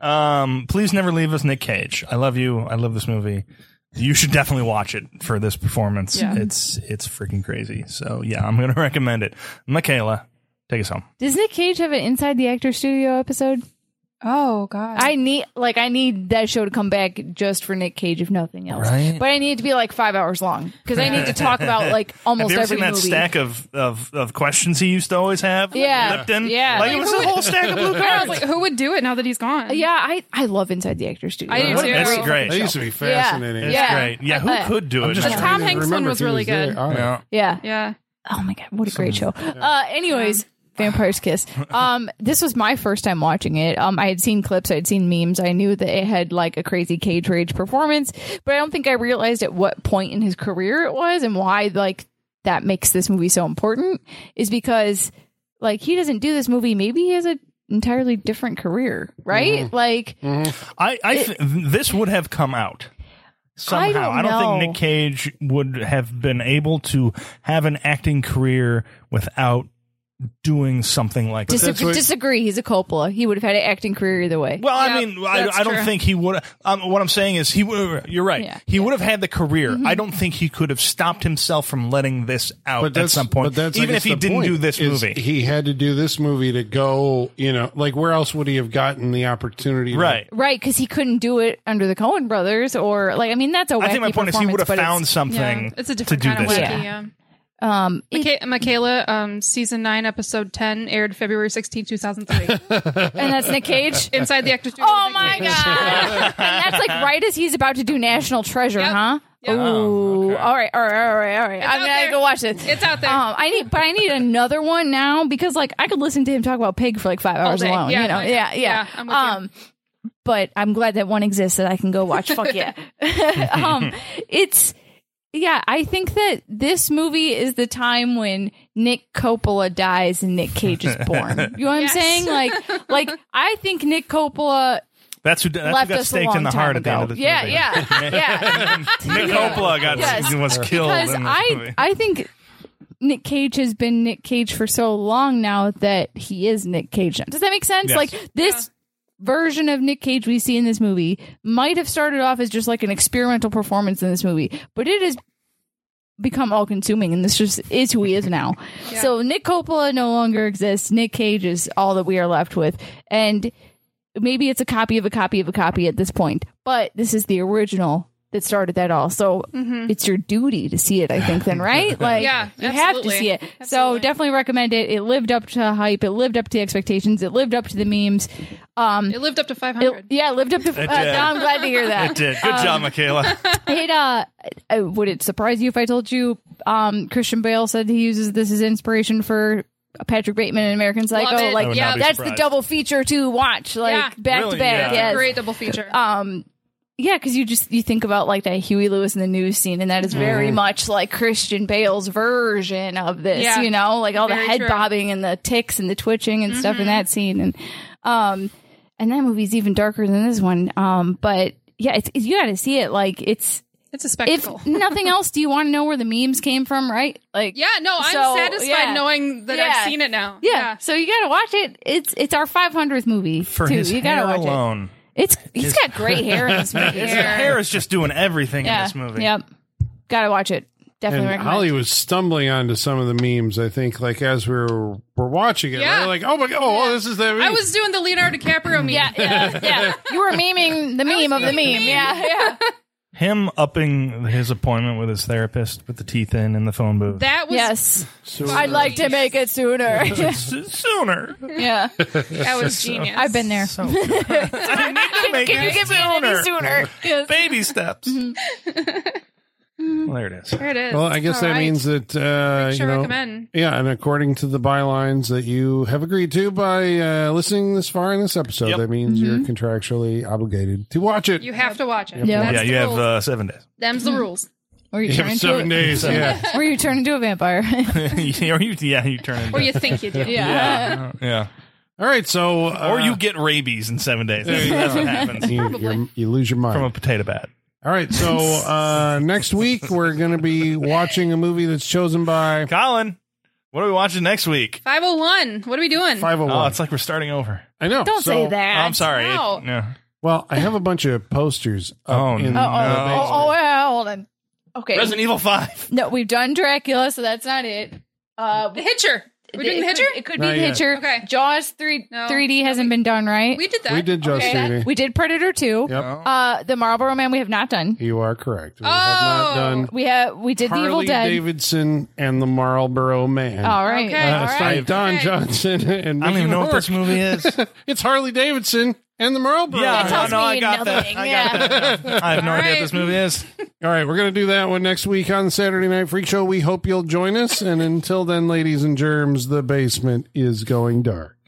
S5: Um, please never leave us, Nick Cage. I love you. I love this movie. You should definitely watch it for this performance.
S3: Yeah.
S5: It's it's freaking crazy. So yeah, I'm gonna [laughs] recommend it. Michaela, take us home.
S4: Does Nick Cage have an Inside the Actor Studio episode?
S3: Oh God,
S4: I need like I need that show to come back just for Nick Cage, if nothing else.
S5: Right.
S4: But I need it to be like five hours long because I need to talk about
S5: [laughs]
S4: like
S5: Have
S4: almost
S5: you ever
S4: every
S5: seen that
S4: movie.
S5: stack of, of of questions he used to always have?
S4: Yeah.
S5: Lipton.
S4: Yeah.
S5: like it was a whole stack
S4: [laughs]
S5: of
S3: I
S5: blue
S3: was
S5: cards.
S3: like, who would do it now that he's gone?
S4: yeah, I I love Inside the Actor Studio.
S3: I do
S5: What-
S3: too.
S5: That's
S2: that
S5: great.
S2: used to be fascinating.
S4: Yeah.
S5: Great. Yeah, who
S4: Uh,
S5: could do it?
S3: The Tom
S2: trying to
S3: Hanks one
S2: remember if
S3: was
S2: he
S3: really
S2: there.
S3: good.
S2: I don't know.
S5: yeah.
S4: Yeah.
S3: yeah.
S4: Oh my god, what a great show. Uh anyways, Vampire's Kiss. Um this was my first time watching it. Um I had seen clips, I'd seen memes. I knew that it had like a crazy cage rage performance, but I don't think I realized at what point in his career it was and why like that makes this movie so important is because like he doesn't do this movie, maybe he has an entirely different career, right? Like
S5: I, I th- this would have come out somehow.
S4: I don't know.
S5: think Nick Cage would have been able to have an acting career without doing something like this.
S4: disagree, disagree, he's a Coppola. He would have had an acting career either way.
S5: Well, I
S3: Yep,
S5: mean, I,
S3: that's
S5: I don't
S3: true.
S5: think he would. Um, what I'm saying is, he would. You're right.
S4: Yeah. Mm-hmm.
S5: he would have had the career. I don't think he could have stopped himself from letting this out
S2: But
S5: at
S2: that's
S5: some point.
S2: But that's, I
S5: even if
S2: guess,
S5: he
S2: the
S5: didn't
S2: point
S5: do this
S2: is
S5: movie,
S2: he had to do this movie to go. You know, like where else would he have gotten the opportunity? to-
S5: right?
S4: Right, because he couldn't do it under the Cohen brothers, or like I mean, that's a wacky
S5: I think my point is he
S4: performance,
S5: would have
S4: but it's-
S5: found something
S3: Yeah. It's a
S5: to
S3: different
S5: do
S3: kind of
S5: this.
S3: wacky.
S4: Yeah.
S3: Yeah.
S4: Um, it-
S3: Micha- Michaela, um, season nine, episode ten, aired February 16, thousand
S4: [laughs]
S3: three.
S4: and that's Nick
S5: [laughs]
S4: Cage.
S3: Inside the actor's Studio.
S4: oh my god! and that's like right as he's about to do National Treasure,
S3: Yep.
S4: huh?
S3: Yep.
S5: Oh,
S4: Ooh, all right, all right, all right, all right. I'm
S3: out
S4: gonna have to
S3: there.
S4: go watch this.
S3: It's out there.
S4: Um, I need, but I need another one now because like I could listen to him talk about pig for like five hours
S3: day.
S4: alone.
S3: Yeah,
S4: you know,
S3: I know.
S4: yeah, yeah.
S3: Yeah, I'm with you.
S4: um, but I'm glad that one exists that I can go watch.
S3: [laughs]
S4: Fuck yeah. [laughs] um, it's yeah. I think that this movie is the time when Nick Coppola dies and Nick Cage is born. You know what
S3: [laughs]
S4: I'm
S3: Yes.
S4: saying? Like, like I think Nick Coppola
S5: That's who, that's who
S4: left
S5: got
S4: us a
S5: staked
S4: long
S5: in the heart
S4: time
S5: at the
S4: ago.
S5: end of this
S4: yeah,
S5: movie. [laughs]
S4: yeah, yeah.
S5: Nick Coppola got
S4: Yes.
S5: was killed
S4: because
S5: in this
S4: I
S5: movie.
S4: I think Nick Cage has been Nick Cage for so long now that he is Nick Cage. now. Does that make sense?
S5: Yes.
S4: Like this version of Nick Cage we see in this movie might have started off as just like an experimental performance in this movie, but it has become all consuming and this just is who he
S3: [laughs]
S4: is now. So Nick Coppola no longer exists. Nick Cage is all that we are left with. And maybe it's a copy of a copy of a copy at this point, but this is the original that started that all. So it's your duty to see it, I think, then, right? Like,
S3: Mm-hmm. [laughs] Yeah,
S4: you have to
S3: absolutely.
S4: see it. So
S3: Absolutely.
S4: definitely recommend it. It lived up to hype, it lived up to the expectations, it lived up to the memes. Um,
S3: It lived up to five
S4: it,
S3: hundred.
S4: yeah, it lived up to. Uh,
S5: did.
S4: now I'm glad to
S5: [laughs]
S4: hear that.
S5: It did. Good
S4: [laughs]
S5: job, Michaela.
S4: It uh, uh, would it surprise you if I told you um Christian Bale said he uses this as inspiration for Patrick Bateman in American
S3: Love
S4: Psycho?
S3: it. I
S4: Like,
S3: would not
S4: yeah,
S5: be
S4: that's the
S5: surprised.
S4: double feature to watch, like
S3: Yeah.
S4: back
S5: Really?
S4: to back.
S5: Yeah.
S4: Yes.
S3: Great double feature.
S4: Um, yeah, because you just you think about like that Huey Lewis in the news scene, and that is very
S5: Mm-hmm.
S4: much like Christian Bale's version of this.
S3: Yeah.
S4: You know, like all the
S3: Very
S4: head
S3: true. Mm-hmm.
S4: bobbing and the ticks and the twitching and stuff in that scene, and um, and that movie's even darker than this one. Um, but yeah, it's, you got to see it. Like it's
S3: it's a
S4: if
S3: spectacle.
S4: [laughs] nothing else, do you want to know where the memes came from? Right? Like
S3: yeah, no, I'm
S4: So,
S3: satisfied
S4: yeah.
S3: knowing that
S4: Yeah.
S3: I've seen it now.
S4: Yeah. so you gotta watch it. It's it's our 500th movie
S5: For
S4: too.
S5: his
S4: you gotta
S5: hair
S4: watch
S5: alone.
S4: it. It's he's got
S5: [laughs]
S4: great hair in this movie.
S5: His hair is just doing everything
S4: yeah.
S5: in this movie.
S4: Yep. Gotta watch it. Definitely
S2: And
S4: recommend.
S2: Holly was stumbling onto some of the memes. I think, like as we were, were watching it,
S3: Yeah.
S2: we were like, "Oh my god! Oh, this is that." Meme.
S3: I was doing the Leonardo DiCaprio meme.
S4: Yeah, yeah,
S5: [laughs]
S4: yeah. You were memeing the meme of the meme. Yeah, yeah.
S5: Him upping his appointment with his therapist with the teeth in in the phone booth.
S3: That was
S4: [laughs] Yes.
S2: So-
S4: I'd like to make it
S5: [laughs]
S4: sooner. [laughs]
S5: Sooner.
S4: yeah.
S3: that was genius.
S4: I've been there.
S5: So good. I need to make
S4: Can you
S5: it
S4: give me
S5: sooner.
S4: any sooner? Mm-hmm. Yes.
S5: Baby steps. Well, there it is.
S3: There it is.
S2: Well, I guess
S3: All
S2: that
S3: right.
S2: means that uh,
S3: Sure
S2: you know,
S3: recommend.
S2: yeah, and according to the bylines that you have agreed to by uh, listening this far in this episode,
S5: Yep.
S2: that means you're contractually obligated to watch it.
S3: Mm-hmm. You have to watch it.
S4: Yeah.
S3: That's
S5: Yeah,
S3: the
S5: you have
S3: rules.
S5: uh, seven days.
S3: Them's the rules.
S4: Were you
S2: You
S4: turn
S2: have seven
S4: into
S2: days. Yeah,
S4: a, Were you turn into a vampire? [laughs] yeah.
S5: yeah, [laughs] or you, yeah, you turn into.
S3: Or you think you do.
S4: [laughs]
S5: [laughs] yeah, yeah.
S2: all right. So, uh,
S5: Or you get rabies in seven days. That's, that's what
S2: [laughs]
S5: happens
S2: you, you're- you lose your mind.
S5: from a potato bat.
S2: all right.
S3: [laughs]
S2: So uh, next week we're going to be watching a movie that's chosen by
S5: Colin, what are we watching next week?
S3: 501. What are we doing?
S2: five hundred
S5: Oh,
S2: one.
S5: it's like we're starting over.
S2: I know.
S4: Don't
S2: so-
S4: say
S5: Oh,
S4: that.
S5: I'm sorry. It-
S3: no.
S5: no.
S2: Well, I have a bunch of posters. up
S5: Oh,
S2: in
S5: no.
S4: Oh,
S2: the
S4: oh, oh,
S2: basement.
S4: oh, well, hold on. Okay.
S5: Resident Evil Five.
S4: No, we've done Dracula, so that's not it. Uh,
S3: The Hitcher. We're doing
S4: it
S3: the Hitcher?
S4: Could, it could be
S2: Not
S4: the
S2: yet.
S4: Hitcher.
S3: Okay.
S4: Jaws 3,
S3: No.
S4: 3D hasn't been done, right?
S3: We did that.
S2: We did Jaws
S3: Okay.
S2: 3D.
S4: We did Predator 2.
S2: Yep.
S4: Uh, the Marlboro Man we have not done.
S2: You are correct. We have not
S3: Oh.
S2: done
S4: We have we did the Evil
S2: Harley
S4: Dead.
S2: Davidson and the Marlboro Man.
S4: All right.
S3: Okay.
S2: Uh,
S4: All
S2: it's
S4: right.
S2: like Don
S3: Okay.
S2: Johnson [laughs] and
S5: I don't
S2: Mickey
S5: even know what
S2: Rourke.
S5: this movie [laughs] is. yeah,
S2: [laughs] It's Harley Davidson and the Marlboro.
S5: I
S2: Man.
S4: tells
S5: know,
S4: me
S5: I got that.
S4: nothing,
S5: I
S4: yeah.
S5: got that. I have no idea what
S3: right.
S5: this movie is.
S2: All right, we're going to do that one next week on Saturday Night Freak Show. We hope you'll join us. And until then, ladies and germs, the basement is going dark.